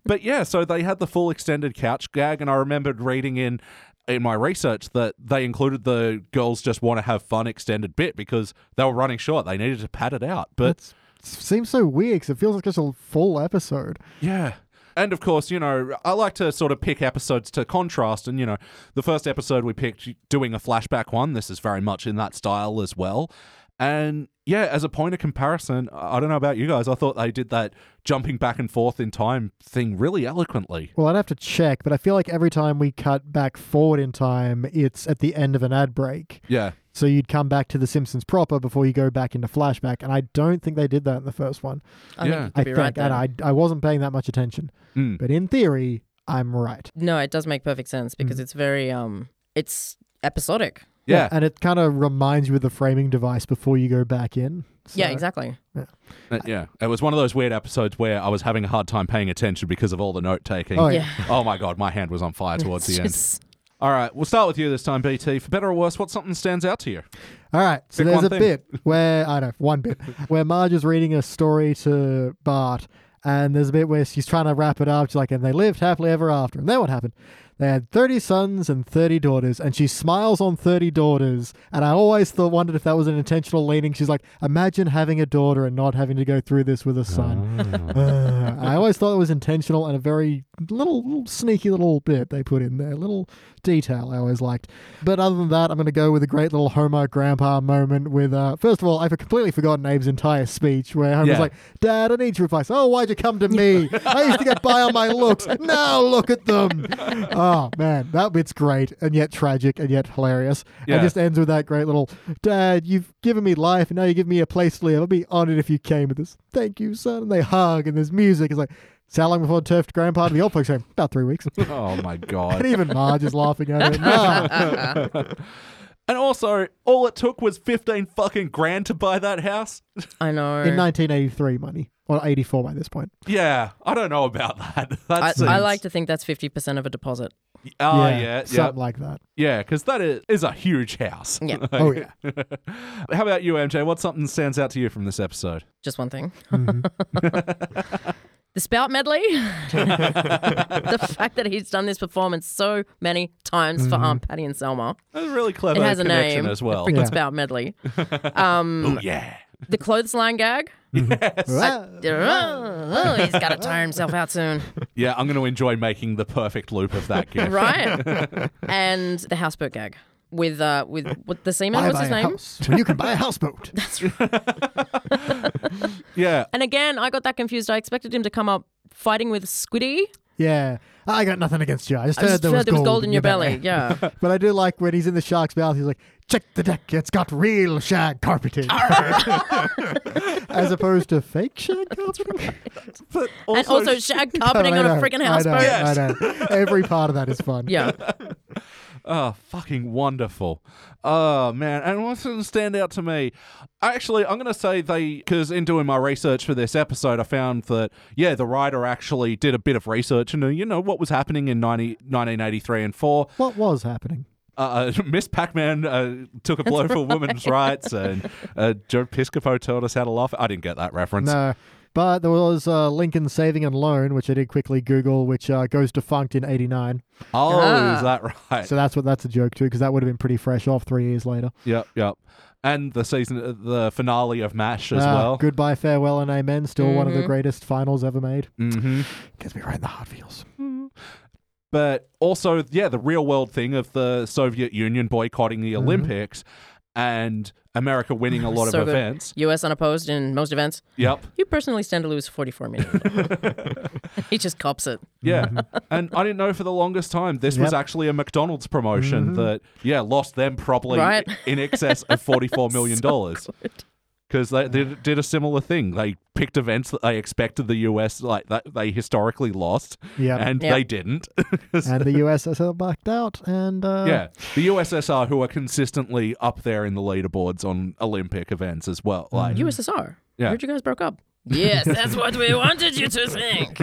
Speaker 1: but yeah, so they had the full extended couch gag, and I remembered reading in in my research that they included the girls just want to have fun extended bit because they were running short. They needed to pad it out. But
Speaker 2: That's seems so weird because it feels like just a full episode.
Speaker 1: Yeah. And of course, you know, I like to sort of pick episodes to contrast. And, you know, the first episode we picked doing a flashback one, this is very much in that style as well. And yeah, as a point of comparison, I I don't know about you guys. I thought they did that jumping back and forth in time thing really eloquently.
Speaker 2: Well, I'd have to check, but I feel like every time we cut back forward in time, it's at the end of an ad break.
Speaker 1: Yeah.
Speaker 2: So you'd come back to The Simpsons proper before you go back into flashback, and I don't think they did that in the first one.
Speaker 3: I
Speaker 1: Yeah.
Speaker 3: think you
Speaker 2: I
Speaker 3: could be
Speaker 2: think,
Speaker 3: right
Speaker 2: and
Speaker 3: there. Hmm.
Speaker 2: I, I wasn't paying that much attention,
Speaker 1: Mm.
Speaker 2: but in theory, I'm right.
Speaker 3: No, it does make perfect sense
Speaker 2: Mm.
Speaker 3: because it's very, um, it's episodic.
Speaker 1: Yeah.
Speaker 2: and it kind of reminds you of the framing device before you go back in.
Speaker 3: Yeah,
Speaker 2: So-
Speaker 3: exactly.
Speaker 1: Uh, yeah. It was one of those weird episodes where I was having a hard time paying attention because of all the note taking.
Speaker 2: Oh,
Speaker 3: Yeah.
Speaker 2: yeah.
Speaker 1: Oh my God, my hand was on fire towards
Speaker 3: It's
Speaker 1: the end.
Speaker 3: just-
Speaker 1: All right, we'll start with you this time, BT. For better or worse, what something stands out to you?
Speaker 2: All right. So
Speaker 1: Pick
Speaker 2: there's
Speaker 1: one
Speaker 2: a
Speaker 1: thing.
Speaker 2: bit where I know one bit where Marge is reading a story to Bart, and there's a bit where she's trying to wrap it up. She's like, "And they lived happily ever after." And then what happened? They had 30 sons and 30 daughters, and she smiles on 30 daughters. And I always thought, wondered if that was an intentional leaning. She's like, imagine having a daughter and not having to go through this with a son.
Speaker 1: Ah.
Speaker 2: Ugh. I always thought it was intentional and a very little, little sneaky little bit they put in there, little detail I always liked. But other than that, I'm going to go with a great little Homer grandpa moment with, uh, first of all, I've completely forgotten Abe's entire speech where Homer's
Speaker 1: Yeah.
Speaker 2: like, Dad, I need your advice. Oh, why'd you come to me? I used to get by on my looks. Now look at them. Oh, man. That bit's great and yet tragic and yet hilarious.
Speaker 1: Yeah.
Speaker 2: And just ends with that great little, Dad, you've given me life and now you give me a place to live. I'd be honored if you came with this. Thank you, son. And they hug and there's music. It's like, so how long before turfed grandpa to the old folks home? About three weeks.
Speaker 1: Oh my
Speaker 2: and
Speaker 1: god.
Speaker 2: even Marge is laughing at it. No.
Speaker 1: And also, all it took was 15 fucking grand to buy that house.
Speaker 3: I know.
Speaker 2: In 1983 money. Or 84 by this point.
Speaker 1: Yeah, I don't know about that. That
Speaker 3: I,
Speaker 1: seems...
Speaker 3: I like to think that's 50% of a deposit.
Speaker 1: Oh yeah, yeah,
Speaker 2: Something like that.
Speaker 1: yeah. Because that is, is a huge house.
Speaker 3: Yeah.
Speaker 2: Oh, yeah.
Speaker 1: How about you, MJ? What's something that stands out to you from this episode?
Speaker 3: Just one thing.
Speaker 2: Mm-hmm.
Speaker 3: the spout medley. the fact that he's done this performance so many times for Aunt Patty and Selma.
Speaker 1: That's a really clever
Speaker 3: It has a
Speaker 1: connection
Speaker 3: name.
Speaker 1: as well.
Speaker 3: Freaking
Speaker 2: Mm-hmm. Yeah.
Speaker 3: spout medley. Um,
Speaker 1: Oh yeah.
Speaker 3: the clothesline gag. Oh, he's got to tire himself out soon.
Speaker 1: Yeah, I'm going to enjoy making the perfect loop of that gift.
Speaker 3: Right. and the houseboat gag with uh with what the seaman
Speaker 2: Buy-
Speaker 3: what's
Speaker 2: buy
Speaker 3: his
Speaker 2: a
Speaker 3: name?
Speaker 2: house when you can buy a houseboat.
Speaker 1: Yeah.
Speaker 3: And again, I got that confused. I expected him to come up fighting with Squiddy.
Speaker 2: Yeah. I got nothing against you. I just
Speaker 3: I
Speaker 2: heard
Speaker 3: just
Speaker 2: there,
Speaker 3: heard
Speaker 2: was,
Speaker 3: there was
Speaker 2: gold
Speaker 3: in your belly. Yeah.
Speaker 2: But I do like when he's in the shark's mouth, he's like, check the deck. It's got real shag carpeting. As opposed to fake shag carpeting.
Speaker 1: But
Speaker 3: and also shag carpeting on
Speaker 2: I
Speaker 3: a
Speaker 2: know,
Speaker 3: freaking
Speaker 2: I know,
Speaker 3: houseboat.
Speaker 2: I know. Every part of that is fun.
Speaker 3: Yeah.
Speaker 1: Oh, fucking wonderful. Oh, man. And what's going to stand out to me? Actually, I'm going to say they, because in doing my research for this episode, I found that, yeah, the writer actually did a bit of research into, you know, what was happening in 90, 1983 and 4.
Speaker 2: What was happening?
Speaker 1: Uh, uh, Miss Pac Man uh, took a blow for women's rights, and uh, Joe Piscopo told us how to laugh. I didn't get that reference.
Speaker 2: No. But there was uh, Lincoln Saving and Loan, which I did quickly Google, which uh, goes defunct in 89.
Speaker 1: Oh,
Speaker 3: Ah.
Speaker 1: is that right?
Speaker 2: So that's what that's a joke too, because that would have been pretty fresh off three years later.
Speaker 1: Yep, yep. And the season, uh, the finale of MASH as
Speaker 2: Ah,
Speaker 1: well.
Speaker 2: Goodbye, farewell, and amen. Still one
Speaker 3: Mm-hmm.
Speaker 2: of the greatest finals ever made.
Speaker 1: hmm
Speaker 2: Gets me right in the heart feels.
Speaker 1: But also, yeah, the real world thing of the Soviet Union boycotting
Speaker 3: Mm-hmm.
Speaker 1: the Olympics and America winning a lot
Speaker 3: So
Speaker 1: of
Speaker 3: good.
Speaker 1: events.
Speaker 3: US unopposed in most events.
Speaker 1: Yep.
Speaker 3: You personally stand to lose 44 million. he just cops it.
Speaker 1: Yeah. and I didn't know for the longest time this was
Speaker 2: Yep.
Speaker 1: actually a McDonald's promotion that, yeah, lost them probably
Speaker 3: Mm-hmm. Right.
Speaker 1: in excess of $44 million.
Speaker 3: good.
Speaker 1: because they, they did a similar thing. They picked events that they expected the US like that they historically lost,
Speaker 2: Yep.
Speaker 1: and
Speaker 3: Yep.
Speaker 1: they didn't. 'Cause-
Speaker 2: And the USSR backed out, and uh,
Speaker 1: yeah, the USSR who are consistently up there in the leaderboards on Olympic events as well. Like,
Speaker 3: USSR.
Speaker 1: Yeah.
Speaker 3: Heard you guys broke up. Yes, that's what we wanted you to think.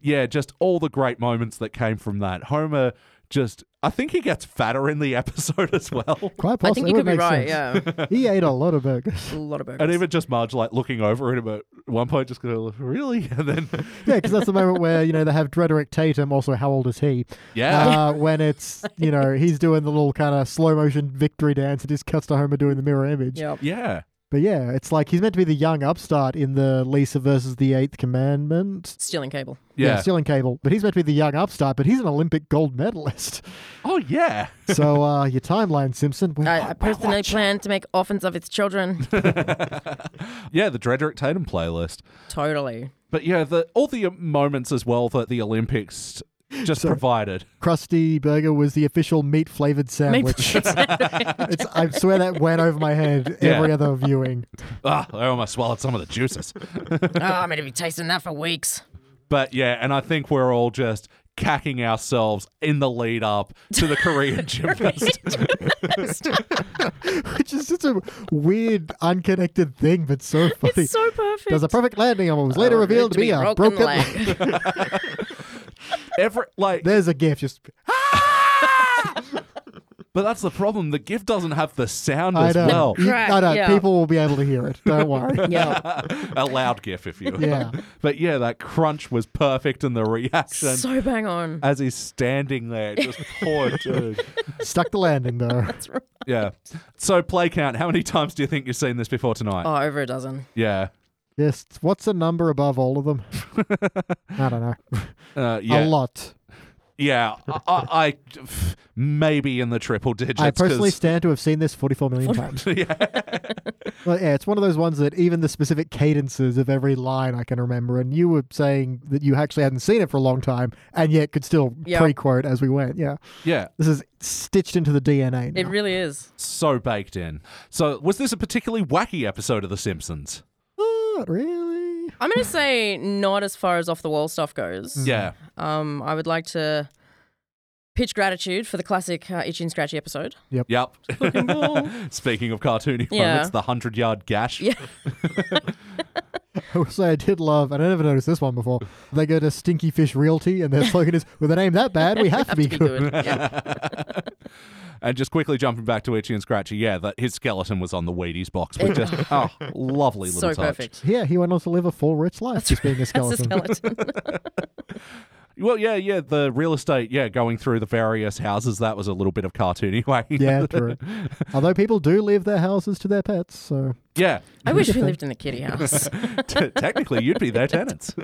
Speaker 1: yeah, just all the great moments that came from that. Homer just, I think he gets fatter in the episode as well.
Speaker 2: quite
Speaker 3: I
Speaker 2: possibly.
Speaker 3: think you
Speaker 2: it
Speaker 3: could be
Speaker 2: would make
Speaker 3: right.
Speaker 2: sense.
Speaker 3: Yeah.
Speaker 2: He ate a lot of burgers.
Speaker 3: A lot of burgers.
Speaker 1: And even just Marge like looking over at him at one point, just going, "Really?" And then,
Speaker 2: yeah, because that's the moment where you know they have Drederick Tatum. Also, how old is he?
Speaker 1: yeah,
Speaker 2: Uh, when it's you know he's doing the little kind of slow motion victory dance, it just cuts to Homer doing the mirror image.
Speaker 3: Yep.
Speaker 1: yeah,
Speaker 2: But yeah, it's like he's meant to be the young upstart in the Lisa versus the Eighth Commandment.
Speaker 3: Stealing cable.
Speaker 1: yeah.
Speaker 2: stealing cable. But he's meant to be the young upstart, but he's an Olympic gold medalist.
Speaker 1: Oh yeah.
Speaker 2: So uh, your timeline, Simpson. Well,
Speaker 3: I, I personally plan to make orphans of its children.
Speaker 1: Yeah, the Drederick Tatum playlist.
Speaker 3: totally.
Speaker 1: But yeah, the all the moments as well that the Olympics just provided.
Speaker 2: Krusty Burger was the official meat flavored
Speaker 3: Maybe-
Speaker 2: sandwich. it's, I swear that went over my head
Speaker 1: Yeah.
Speaker 2: every other viewing.
Speaker 1: Ah, I almost swallowed some of the juices.
Speaker 3: oh, I'm going to be tasting that for weeks.
Speaker 1: But yeah, and I think we're all just cacking ourselves in the lead up to the Korean gymnast.
Speaker 2: Which is such a weird, unconnected thing, but so funny.
Speaker 3: It's so Oh, perfect.
Speaker 2: There's a perfect landing on what was later revealed to be, a broken, leg.
Speaker 1: Every like
Speaker 2: There's a gif just
Speaker 1: But that's the problem. The GIF doesn't have the sound
Speaker 2: I
Speaker 1: as
Speaker 2: know.
Speaker 1: well.
Speaker 2: You-
Speaker 3: Crack,
Speaker 2: I know.
Speaker 3: yeah.
Speaker 2: People will be able to hear it. Don't worry.
Speaker 3: Yeah.
Speaker 1: a loud GIF, if you will.
Speaker 2: Yeah.
Speaker 1: But yeah, that crunch was perfect in the reaction
Speaker 3: so bang on.
Speaker 1: as he's standing there. Just poor dude.
Speaker 2: Stuck the landing though.
Speaker 3: That's right.
Speaker 1: Yeah. So, play count. How many times do you think you've seen this before tonight?
Speaker 3: Oh, over a dozen.
Speaker 1: Yeah.
Speaker 2: Yes. What's the number above all of them? I don't know.
Speaker 1: Uh, yeah.
Speaker 2: A lot.
Speaker 1: Yeah. I, I, I- pff, maybe in the triple digits.
Speaker 2: I personally
Speaker 1: 'cause-
Speaker 2: stand to have seen this 44 million times.
Speaker 1: yeah.
Speaker 2: Well, yeah, it's one of those ones that even the specific cadences of every line I can remember. And you were saying that you actually hadn't seen it for a long time and yet could still
Speaker 3: Yeah.
Speaker 2: pre quote as we went. Yeah.
Speaker 1: Yeah.
Speaker 2: This is stitched into the DNA.
Speaker 3: It
Speaker 2: now.
Speaker 3: really is.
Speaker 1: So baked in. So, was this a particularly wacky episode of The Simpsons?
Speaker 2: Not really.
Speaker 3: I'm going to say not as far as off the wall stuff goes.
Speaker 1: Yeah.
Speaker 3: Um, I would like to pitch gratitude for the classic uh, Itchy and Scratchy episode.
Speaker 1: Yep. Speaking of cartoony
Speaker 3: Yeah.
Speaker 1: moments, the 100 yard gash.
Speaker 3: Yeah.
Speaker 2: I will say I did love, and I never noticed this one before. They go to Stinky Fish Realty and their slogan is, with a name that bad, we have, to be good.
Speaker 3: Yeah.
Speaker 1: And just quickly jumping back to Itchy and Scratchy, yeah, that his skeleton was on the Wheaties box, which just oh, lovely little
Speaker 3: so
Speaker 1: touch.
Speaker 3: perfect.
Speaker 2: Yeah, he went on to live a full rich life just being a
Speaker 3: That's a
Speaker 2: skeleton.
Speaker 3: skeleton.
Speaker 1: Well, yeah, yeah, the real estate, yeah, going through the various houses, that was a little bit of cartoony way.
Speaker 2: yeah, true. Although people do leave their houses to their pets, so
Speaker 1: yeah.
Speaker 3: I wish we lived in a kitty house.
Speaker 1: T- technically, you'd be their tenants.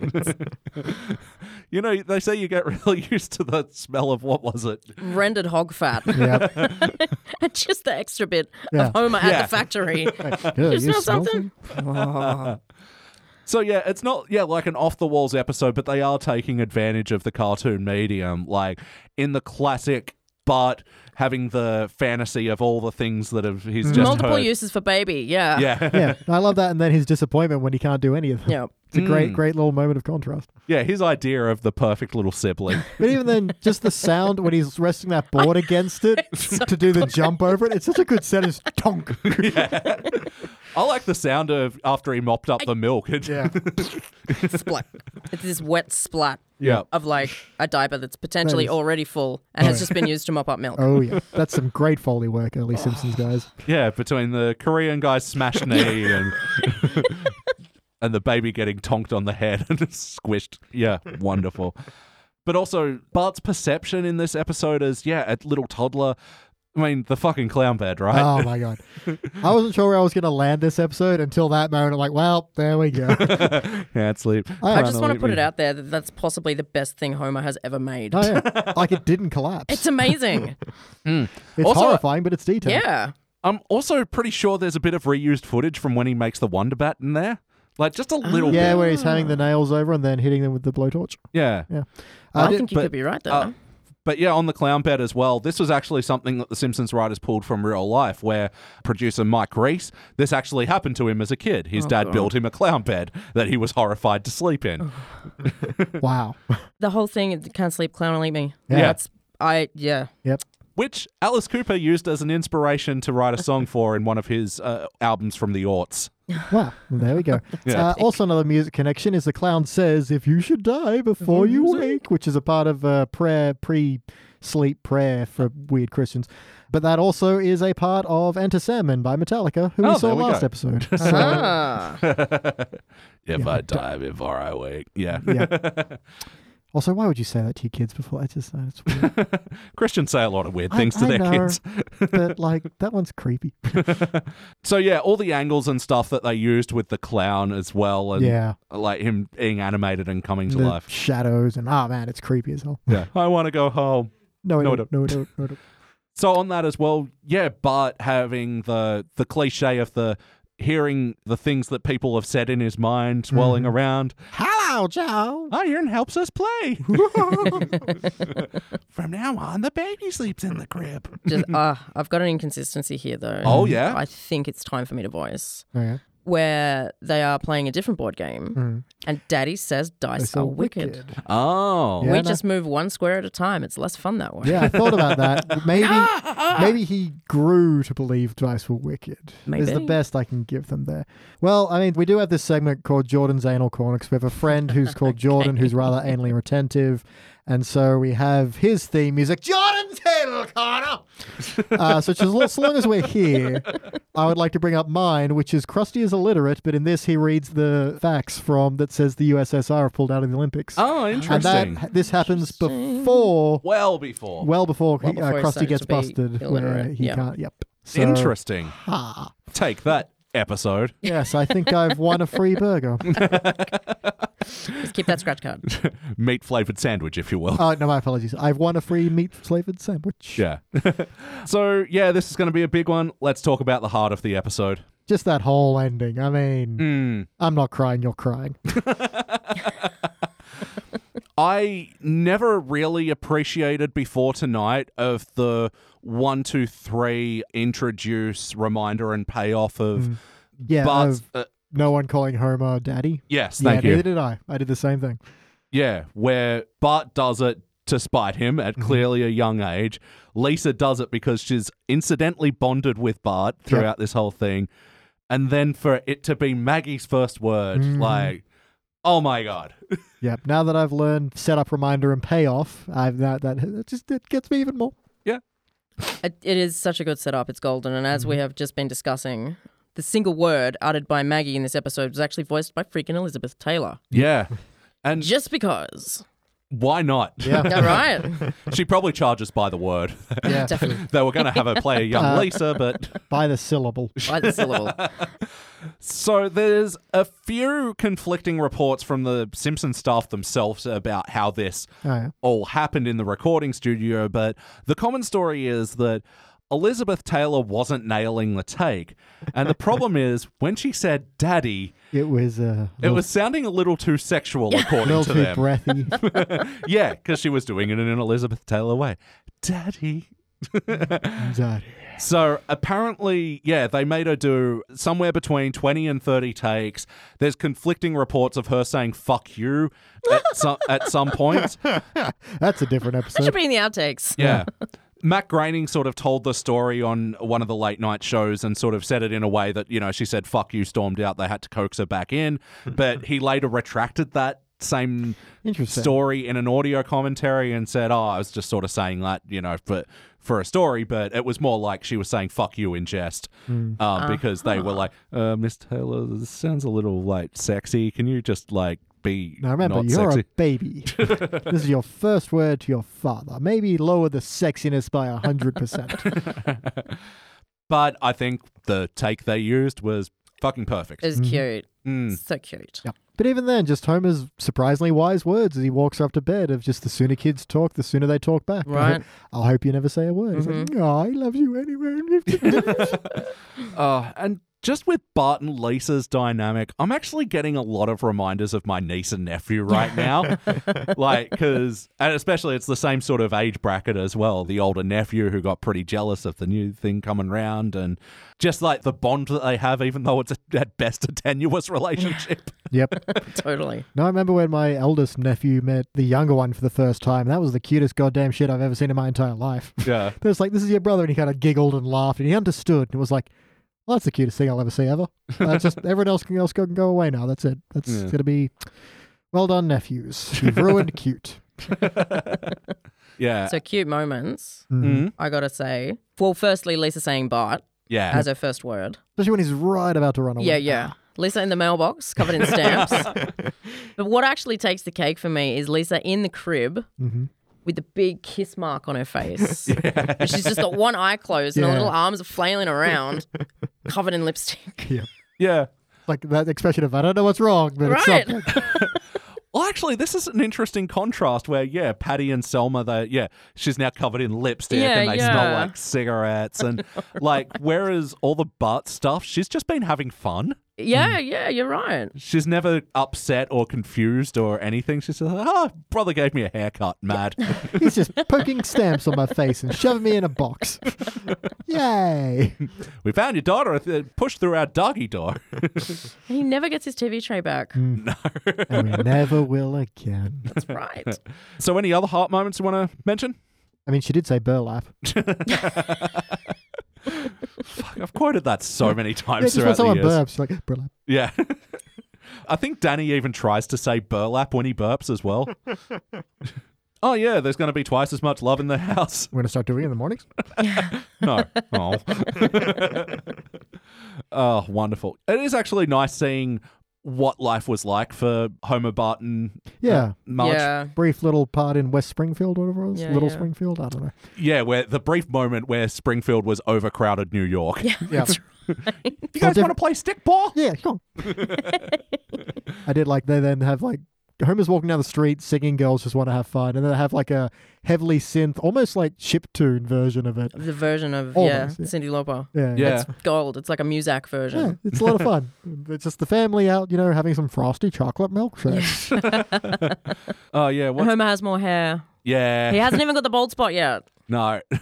Speaker 1: you know, they say you get really used to the smell of what was it?
Speaker 3: Rendered hog fat.
Speaker 2: yeah.
Speaker 3: Just the extra bit
Speaker 2: Yeah.
Speaker 3: of Homer at
Speaker 1: Yeah.
Speaker 3: the factory.
Speaker 2: Yeah,
Speaker 3: you smell
Speaker 2: smell
Speaker 3: something?
Speaker 1: So yeah, it's not yeah like an off the walls episode, but they are taking advantage of the cartoon medium, like in the classic, but having the fantasy of all the things that have he's just
Speaker 3: Multiple
Speaker 1: heard.
Speaker 3: uses for baby. Yeah.
Speaker 1: Yeah,
Speaker 2: yeah, I love that. And then his disappointment when he can't do any of them.
Speaker 3: Yeah.
Speaker 2: It's a great, great little moment of contrast.
Speaker 1: yeah, his idea of the perfect little sibling.
Speaker 2: But even then, just the sound when he's resting that board against it to do the jump over it, it's such a good sentence. Tonk.
Speaker 1: I like the sound of after he mopped up the milk.
Speaker 2: Yeah.
Speaker 3: Splat. It's this wet splat
Speaker 1: yeah,
Speaker 3: of like a diaper that's potentially
Speaker 2: That is-
Speaker 3: already full and has just been used to mop up milk.
Speaker 2: Oh, yeah. That's some great Foley work,
Speaker 3: Oh.
Speaker 2: early Simpsons guys.
Speaker 1: yeah, between the Korean guy's smashed knee and and the baby getting tonked on the head and squished. Yeah, wonderful. But also Bart's perception in this episode is yeah, a little toddler. I mean, the fucking clown bed, right?
Speaker 2: Oh, my God. I wasn't sure where I was going to land this episode until that moment. I'm like, well, there we go.
Speaker 1: Can't sleep.
Speaker 3: I
Speaker 2: I
Speaker 3: just
Speaker 2: don't
Speaker 3: want to put it out there that that's possibly the best thing Homer has ever made.
Speaker 2: Oh, yeah. Like it didn't collapse.
Speaker 3: It's
Speaker 2: It's,
Speaker 3: amazing.
Speaker 1: Also-
Speaker 2: horrifying, but it's detailed.
Speaker 3: yeah.
Speaker 1: I'm also pretty sure there's a bit of reused footage from when he makes the Wonder Bat in there. Like just a little
Speaker 2: Yeah,
Speaker 1: bit.
Speaker 2: where he's handing the nails over and then hitting them with the blowtorch.
Speaker 1: Yeah.
Speaker 3: I,
Speaker 2: I did-
Speaker 3: think you
Speaker 1: but-
Speaker 3: could be right though.
Speaker 1: Uh, but yeah, on the clown bed as well. This was actually something that the Simpsons writers pulled from real life, where producer Mike Reese. This actually happened to him as a kid. His
Speaker 2: Uh-huh.
Speaker 1: dad built him a clown bed that he was horrified to sleep in.
Speaker 2: Wow.
Speaker 3: the whole thing can't sleep, clown will eat me.
Speaker 1: Yeah.
Speaker 3: That's I yeah.
Speaker 2: Yep.
Speaker 1: which Alice Cooper used as an inspiration to write a song for in one of his uh, albums from the aughts.
Speaker 2: Wow. There we go.
Speaker 1: Yeah.
Speaker 2: Uh, also, another music connection is the clown says, If you should die before you wake, which is a part of a prayer, pre sleep prayer for weird Christians. But that also is a part of Enter Sandman by Metallica, who
Speaker 1: Oh,
Speaker 2: we saw
Speaker 1: there we
Speaker 2: last
Speaker 1: go.
Speaker 2: episode. So,
Speaker 3: Ah.
Speaker 1: If I die before I wake, yeah.
Speaker 2: yeah. Also, why would you say that to your kids before? I just, it's weird.
Speaker 1: Christians say a lot of weird
Speaker 2: I-
Speaker 1: things to
Speaker 2: I
Speaker 1: their
Speaker 2: know.
Speaker 1: kids.
Speaker 2: but like, that one's creepy.
Speaker 1: So yeah, all the angles and stuff that they used with the clown as well, and
Speaker 2: Yeah.
Speaker 1: like him being animated and coming to
Speaker 2: The
Speaker 1: life.
Speaker 2: shadows and, oh man, it's creepy as hell.
Speaker 1: Yeah, I want to go home.
Speaker 2: No,
Speaker 1: No,
Speaker 2: no,
Speaker 1: I
Speaker 2: no, no, no, no, no.
Speaker 1: So on that as well, yeah, Bart having the the cliche of the hearing the things that people have said in his mind swirling around.
Speaker 2: Hello, Joe.
Speaker 1: Iron helps us play. From now on, the baby sleeps in the crib.
Speaker 3: Just ah, I've got an inconsistency here though.
Speaker 1: Oh, yeah?
Speaker 3: I think it's time for me to voice.
Speaker 2: Oh, yeah.
Speaker 3: Where they are playing a different board game and daddy says dice
Speaker 2: so
Speaker 3: are Hmm. wicked.
Speaker 1: Oh.
Speaker 2: Yeah.
Speaker 3: We
Speaker 2: no.
Speaker 3: just move one square at a time. It's less fun that way.
Speaker 2: Yeah, I thought about that. Maybe maybe he grew to believe dice were wicked. Is the
Speaker 3: Maybe.
Speaker 2: best I can give them there. Well, I mean, we do have this segment called Jordan's Anal Corner 'cause we have a friend who's called Jordan who's rather anally retentive. And so we have his theme music, Jordan's Hill Corner. uh, so, just, so long as we're here, I would like to bring up mine, which is Krusty is illiterate, but in this he reads the facts from that says the USSR have pulled out of the Olympics.
Speaker 1: Oh,
Speaker 2: and
Speaker 1: interesting.
Speaker 2: that this happens before,
Speaker 1: well before.
Speaker 2: well before,
Speaker 3: Well
Speaker 2: he-
Speaker 3: before he
Speaker 2: uh, Krusty
Speaker 3: started
Speaker 2: gets
Speaker 3: to be
Speaker 2: busted, where
Speaker 3: illiterate,
Speaker 2: he
Speaker 3: yeah.
Speaker 2: can't. Yep. So,
Speaker 1: interesting.
Speaker 2: Ha.
Speaker 1: Take that episode.
Speaker 2: Yes, I think I've won a free burger.
Speaker 3: Just keep that scratch card.
Speaker 1: Meat flavored sandwich, if you will.
Speaker 2: Oh no, my apologies. I've won a free meat flavored sandwich.
Speaker 1: yeah. so, yeah, this is going to be a big one. Let's talk about the heart of the episode.
Speaker 2: Just that whole ending. I mean,
Speaker 1: Hmm.
Speaker 2: I'm not crying. You're crying.
Speaker 1: I never really appreciated before tonight of the one, two, three introduce, reminder, and payoff of.
Speaker 2: Yeah,
Speaker 1: but
Speaker 2: of
Speaker 1: uh,
Speaker 2: no one calling Homer daddy.
Speaker 1: yes,
Speaker 2: yeah,
Speaker 1: thank you.
Speaker 2: neither did I. I did the same thing.
Speaker 1: Yeah, where Bart does it to spite him
Speaker 2: Mm-hmm.
Speaker 1: at clearly a young age. Lisa does it because she's incidentally bonded with Bart throughout this whole thing. And then for it to be Maggie's first word,
Speaker 2: Mm-hmm.
Speaker 1: like, oh my God.
Speaker 2: Yep. Now that I've learned setup reminder and payoff, I've that that it just it gets me even more.
Speaker 3: It, it is such a good setup. It's golden. And as we have just been discussing, the single word uttered by Maggie in this episode was actually voiced by freaking Elizabeth Taylor.
Speaker 1: Yeah. And
Speaker 3: Just because.
Speaker 1: why not?
Speaker 2: Yeah.
Speaker 3: All right.
Speaker 1: she probably charges by the word.
Speaker 2: Yeah.
Speaker 3: Definitely.
Speaker 1: they were going to have her play a young
Speaker 2: Uh,
Speaker 1: Lisa, but.
Speaker 2: By the syllable.
Speaker 3: By the syllable.
Speaker 1: So there's a few conflicting reports from the Simpson staff themselves about how this
Speaker 2: Oh, yeah.
Speaker 1: all happened in the recording studio, but the common story is that Elizabeth Taylor wasn't nailing the take. And the problem is when she said daddy,
Speaker 2: It was uh,
Speaker 1: it was sounding a little too sexual
Speaker 2: a
Speaker 1: according
Speaker 2: little
Speaker 1: to
Speaker 2: too
Speaker 1: them.
Speaker 2: breathy.
Speaker 1: yeah, because she was doing it in an Elizabeth Taylor way. Daddy.
Speaker 2: daddy.
Speaker 1: So apparently, yeah, they made her do somewhere between 20 and 30 takes. There's conflicting reports of her saying fuck you at some, at some point.
Speaker 2: That's a different
Speaker 3: That should
Speaker 2: episode.
Speaker 3: be in the outtakes.
Speaker 1: Yeah. Matt Groening sort of told the story on one of the late night shows and sort of said it in a way that, you know, she said, fuck you, stormed out. They had to coax her back in. But he later retracted that same
Speaker 2: Interesting.
Speaker 1: story in an audio commentary and said, oh, I was just sort of saying that, you know, for, for a story. But it was more like she was saying, fuck you in jest
Speaker 2: Hmm.
Speaker 1: um, because they were like, uh, Miss Taylor, this sounds a little like sexy. Can you just like be.
Speaker 2: Now remember,
Speaker 1: not
Speaker 2: you're
Speaker 1: sexy?
Speaker 2: a baby. this is your first word to your father. Maybe lower the sexiness by a hundred percent.
Speaker 1: But I think the take they used was fucking perfect.
Speaker 3: It's cute.
Speaker 1: Mm.
Speaker 3: So cute.
Speaker 2: Yeah. But even then, just Homer's surprisingly wise words as he walks up to bed of just the sooner kids talk, the sooner they talk back. I hope-
Speaker 3: Right.
Speaker 2: I hope you never say a word. He's like, "Oh, I love you anyway.
Speaker 1: Uh, and just with Bart and Lisa's dynamic, I'm actually getting a lot of reminders of my niece and nephew right now. like, because, and especially it's the same sort of age bracket as well. The older nephew who got pretty jealous of the new thing coming round, and just like the bond that they have, even though it's a, at best a tenuous relationship.
Speaker 2: yep.
Speaker 3: Totally.
Speaker 2: No, I remember when my eldest nephew met the younger one for the first time. That was the cutest goddamn shit I've ever seen in my entire life.
Speaker 1: yeah.
Speaker 2: It was like, this is your brother. And he kind of giggled and laughed and he understood. And it was like, well, that's the cutest thing I'll ever see ever. Uh, just everyone else can else go, can go away now. That's it. That's
Speaker 1: Yeah.
Speaker 2: going to be well done, nephews. You've ruined cute.
Speaker 1: Yeah.
Speaker 3: So cute moments,
Speaker 1: Mhm.
Speaker 3: I gotta say. Well, firstly, Lisa saying Bart
Speaker 1: Yeah.
Speaker 3: as her first word.
Speaker 2: Especially when he's right about to run away.
Speaker 3: Yeah, yeah. Lisa in the mailbox, covered in stamps. but what actually takes the cake for me is Lisa in the crib with the big kiss mark on her face. And She's just got one eye closed and
Speaker 2: Yeah.
Speaker 3: her little arms are flailing around, covered in lipstick.
Speaker 1: yeah.
Speaker 2: Like that expression of, I don't know what's wrong, but it's
Speaker 3: Right.
Speaker 2: something.
Speaker 1: Well, actually, this is an interesting contrast where, yeah, Patty and Selma, they, yeah, she's now covered in lipstick
Speaker 3: Yeah,
Speaker 1: and they
Speaker 3: yeah.
Speaker 1: smell like cigarettes. And, like, whereas all the Bart stuff, she's just been having fun.
Speaker 3: Yeah, yeah, you're right.
Speaker 1: She's never upset or confused or anything. She's just like, oh, brother gave me a haircut, mad.
Speaker 2: He's just poking stamps on my face and shoving me in a box. Yay.
Speaker 1: we found your daughter uh, pushed through our doggy door.
Speaker 3: He never gets his TV tray back.
Speaker 2: And we never will again.
Speaker 3: That's right.
Speaker 1: so, any other heart moments you want to mention?
Speaker 2: I mean, she did say burlap.
Speaker 1: Fuck, I've quoted that so many
Speaker 2: Yeah,
Speaker 1: times
Speaker 2: just when
Speaker 1: throughout the
Speaker 2: someone
Speaker 1: years.
Speaker 2: burps, she's like, burlap.
Speaker 1: Yeah. I think Danny even tries to say burlap when he burps as well. Oh yeah, there's going to be twice as much love in the house.
Speaker 2: We're gonna start doing it in the mornings.
Speaker 1: No. Oh. oh, wonderful. It is actually nice seeing what life was like for Homer Barton.
Speaker 2: Yeah.
Speaker 1: Marge. Yeah.
Speaker 3: Yeah.
Speaker 2: Brief little part in West Springfield, or whatever it was.
Speaker 3: Yeah,
Speaker 2: little
Speaker 3: yeah.
Speaker 2: Springfield. I don't know.
Speaker 1: where the brief moment where Springfield was overcrowded New York.
Speaker 3: Yeah.
Speaker 2: Yeah.
Speaker 1: You guys
Speaker 2: Well,
Speaker 1: want to play stickball?
Speaker 2: Yeah, come on. I did like they then have like Homer's walking down the street singing "Girls Just Want to Have Fun," and then they have like a heavily synth, almost like chiptune version of it.
Speaker 3: The version of
Speaker 2: All
Speaker 3: yeah,
Speaker 2: those, yeah.
Speaker 3: Cindy Lauper.
Speaker 2: Yeah,
Speaker 1: Yeah.
Speaker 3: Gold. It's like a Muzak
Speaker 2: yeah,
Speaker 3: version.
Speaker 2: it's a lot of fun. It's just the family out, you know, having some frosty chocolate milkshakes.
Speaker 1: Oh yeah. What?
Speaker 3: Homer has more hair.
Speaker 1: Yeah.
Speaker 3: He hasn't even got the bald spot yet.
Speaker 1: No.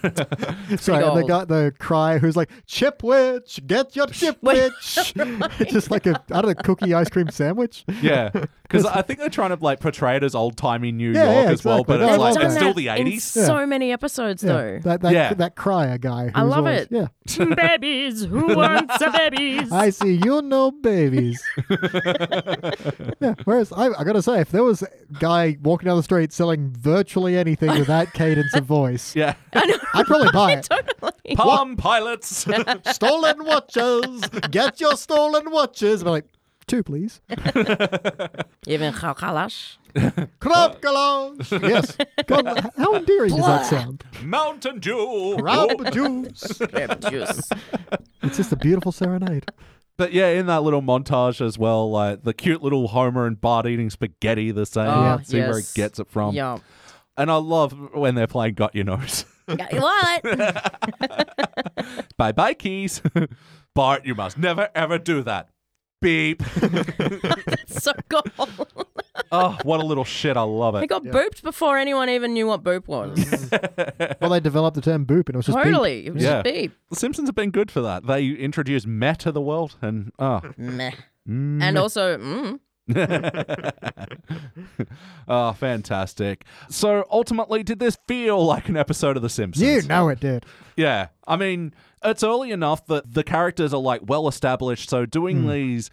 Speaker 2: Sorry, and they
Speaker 3: gold.
Speaker 2: got the cry who's like "Chip witch, get your chip witch." it's just like a I don't know cookie ice cream sandwich.
Speaker 1: yeah. Because I think they're trying to like portray it as old timey New
Speaker 2: Yeah,
Speaker 1: York
Speaker 2: yeah,
Speaker 1: as well,
Speaker 2: exactly.
Speaker 1: but
Speaker 2: No, I
Speaker 1: it's
Speaker 3: They've
Speaker 1: like
Speaker 2: love
Speaker 3: done
Speaker 1: it's
Speaker 2: that.
Speaker 1: still
Speaker 3: that
Speaker 1: the
Speaker 3: in
Speaker 1: eighties.
Speaker 3: So many episodes
Speaker 2: Yeah,
Speaker 3: though.
Speaker 2: that that,
Speaker 1: Yeah.
Speaker 2: that crier guy.
Speaker 3: I
Speaker 2: who's
Speaker 3: love
Speaker 2: always-
Speaker 3: it.
Speaker 2: Yeah,
Speaker 3: babies, who wants a babies?
Speaker 2: I see you know babies. yeah, whereas I, I gotta say, if there was a guy walking down the street selling virtually anything with that cadence of voice,
Speaker 1: Yeah.
Speaker 2: I'd probably buy it.
Speaker 3: totally.
Speaker 1: Palm pilots.
Speaker 2: stolen watches, get your stolen watches. I'm like, two please.
Speaker 3: Even Kalash.
Speaker 2: Crab galons. Yes. God, h- how endearing does that sound?
Speaker 1: Mountain Dew. Oh.
Speaker 2: Crab juice.
Speaker 3: juice.
Speaker 2: It's just a beautiful serenade.
Speaker 1: But yeah, in that little montage as well, like the cute little Homer and Bart eating spaghetti the same.
Speaker 3: Oh,
Speaker 1: see where he
Speaker 3: yes.
Speaker 1: gets it
Speaker 2: Um.
Speaker 1: from.
Speaker 3: Yeah.
Speaker 1: And I love when they're playing Got Your Nose.
Speaker 3: What?
Speaker 1: bye bye, Keys. Bart, you must never ever do that. Beep.
Speaker 3: so cool.
Speaker 1: oh, what a little shit. I love
Speaker 3: He
Speaker 1: it.
Speaker 3: got booped before anyone even knew what boop was.
Speaker 2: Well, they developed the term boop, and it was just beep.
Speaker 3: totally. It was
Speaker 1: Yeah.
Speaker 3: just beep.
Speaker 1: The Simpsons have been good for that. They introduced meh to the world and oh.
Speaker 3: Meh. And also, mm,
Speaker 1: oh, fantastic. So ultimately, did this feel like an episode of The Simpsons?
Speaker 2: You know it did.
Speaker 1: Yeah. I mean, it's early enough that the characters are like well established, so doing
Speaker 2: Hmm.
Speaker 1: these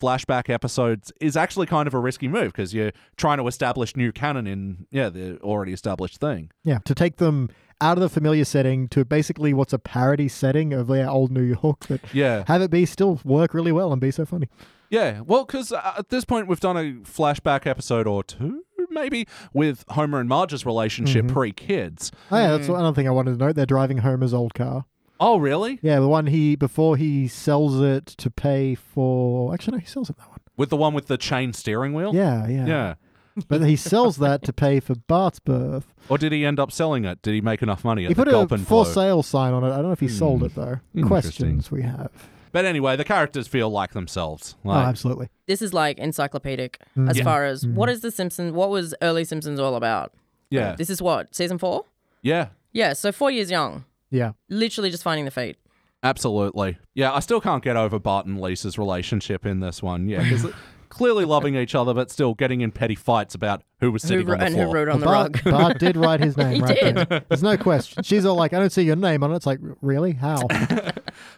Speaker 1: flashback episodes is actually kind of a risky move because you're trying to establish new canon in yeah, the already established thing.
Speaker 2: Yeah, to take them out of the familiar setting to basically what's a parody setting of their old New York, but
Speaker 1: Yeah.
Speaker 2: have it be still work really well and be so funny.
Speaker 1: Yeah. Well, cuz at this point we've done a flashback episode or two maybe with Homer and Marge's relationship
Speaker 2: Mm-hmm.
Speaker 1: pre-kids.
Speaker 2: Oh, yeah,
Speaker 1: Hmm.
Speaker 2: that's another thing I wanted to note. They're driving Homer's old car.
Speaker 1: Oh, really?
Speaker 2: Yeah, the one he before he sells it to pay for. Actually, no, he sells it that one.
Speaker 1: With the one with the chain steering wheel?
Speaker 2: Yeah, yeah,
Speaker 1: Oh. Yeah.
Speaker 2: But he sells that to pay for Bart's birth.
Speaker 1: Or did he end up selling it? Did he make enough money at
Speaker 2: he
Speaker 1: the
Speaker 2: put
Speaker 1: gulp
Speaker 2: a
Speaker 1: and
Speaker 2: for
Speaker 1: blow?
Speaker 2: sale sign on it. I don't know if he sold it though.
Speaker 1: Interesting.
Speaker 2: Questions we have.
Speaker 1: But anyway, the characters feel like themselves.
Speaker 2: Oh,
Speaker 1: Like,
Speaker 2: absolutely.
Speaker 3: this is like encyclopedic as
Speaker 1: Mm. Yeah. Mm-hmm.
Speaker 3: far as what is The Simpsons? What was early Simpsons all about?
Speaker 1: yeah.
Speaker 3: This is what? Season four?
Speaker 1: yeah.
Speaker 3: Yeah, so four years young.
Speaker 2: Yeah.
Speaker 3: Literally just finding the fate.
Speaker 1: Absolutely. Yeah, I still can't get over Bart and Lisa's relationship in this one. Yeah, because clearly loving each other, but still getting in petty fights about who was
Speaker 3: Who
Speaker 1: sitting
Speaker 3: wrote,
Speaker 1: on the
Speaker 3: and who
Speaker 1: floor.
Speaker 3: wrote on the
Speaker 2: Bart,
Speaker 3: rug?
Speaker 2: Bart did write his name
Speaker 3: He
Speaker 2: right
Speaker 3: did.
Speaker 2: there. There's no question. She's all like, I don't see your name on it. It's like, really? How?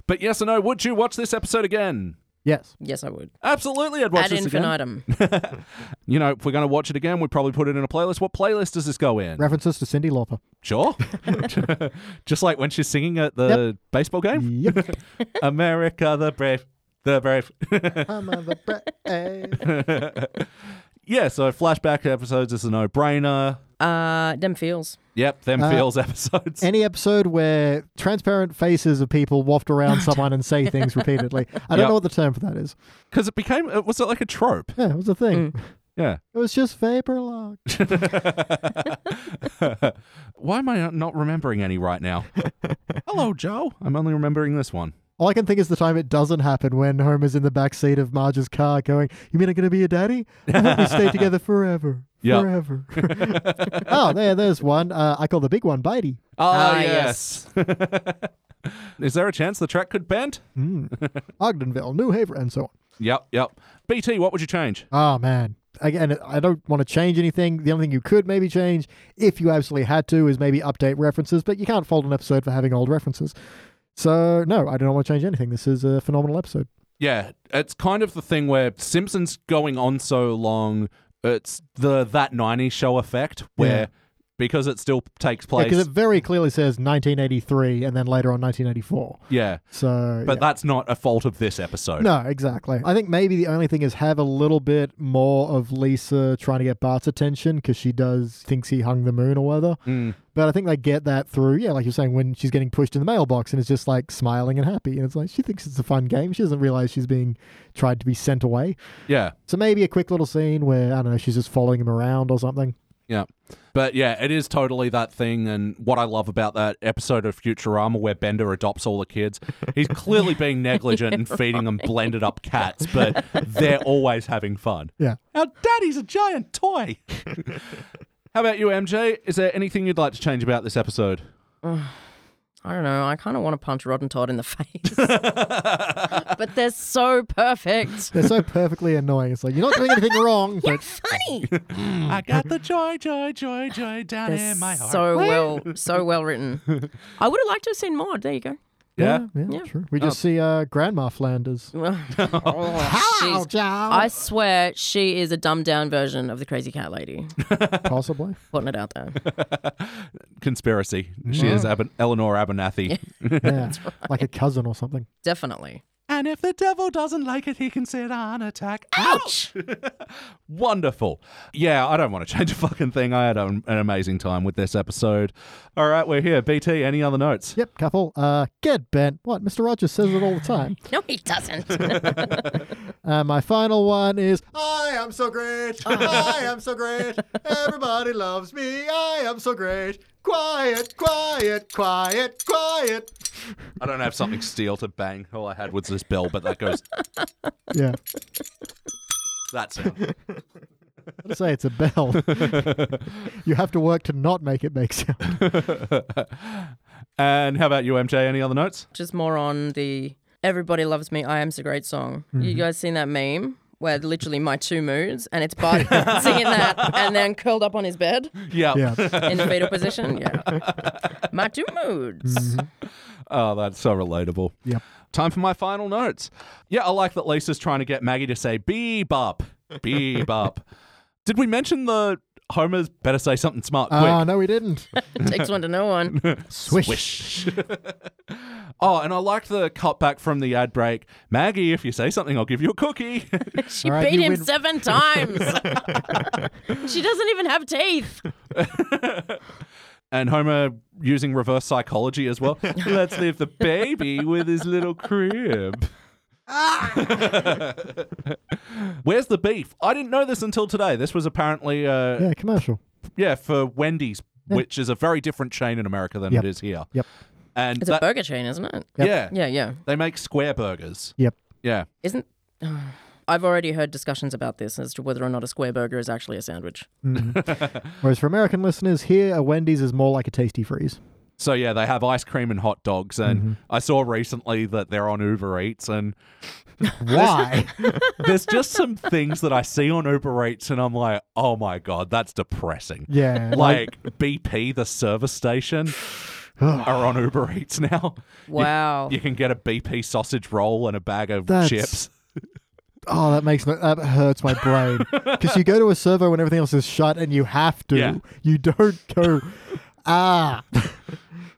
Speaker 1: but yes or no, would you watch this episode again?
Speaker 2: yes.
Speaker 3: Yes, I would.
Speaker 1: Absolutely, I'd watch
Speaker 3: Ad
Speaker 1: this again.
Speaker 3: infinitum.
Speaker 1: You know, if we're going to watch it again, we'd probably put it in a playlist. What playlist does this go in?
Speaker 2: References to Cindy Lauper.
Speaker 1: sure. Just like when she's singing at the baseball game.
Speaker 2: Yep.
Speaker 1: America the brave, the brave.
Speaker 2: I'm a brave.
Speaker 1: yeah, so flashback episodes is a no-brainer.
Speaker 3: uh, them feels.
Speaker 1: Yep, them
Speaker 2: Uh,
Speaker 1: feels episodes.
Speaker 2: any episode where transparent faces of people waft around someone and say things repeatedly. I don't
Speaker 1: Yep.
Speaker 2: know what the term for that is.
Speaker 1: Because it became, it was it like a trope?
Speaker 2: Yeah, it was a thing.
Speaker 3: Mm.
Speaker 1: Yeah.
Speaker 2: It was just vapor lock.
Speaker 1: Why am I not remembering any right now? Hello, Joe. I'm only remembering this one.
Speaker 2: All I can think is the time it doesn't happen when Homer's in the back seat of Marge's car going, You mean I'm going to be your daddy? I hope we stay together forever.
Speaker 1: Yep.
Speaker 2: Forever. oh, there, there's one. Uh, I call the big one Bitey.
Speaker 1: Ah,
Speaker 3: yes.
Speaker 1: Is there a chance the track could bend?
Speaker 2: Ogdenville, New Haven, and so on.
Speaker 1: Yep, yep. BT, what would you change?
Speaker 2: Oh man. Again, I don't want to change anything. The only thing you could maybe change, if you absolutely had to, is maybe update references, but you can't fold an episode for having old references. So, no, I don't want to change anything. This is a phenomenal episode.
Speaker 1: Yeah, it's kind of the thing where Simpsons going on so long, it's the that 90s show effect where because it still takes place.
Speaker 2: Because
Speaker 1: Yeah,
Speaker 2: it very clearly says 1983 and then later on 1984. So,
Speaker 1: but
Speaker 2: yeah.
Speaker 1: that's not a fault of this episode.
Speaker 2: no, exactly. I think maybe the only thing is have a little bit more of Lisa trying to get Bart's attention because she does thinks he hung the moon or whatever.
Speaker 1: Mm.
Speaker 2: But I think they get that through, yeah, like you're saying, when she's getting pushed in the mailbox and is just like smiling and happy, and it's like she thinks it's a fun game. She doesn't realize she's being tried to be sent away.
Speaker 1: Yeah.
Speaker 2: So maybe a quick little scene where I don't know, she's just following him around or something.
Speaker 1: Yeah. But yeah, it is totally that thing. And what I love about that episode of Futurama where Bender adopts all the kids, he's clearly being negligent and feeding them blended up cats, but they're always having fun.
Speaker 2: Yeah.
Speaker 1: Our daddy's a giant toy. How about you, MJ? Is there anything you'd like to change about this episode?
Speaker 3: I don't know. I kind of want to punch Rod and Todd in the face. but they're so perfect.
Speaker 2: They're so perfectly annoying. It's like you're not doing anything wrong, but
Speaker 3: Funny.
Speaker 1: I got the joy, joy, joy, joy down
Speaker 3: They're so well, so well written. I would have liked to have seen more. There you go.
Speaker 1: yeah.
Speaker 2: yeah,
Speaker 3: Yeah. Oh.
Speaker 2: true. We just see uh, Grandma Flanders.
Speaker 3: Well, oh, she's- I swear she is a dumbed down version of the crazy cat lady.
Speaker 2: Possibly.
Speaker 3: Putting it out there.
Speaker 1: Conspiracy. She is Ab- Eleanor Abernathy.
Speaker 2: Yeah. Like a cousin or something.
Speaker 3: Definitely.
Speaker 1: And if the devil doesn't like it, he can set an attack. Ouch! Wonderful. Yeah, I don't want to change a fucking thing. I had an, an amazing time with this episode. All right, we're here. BT, any other notes?
Speaker 2: Yep, couple. Uh, get bent. What? Mr. Rogers says it all the time.
Speaker 3: No, he doesn't.
Speaker 2: Uh, my final one is I am so great. I am so great. Everybody loves me. I am so great. Quiet, quiet, quiet, quiet.
Speaker 1: I don't have something steel to bang. All I had was this bell, but that goes.
Speaker 2: Yeah,
Speaker 1: That's it.
Speaker 2: I'd say it's a bell. you have to work to not make it make sound.
Speaker 1: And how about you, MJ? Any other notes?
Speaker 3: Just more on the Everybody Loves Me, I Am's a Great Song. You
Speaker 2: Mm-hmm.
Speaker 3: guys seen that meme? Where literally my two moods, and it's Bart singing that, and then curled up on his bed
Speaker 1: Yeah.
Speaker 2: Yeah,
Speaker 3: in a fetal position. Yeah, my two moods.
Speaker 2: Mm-hmm.
Speaker 1: Oh, that's so relatable.
Speaker 2: Yep.
Speaker 1: Time for my final notes. Yeah, I like that Lisa's trying to get Maggie to say bebop, bebop. Did we mention the Homer's better say something smart quick?
Speaker 2: Ah, no, we didn't.
Speaker 3: Takes one to know one.
Speaker 2: Swish.
Speaker 1: oh, and I like the cutback from the ad break. Maggie, if you say something, I'll give you a cookie.
Speaker 3: She
Speaker 2: All right,
Speaker 3: beat
Speaker 2: you
Speaker 3: him
Speaker 2: win.
Speaker 3: seven times. she doesn't even have teeth.
Speaker 1: and Homer using reverse psychology as well. Let's leave the baby with his little crib. Where's the beef? I didn't know this until today. This was apparently, uh, yeah.
Speaker 2: Yeah, commercial.
Speaker 1: for Wendy's, which is a very different chain in America than
Speaker 2: Yep.
Speaker 1: it is here.
Speaker 2: Yep.
Speaker 1: And
Speaker 3: It's
Speaker 1: that-
Speaker 3: a burger chain, isn't it?
Speaker 1: yeah,
Speaker 3: Yeah, yeah.
Speaker 1: they make square burgers.
Speaker 2: Yep.
Speaker 1: Yeah.
Speaker 3: Isn't. I've already heard discussions about this as to whether or not a square burger is actually a sandwich.
Speaker 2: Whereas for American listeners here, a Wendy's is more like a Tasty Freeze.
Speaker 1: So yeah, they have ice cream and hot dogs, and I saw recently that they're on Uber Eats, and
Speaker 2: Why?
Speaker 1: there's just some things that I see on Uber Eats, and I'm like, oh my god, that's depressing.
Speaker 2: yeah,
Speaker 1: Like BP, the service station, are on Uber Eats now.
Speaker 3: Wow.
Speaker 1: You can get a BP sausage roll and a bag of
Speaker 2: That's-
Speaker 1: chips.
Speaker 2: Oh, that makes no, that hurts my brain because you go to a servo when everything else is shut, and you have to.
Speaker 1: Yeah.
Speaker 2: You don't go. Ah,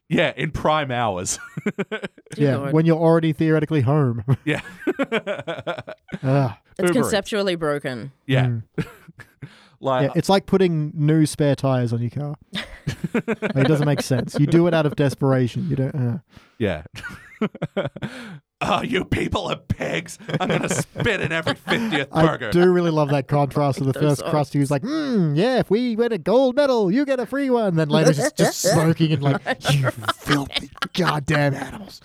Speaker 1: Yeah, in prime hours.
Speaker 3: Dear
Speaker 2: yeah.
Speaker 3: Lord.
Speaker 2: When you're already theoretically home.
Speaker 1: yeah,
Speaker 2: Ah.
Speaker 3: It's
Speaker 1: Uber Eats.
Speaker 3: conceptually broken.
Speaker 1: yeah.
Speaker 2: Mm.
Speaker 1: like
Speaker 2: Yeah, it's like putting new spare tires on your car. Like, it doesn't make sense. You do it out of desperation. You don't. Uh.
Speaker 1: Yeah. oh, you people are pigs. I'm going to spit in every 50th
Speaker 2: I
Speaker 1: burger.
Speaker 2: do really love that contrast of the
Speaker 3: Those
Speaker 2: first crust. He was like, mm, "Yeah, if we win a gold medal, you get a free one." Then later, just just smoking and like, "You filthy goddamn animals."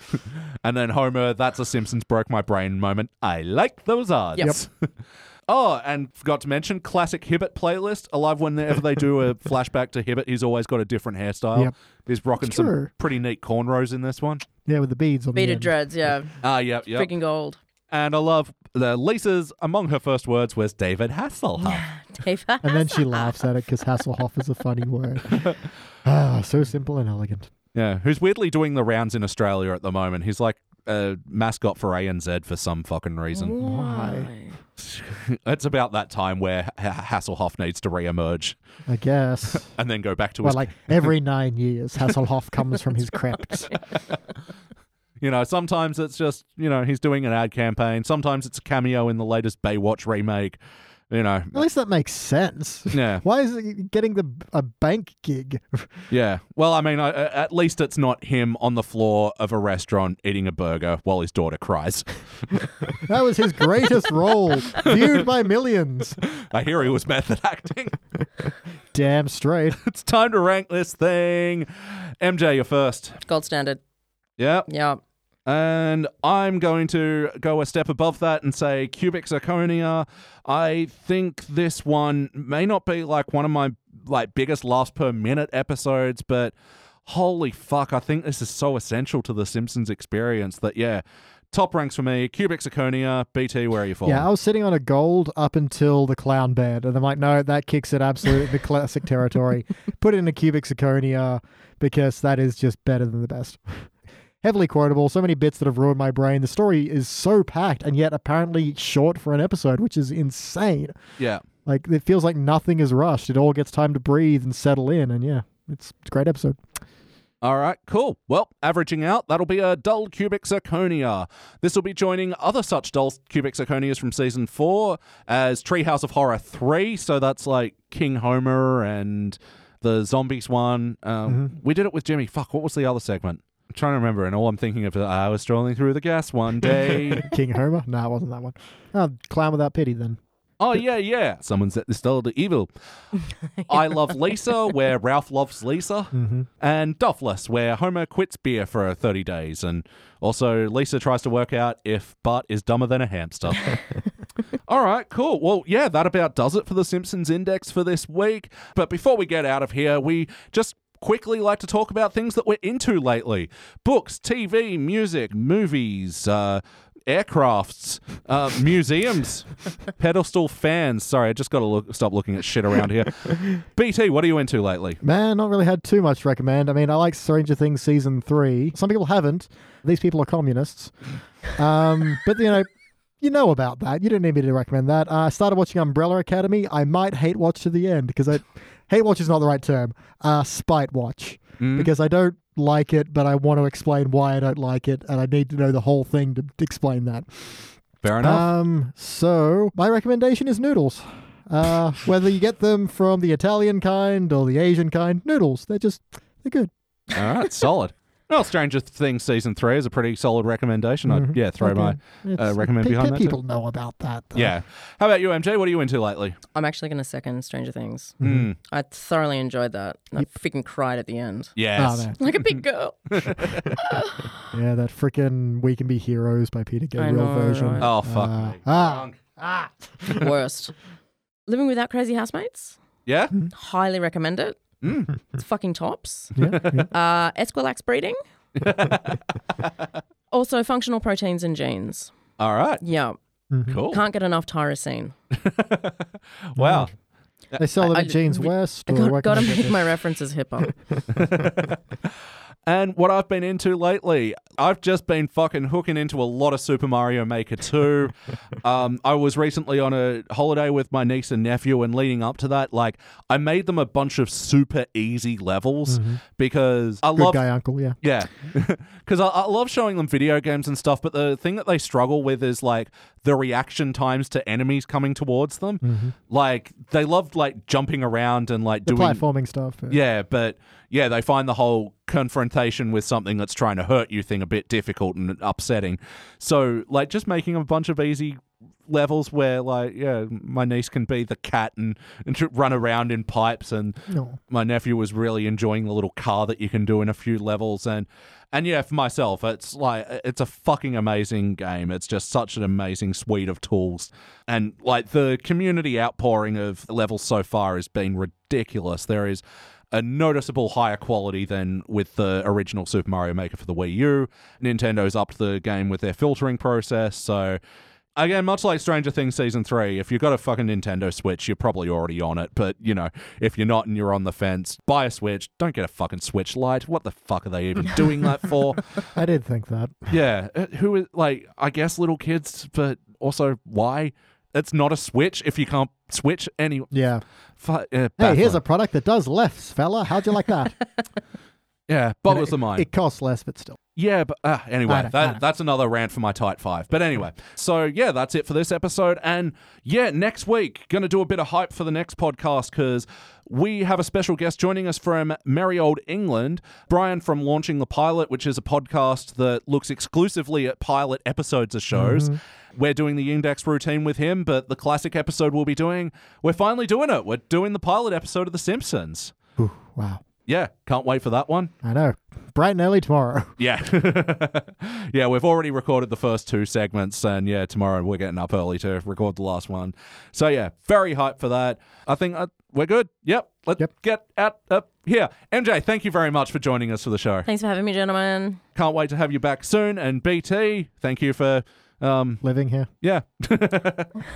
Speaker 1: And then Homer, that's a Simpsons broke my brain moment. I like those odds. oh, and forgot to mention classic Hibbert playlist. I love whenever they do a flashback to Hibbert, he's always got a different hairstyle.
Speaker 2: Yep.
Speaker 1: He's rocking
Speaker 2: It's
Speaker 1: some
Speaker 2: true.
Speaker 1: pretty neat cornrows in this one.
Speaker 2: Yeah, with the beads on the
Speaker 3: Beaded
Speaker 2: end.
Speaker 3: dreads, yeah.
Speaker 1: Ah, yep, yep.
Speaker 3: Freaking gold.
Speaker 1: And I love the Lisa's among her first words was David Hasselhoff.
Speaker 3: Dave.
Speaker 2: And then she laughs at it because Hasselhoff is a funny word. Ah, so simple and elegant.
Speaker 1: Yeah, who's weirdly doing the rounds in
Speaker 2: Oh.
Speaker 1: Australia at the moment. He's like a mascot for ANZ for some fucking reason.
Speaker 3: Why?
Speaker 1: It's about that time where H- Hasselhoff needs to reemerge
Speaker 2: I guess.
Speaker 1: and then go back to
Speaker 2: well,
Speaker 1: his.
Speaker 2: like every nine years, Hasselhoff comes from his crypt.
Speaker 1: you know, sometimes it's just you know he's doing an ad campaign. Sometimes it's a cameo in the latest Baywatch remake. You know,
Speaker 2: At least that makes sense.
Speaker 1: Yeah.
Speaker 2: Why is he getting the a bank gig?
Speaker 1: yeah. Well, I mean, I, I- at least it's not him on the floor of a restaurant eating a burger while his daughter cries.
Speaker 2: That was his greatest role, viewed by millions.
Speaker 1: I hear he was method acting.
Speaker 2: Damn straight.
Speaker 1: it's time to rank this thing. MJ, you're first.
Speaker 3: Gold standard.
Speaker 1: Yeah.
Speaker 3: Yeah.
Speaker 1: And I'm going to go a step above that and say cubic zirconia. I think this one may not be like one of my like biggest laughs per minute episodes, but holy fuck, I think this is so essential to the Simpsons experience that yeah, top ranks for me. Cubic zirconia, BT, where are you falling?
Speaker 2: Yeah, I was sitting on a gold up until the clown bed, and I'm like, no, that kicks it absolutely the classic territory. Put it in a cubic zirconia because that is just better than the best. Heavily quotable, so many bits that have ruined my brain. The story is so packed and yet apparently short for an episode, which is insane.
Speaker 1: yeah.
Speaker 2: Like it feels like nothing is rushed. It all gets time to breathe and settle in, and yeah, it's, it's a great episode.
Speaker 1: All right, cool. Well, averaging out, that'll be a dull cubic zirconia. This will be joining other such dull cubic zirconias from season four as Treehouse of Horror 3. So that's like King Homer and the Zombies one. Um, We did it with Jimmy. Fuck, what was the other segment? I'm trying to remember, and all I'm thinking of is I was strolling through the gas one day.
Speaker 2: King Homer? No, it wasn't that one. Oh, clown without pity then.
Speaker 1: oh, yeah, yeah. Someone set this doll to evil. I Love Lisa, where Ralph loves Lisa.
Speaker 2: Mm-hmm.
Speaker 1: and Duffless, where Homer quits beer for 30 days. And also, Lisa tries to work out if Bart is dumber than a hamster. All right, cool. Well, yeah, that about does it for the Simpsons Index for this week. But before we get out of here, we just quickly like to talk about things that we're into lately books, TV, music, movies, uh, aircrafts, uh, museums, pedestal fans. Sorry, I just got to look, stop looking at shit around here. BT, what are you into lately?
Speaker 2: Man, not really had too much to recommend. I mean, I like Stranger Things season three. Some people haven't. These people are communists. Um, but you know, you know about that. You don't need me to recommend that. Uh, I started watching Umbrella Academy. I might hate watch to the end because I hate watch is not the right term. Uh, spite watch because I don't like it, but I want to explain why I don't like it, and I need to know the whole thing to explain that.
Speaker 1: Fair enough.
Speaker 2: Um, so my recommendation is noodles. Uh, whether you get them from the Italian kind or the Asian kind, noodles, they're just, they're good.
Speaker 1: All right, solid. Well, Stranger Things season three is a pretty solid recommendation. I'd yeah throw
Speaker 2: Mm-hmm. Okay.
Speaker 1: my uh,
Speaker 2: It's-
Speaker 1: recommend
Speaker 2: pe-
Speaker 1: behind
Speaker 2: pe-
Speaker 1: that. too.
Speaker 2: People know about that. though.
Speaker 1: Yeah. How about you, MJ? What are you into lately?
Speaker 3: I'm actually going to second Stranger Things.
Speaker 2: Mm-hmm.
Speaker 1: Mm.
Speaker 3: I thoroughly enjoyed that. And I freaking cried at the end.
Speaker 2: Oh,
Speaker 1: Yes.
Speaker 2: man.
Speaker 3: Like a big girl.
Speaker 2: Yeah, that freaking We Can Be Heroes by Peter Gabriel
Speaker 3: know,
Speaker 2: version.
Speaker 3: right?
Speaker 1: Oh, fuck.
Speaker 2: Uh,
Speaker 1: me.
Speaker 2: ah,
Speaker 3: Worst. Living Without Crazy Housemates.
Speaker 1: Yeah.
Speaker 2: mm-hmm.
Speaker 3: Highly recommend it. It's fucking tops.
Speaker 2: yeah, yeah.
Speaker 3: Uh, Esquilax breeding. also, functional proteins and genes.
Speaker 1: All right.
Speaker 3: Yeah.
Speaker 2: Mm-hmm.
Speaker 1: Cool.
Speaker 3: Can't get enough tyrosine.
Speaker 1: Wow.
Speaker 2: Mm-hmm. They sell them
Speaker 3: I-
Speaker 2: at Jeans
Speaker 3: I-
Speaker 2: West.
Speaker 3: I
Speaker 2: or where
Speaker 3: got,
Speaker 2: can
Speaker 3: to
Speaker 2: I get
Speaker 3: make
Speaker 2: this?
Speaker 3: my references hip hop.
Speaker 1: And what I've been into lately, I've just been fucking hooking into a lot of Super Mario Maker 2. um, I was recently on a holiday with my niece and nephew, and leading up to that, like, I made them a bunch of super easy levels because I
Speaker 2: Mm-hmm. Good
Speaker 1: love
Speaker 2: guy, Uncle. Yeah.
Speaker 1: Yeah, because I, I love showing them video games and stuff, but the thing that they struggle with is like the reaction times to enemies coming towards them. Like they love like jumping around and like
Speaker 2: The
Speaker 1: doing
Speaker 2: platforming stuff.
Speaker 1: yeah, but yeah, they find the whole confrontation with something that's trying to hurt you thing a bit difficult and upsetting. So, like, just making a bunch of easy levels where, like, yeah, my niece can be the cat and, and tr- run around in pipes, and
Speaker 2: No.
Speaker 1: my nephew was really enjoying the little car that you can do in a few levels, and and yeah, for myself, it's like it's a fucking amazing game. It's just such an amazing suite of tools, and like the community outpouring of levels so far has been ridiculous. There is a noticeable higher quality than with the original Super Mario Maker for the Wii U. Nintendo's upped the game with their filtering process, so again, much like Stranger Things season three, if you've got a fucking Nintendo Switch, you're probably already on it. But you know, if you're not and you're on the fence, buy a Switch. Don't get a fucking Switch Lite. What the fuck are they even doing that for?
Speaker 2: I did think that.
Speaker 1: Yeah, uh, who is like I guess little kids, but also why? It's not a switch if you can't switch any.
Speaker 2: Yeah.
Speaker 1: Fu- uh, yeah,
Speaker 2: Hey, here's
Speaker 1: baffling.
Speaker 2: a product that does less, fella. How'd you like that?
Speaker 1: yeah. Boggles the
Speaker 2: it,
Speaker 1: mind.
Speaker 2: It costs less, but still.
Speaker 1: Yeah, but uh,
Speaker 2: I
Speaker 1: anyway,
Speaker 2: don't- I
Speaker 1: that,
Speaker 2: don't.
Speaker 1: that's another rant for my tight five. But anyway, so yeah, that's it for this episode. And yeah, next week, going to do a bit of hype for the next podcast because we have a special guest joining us from merry old England, Brian from Launching the Pilot, which is a podcast that looks exclusively at pilot episodes of shows. We're doing the index routine with him, but the classic episode we'll be doing, we're finally doing it. We're doing the pilot episode of The Simpsons.
Speaker 2: Ooh, wow.
Speaker 1: Yeah, can't wait for that one.
Speaker 2: I know. Bright and early tomorrow.
Speaker 1: Yeah. yeah, we've already recorded the first two segments, and yeah, tomorrow we're getting up early to record the last one. So, yeah, very hyped for that. I think uh, we're good. Yep. Let's
Speaker 2: Yep.
Speaker 1: get out up here. MJ, thank you very much for joining us for the show.
Speaker 3: Thanks for having me, gentlemen.
Speaker 1: Can't wait to have you back soon. And BT, thank you for. Um,
Speaker 2: Living here.
Speaker 1: yeah.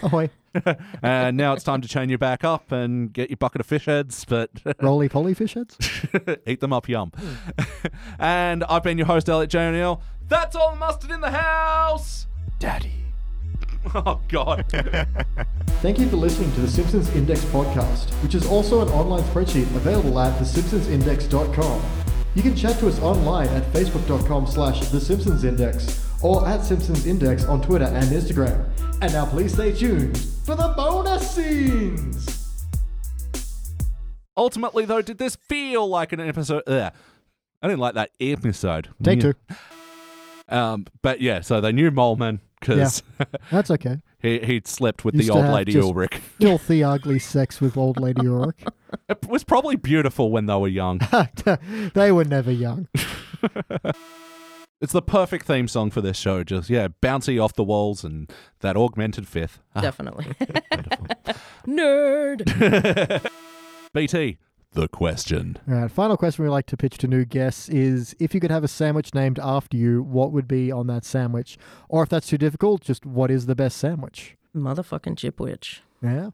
Speaker 2: Ahoy.
Speaker 1: and now it's time to chain you back up and get your bucket of fish heads, but
Speaker 2: Roly poly fish heads?
Speaker 1: eat them up, yum. and I've been your host, Elliot J. O'Neill. That's all the mustard in the house.
Speaker 2: Daddy.
Speaker 1: Oh God.
Speaker 2: Thank you for listening to the Simpsons Index podcast, which is also an online spreadsheet available at thesimpsonsindex.com. You can chat to us online at facebook.com slash thesimpsonsindex or at simpsonsindex on Twitter and Instagram. And now please stay tuned for the bonus scenes!
Speaker 1: Ultimately, though, did this feel like an episode? Ugh. I didn't like that episode. Mm.
Speaker 2: Take two.
Speaker 1: Um, but yeah, so they knew Moleman because
Speaker 2: That's okay.
Speaker 1: he he'd slept with
Speaker 2: Used
Speaker 1: the
Speaker 2: to
Speaker 1: old
Speaker 2: have
Speaker 1: lady
Speaker 2: just-
Speaker 1: Ulrich.
Speaker 2: Filthy, ugly sex with old lady Ulrich.
Speaker 1: It was probably beautiful when they were young.
Speaker 2: they were never young.
Speaker 1: it's the perfect theme song for this show. Just yeah, bouncy off the walls and that augmented fifth. Ah,
Speaker 3: Definitely. Nerd.
Speaker 1: BT, the question.
Speaker 2: All right, final question we like to pitch to new guests is if you could have a sandwich named after you, what would be on that sandwich? Or if that's too difficult, just what is the best sandwich?
Speaker 3: Motherfucking chipwich.
Speaker 2: Yeah.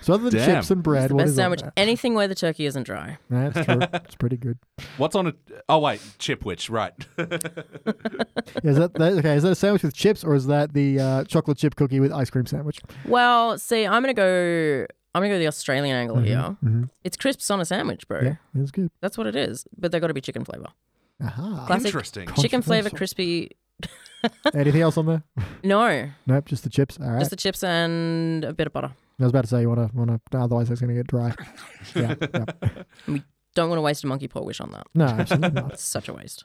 Speaker 2: so other than
Speaker 1: Damn.
Speaker 2: chips and bread,
Speaker 3: The
Speaker 2: what
Speaker 3: best
Speaker 2: is on
Speaker 3: sandwich.
Speaker 2: there?
Speaker 3: Anything where the turkey isn't dry.
Speaker 2: Yeah, That's true. It's pretty good.
Speaker 1: What's on a? Oh wait, Chipwich. Right.
Speaker 2: Is that, that okay? Is that a sandwich with chips, or is that the uh, chocolate chip cookie with ice cream sandwich?
Speaker 3: Well, see, I'm gonna go. I'm gonna go the Australian angle here.
Speaker 2: mhm.
Speaker 3: It's crisps on a sandwich, bro.
Speaker 2: Yeah, it's good.
Speaker 3: That's what it is. But they got to be chicken flavor.
Speaker 2: Aha.
Speaker 3: Classic
Speaker 1: Interesting.
Speaker 3: Chicken flavor,
Speaker 2: Controversial.
Speaker 3: crispy.
Speaker 2: Anything else on there?
Speaker 3: No,
Speaker 2: Nope, just the chips. All right.
Speaker 3: just the chips and a bit of butter.
Speaker 2: I was about to say you want to want to. Otherwise, it's going to get dry. yeah, yeah.
Speaker 3: Don't want to waste a monkey paw wish on that.
Speaker 2: No, absolutely not. Mm.
Speaker 3: It's such a waste.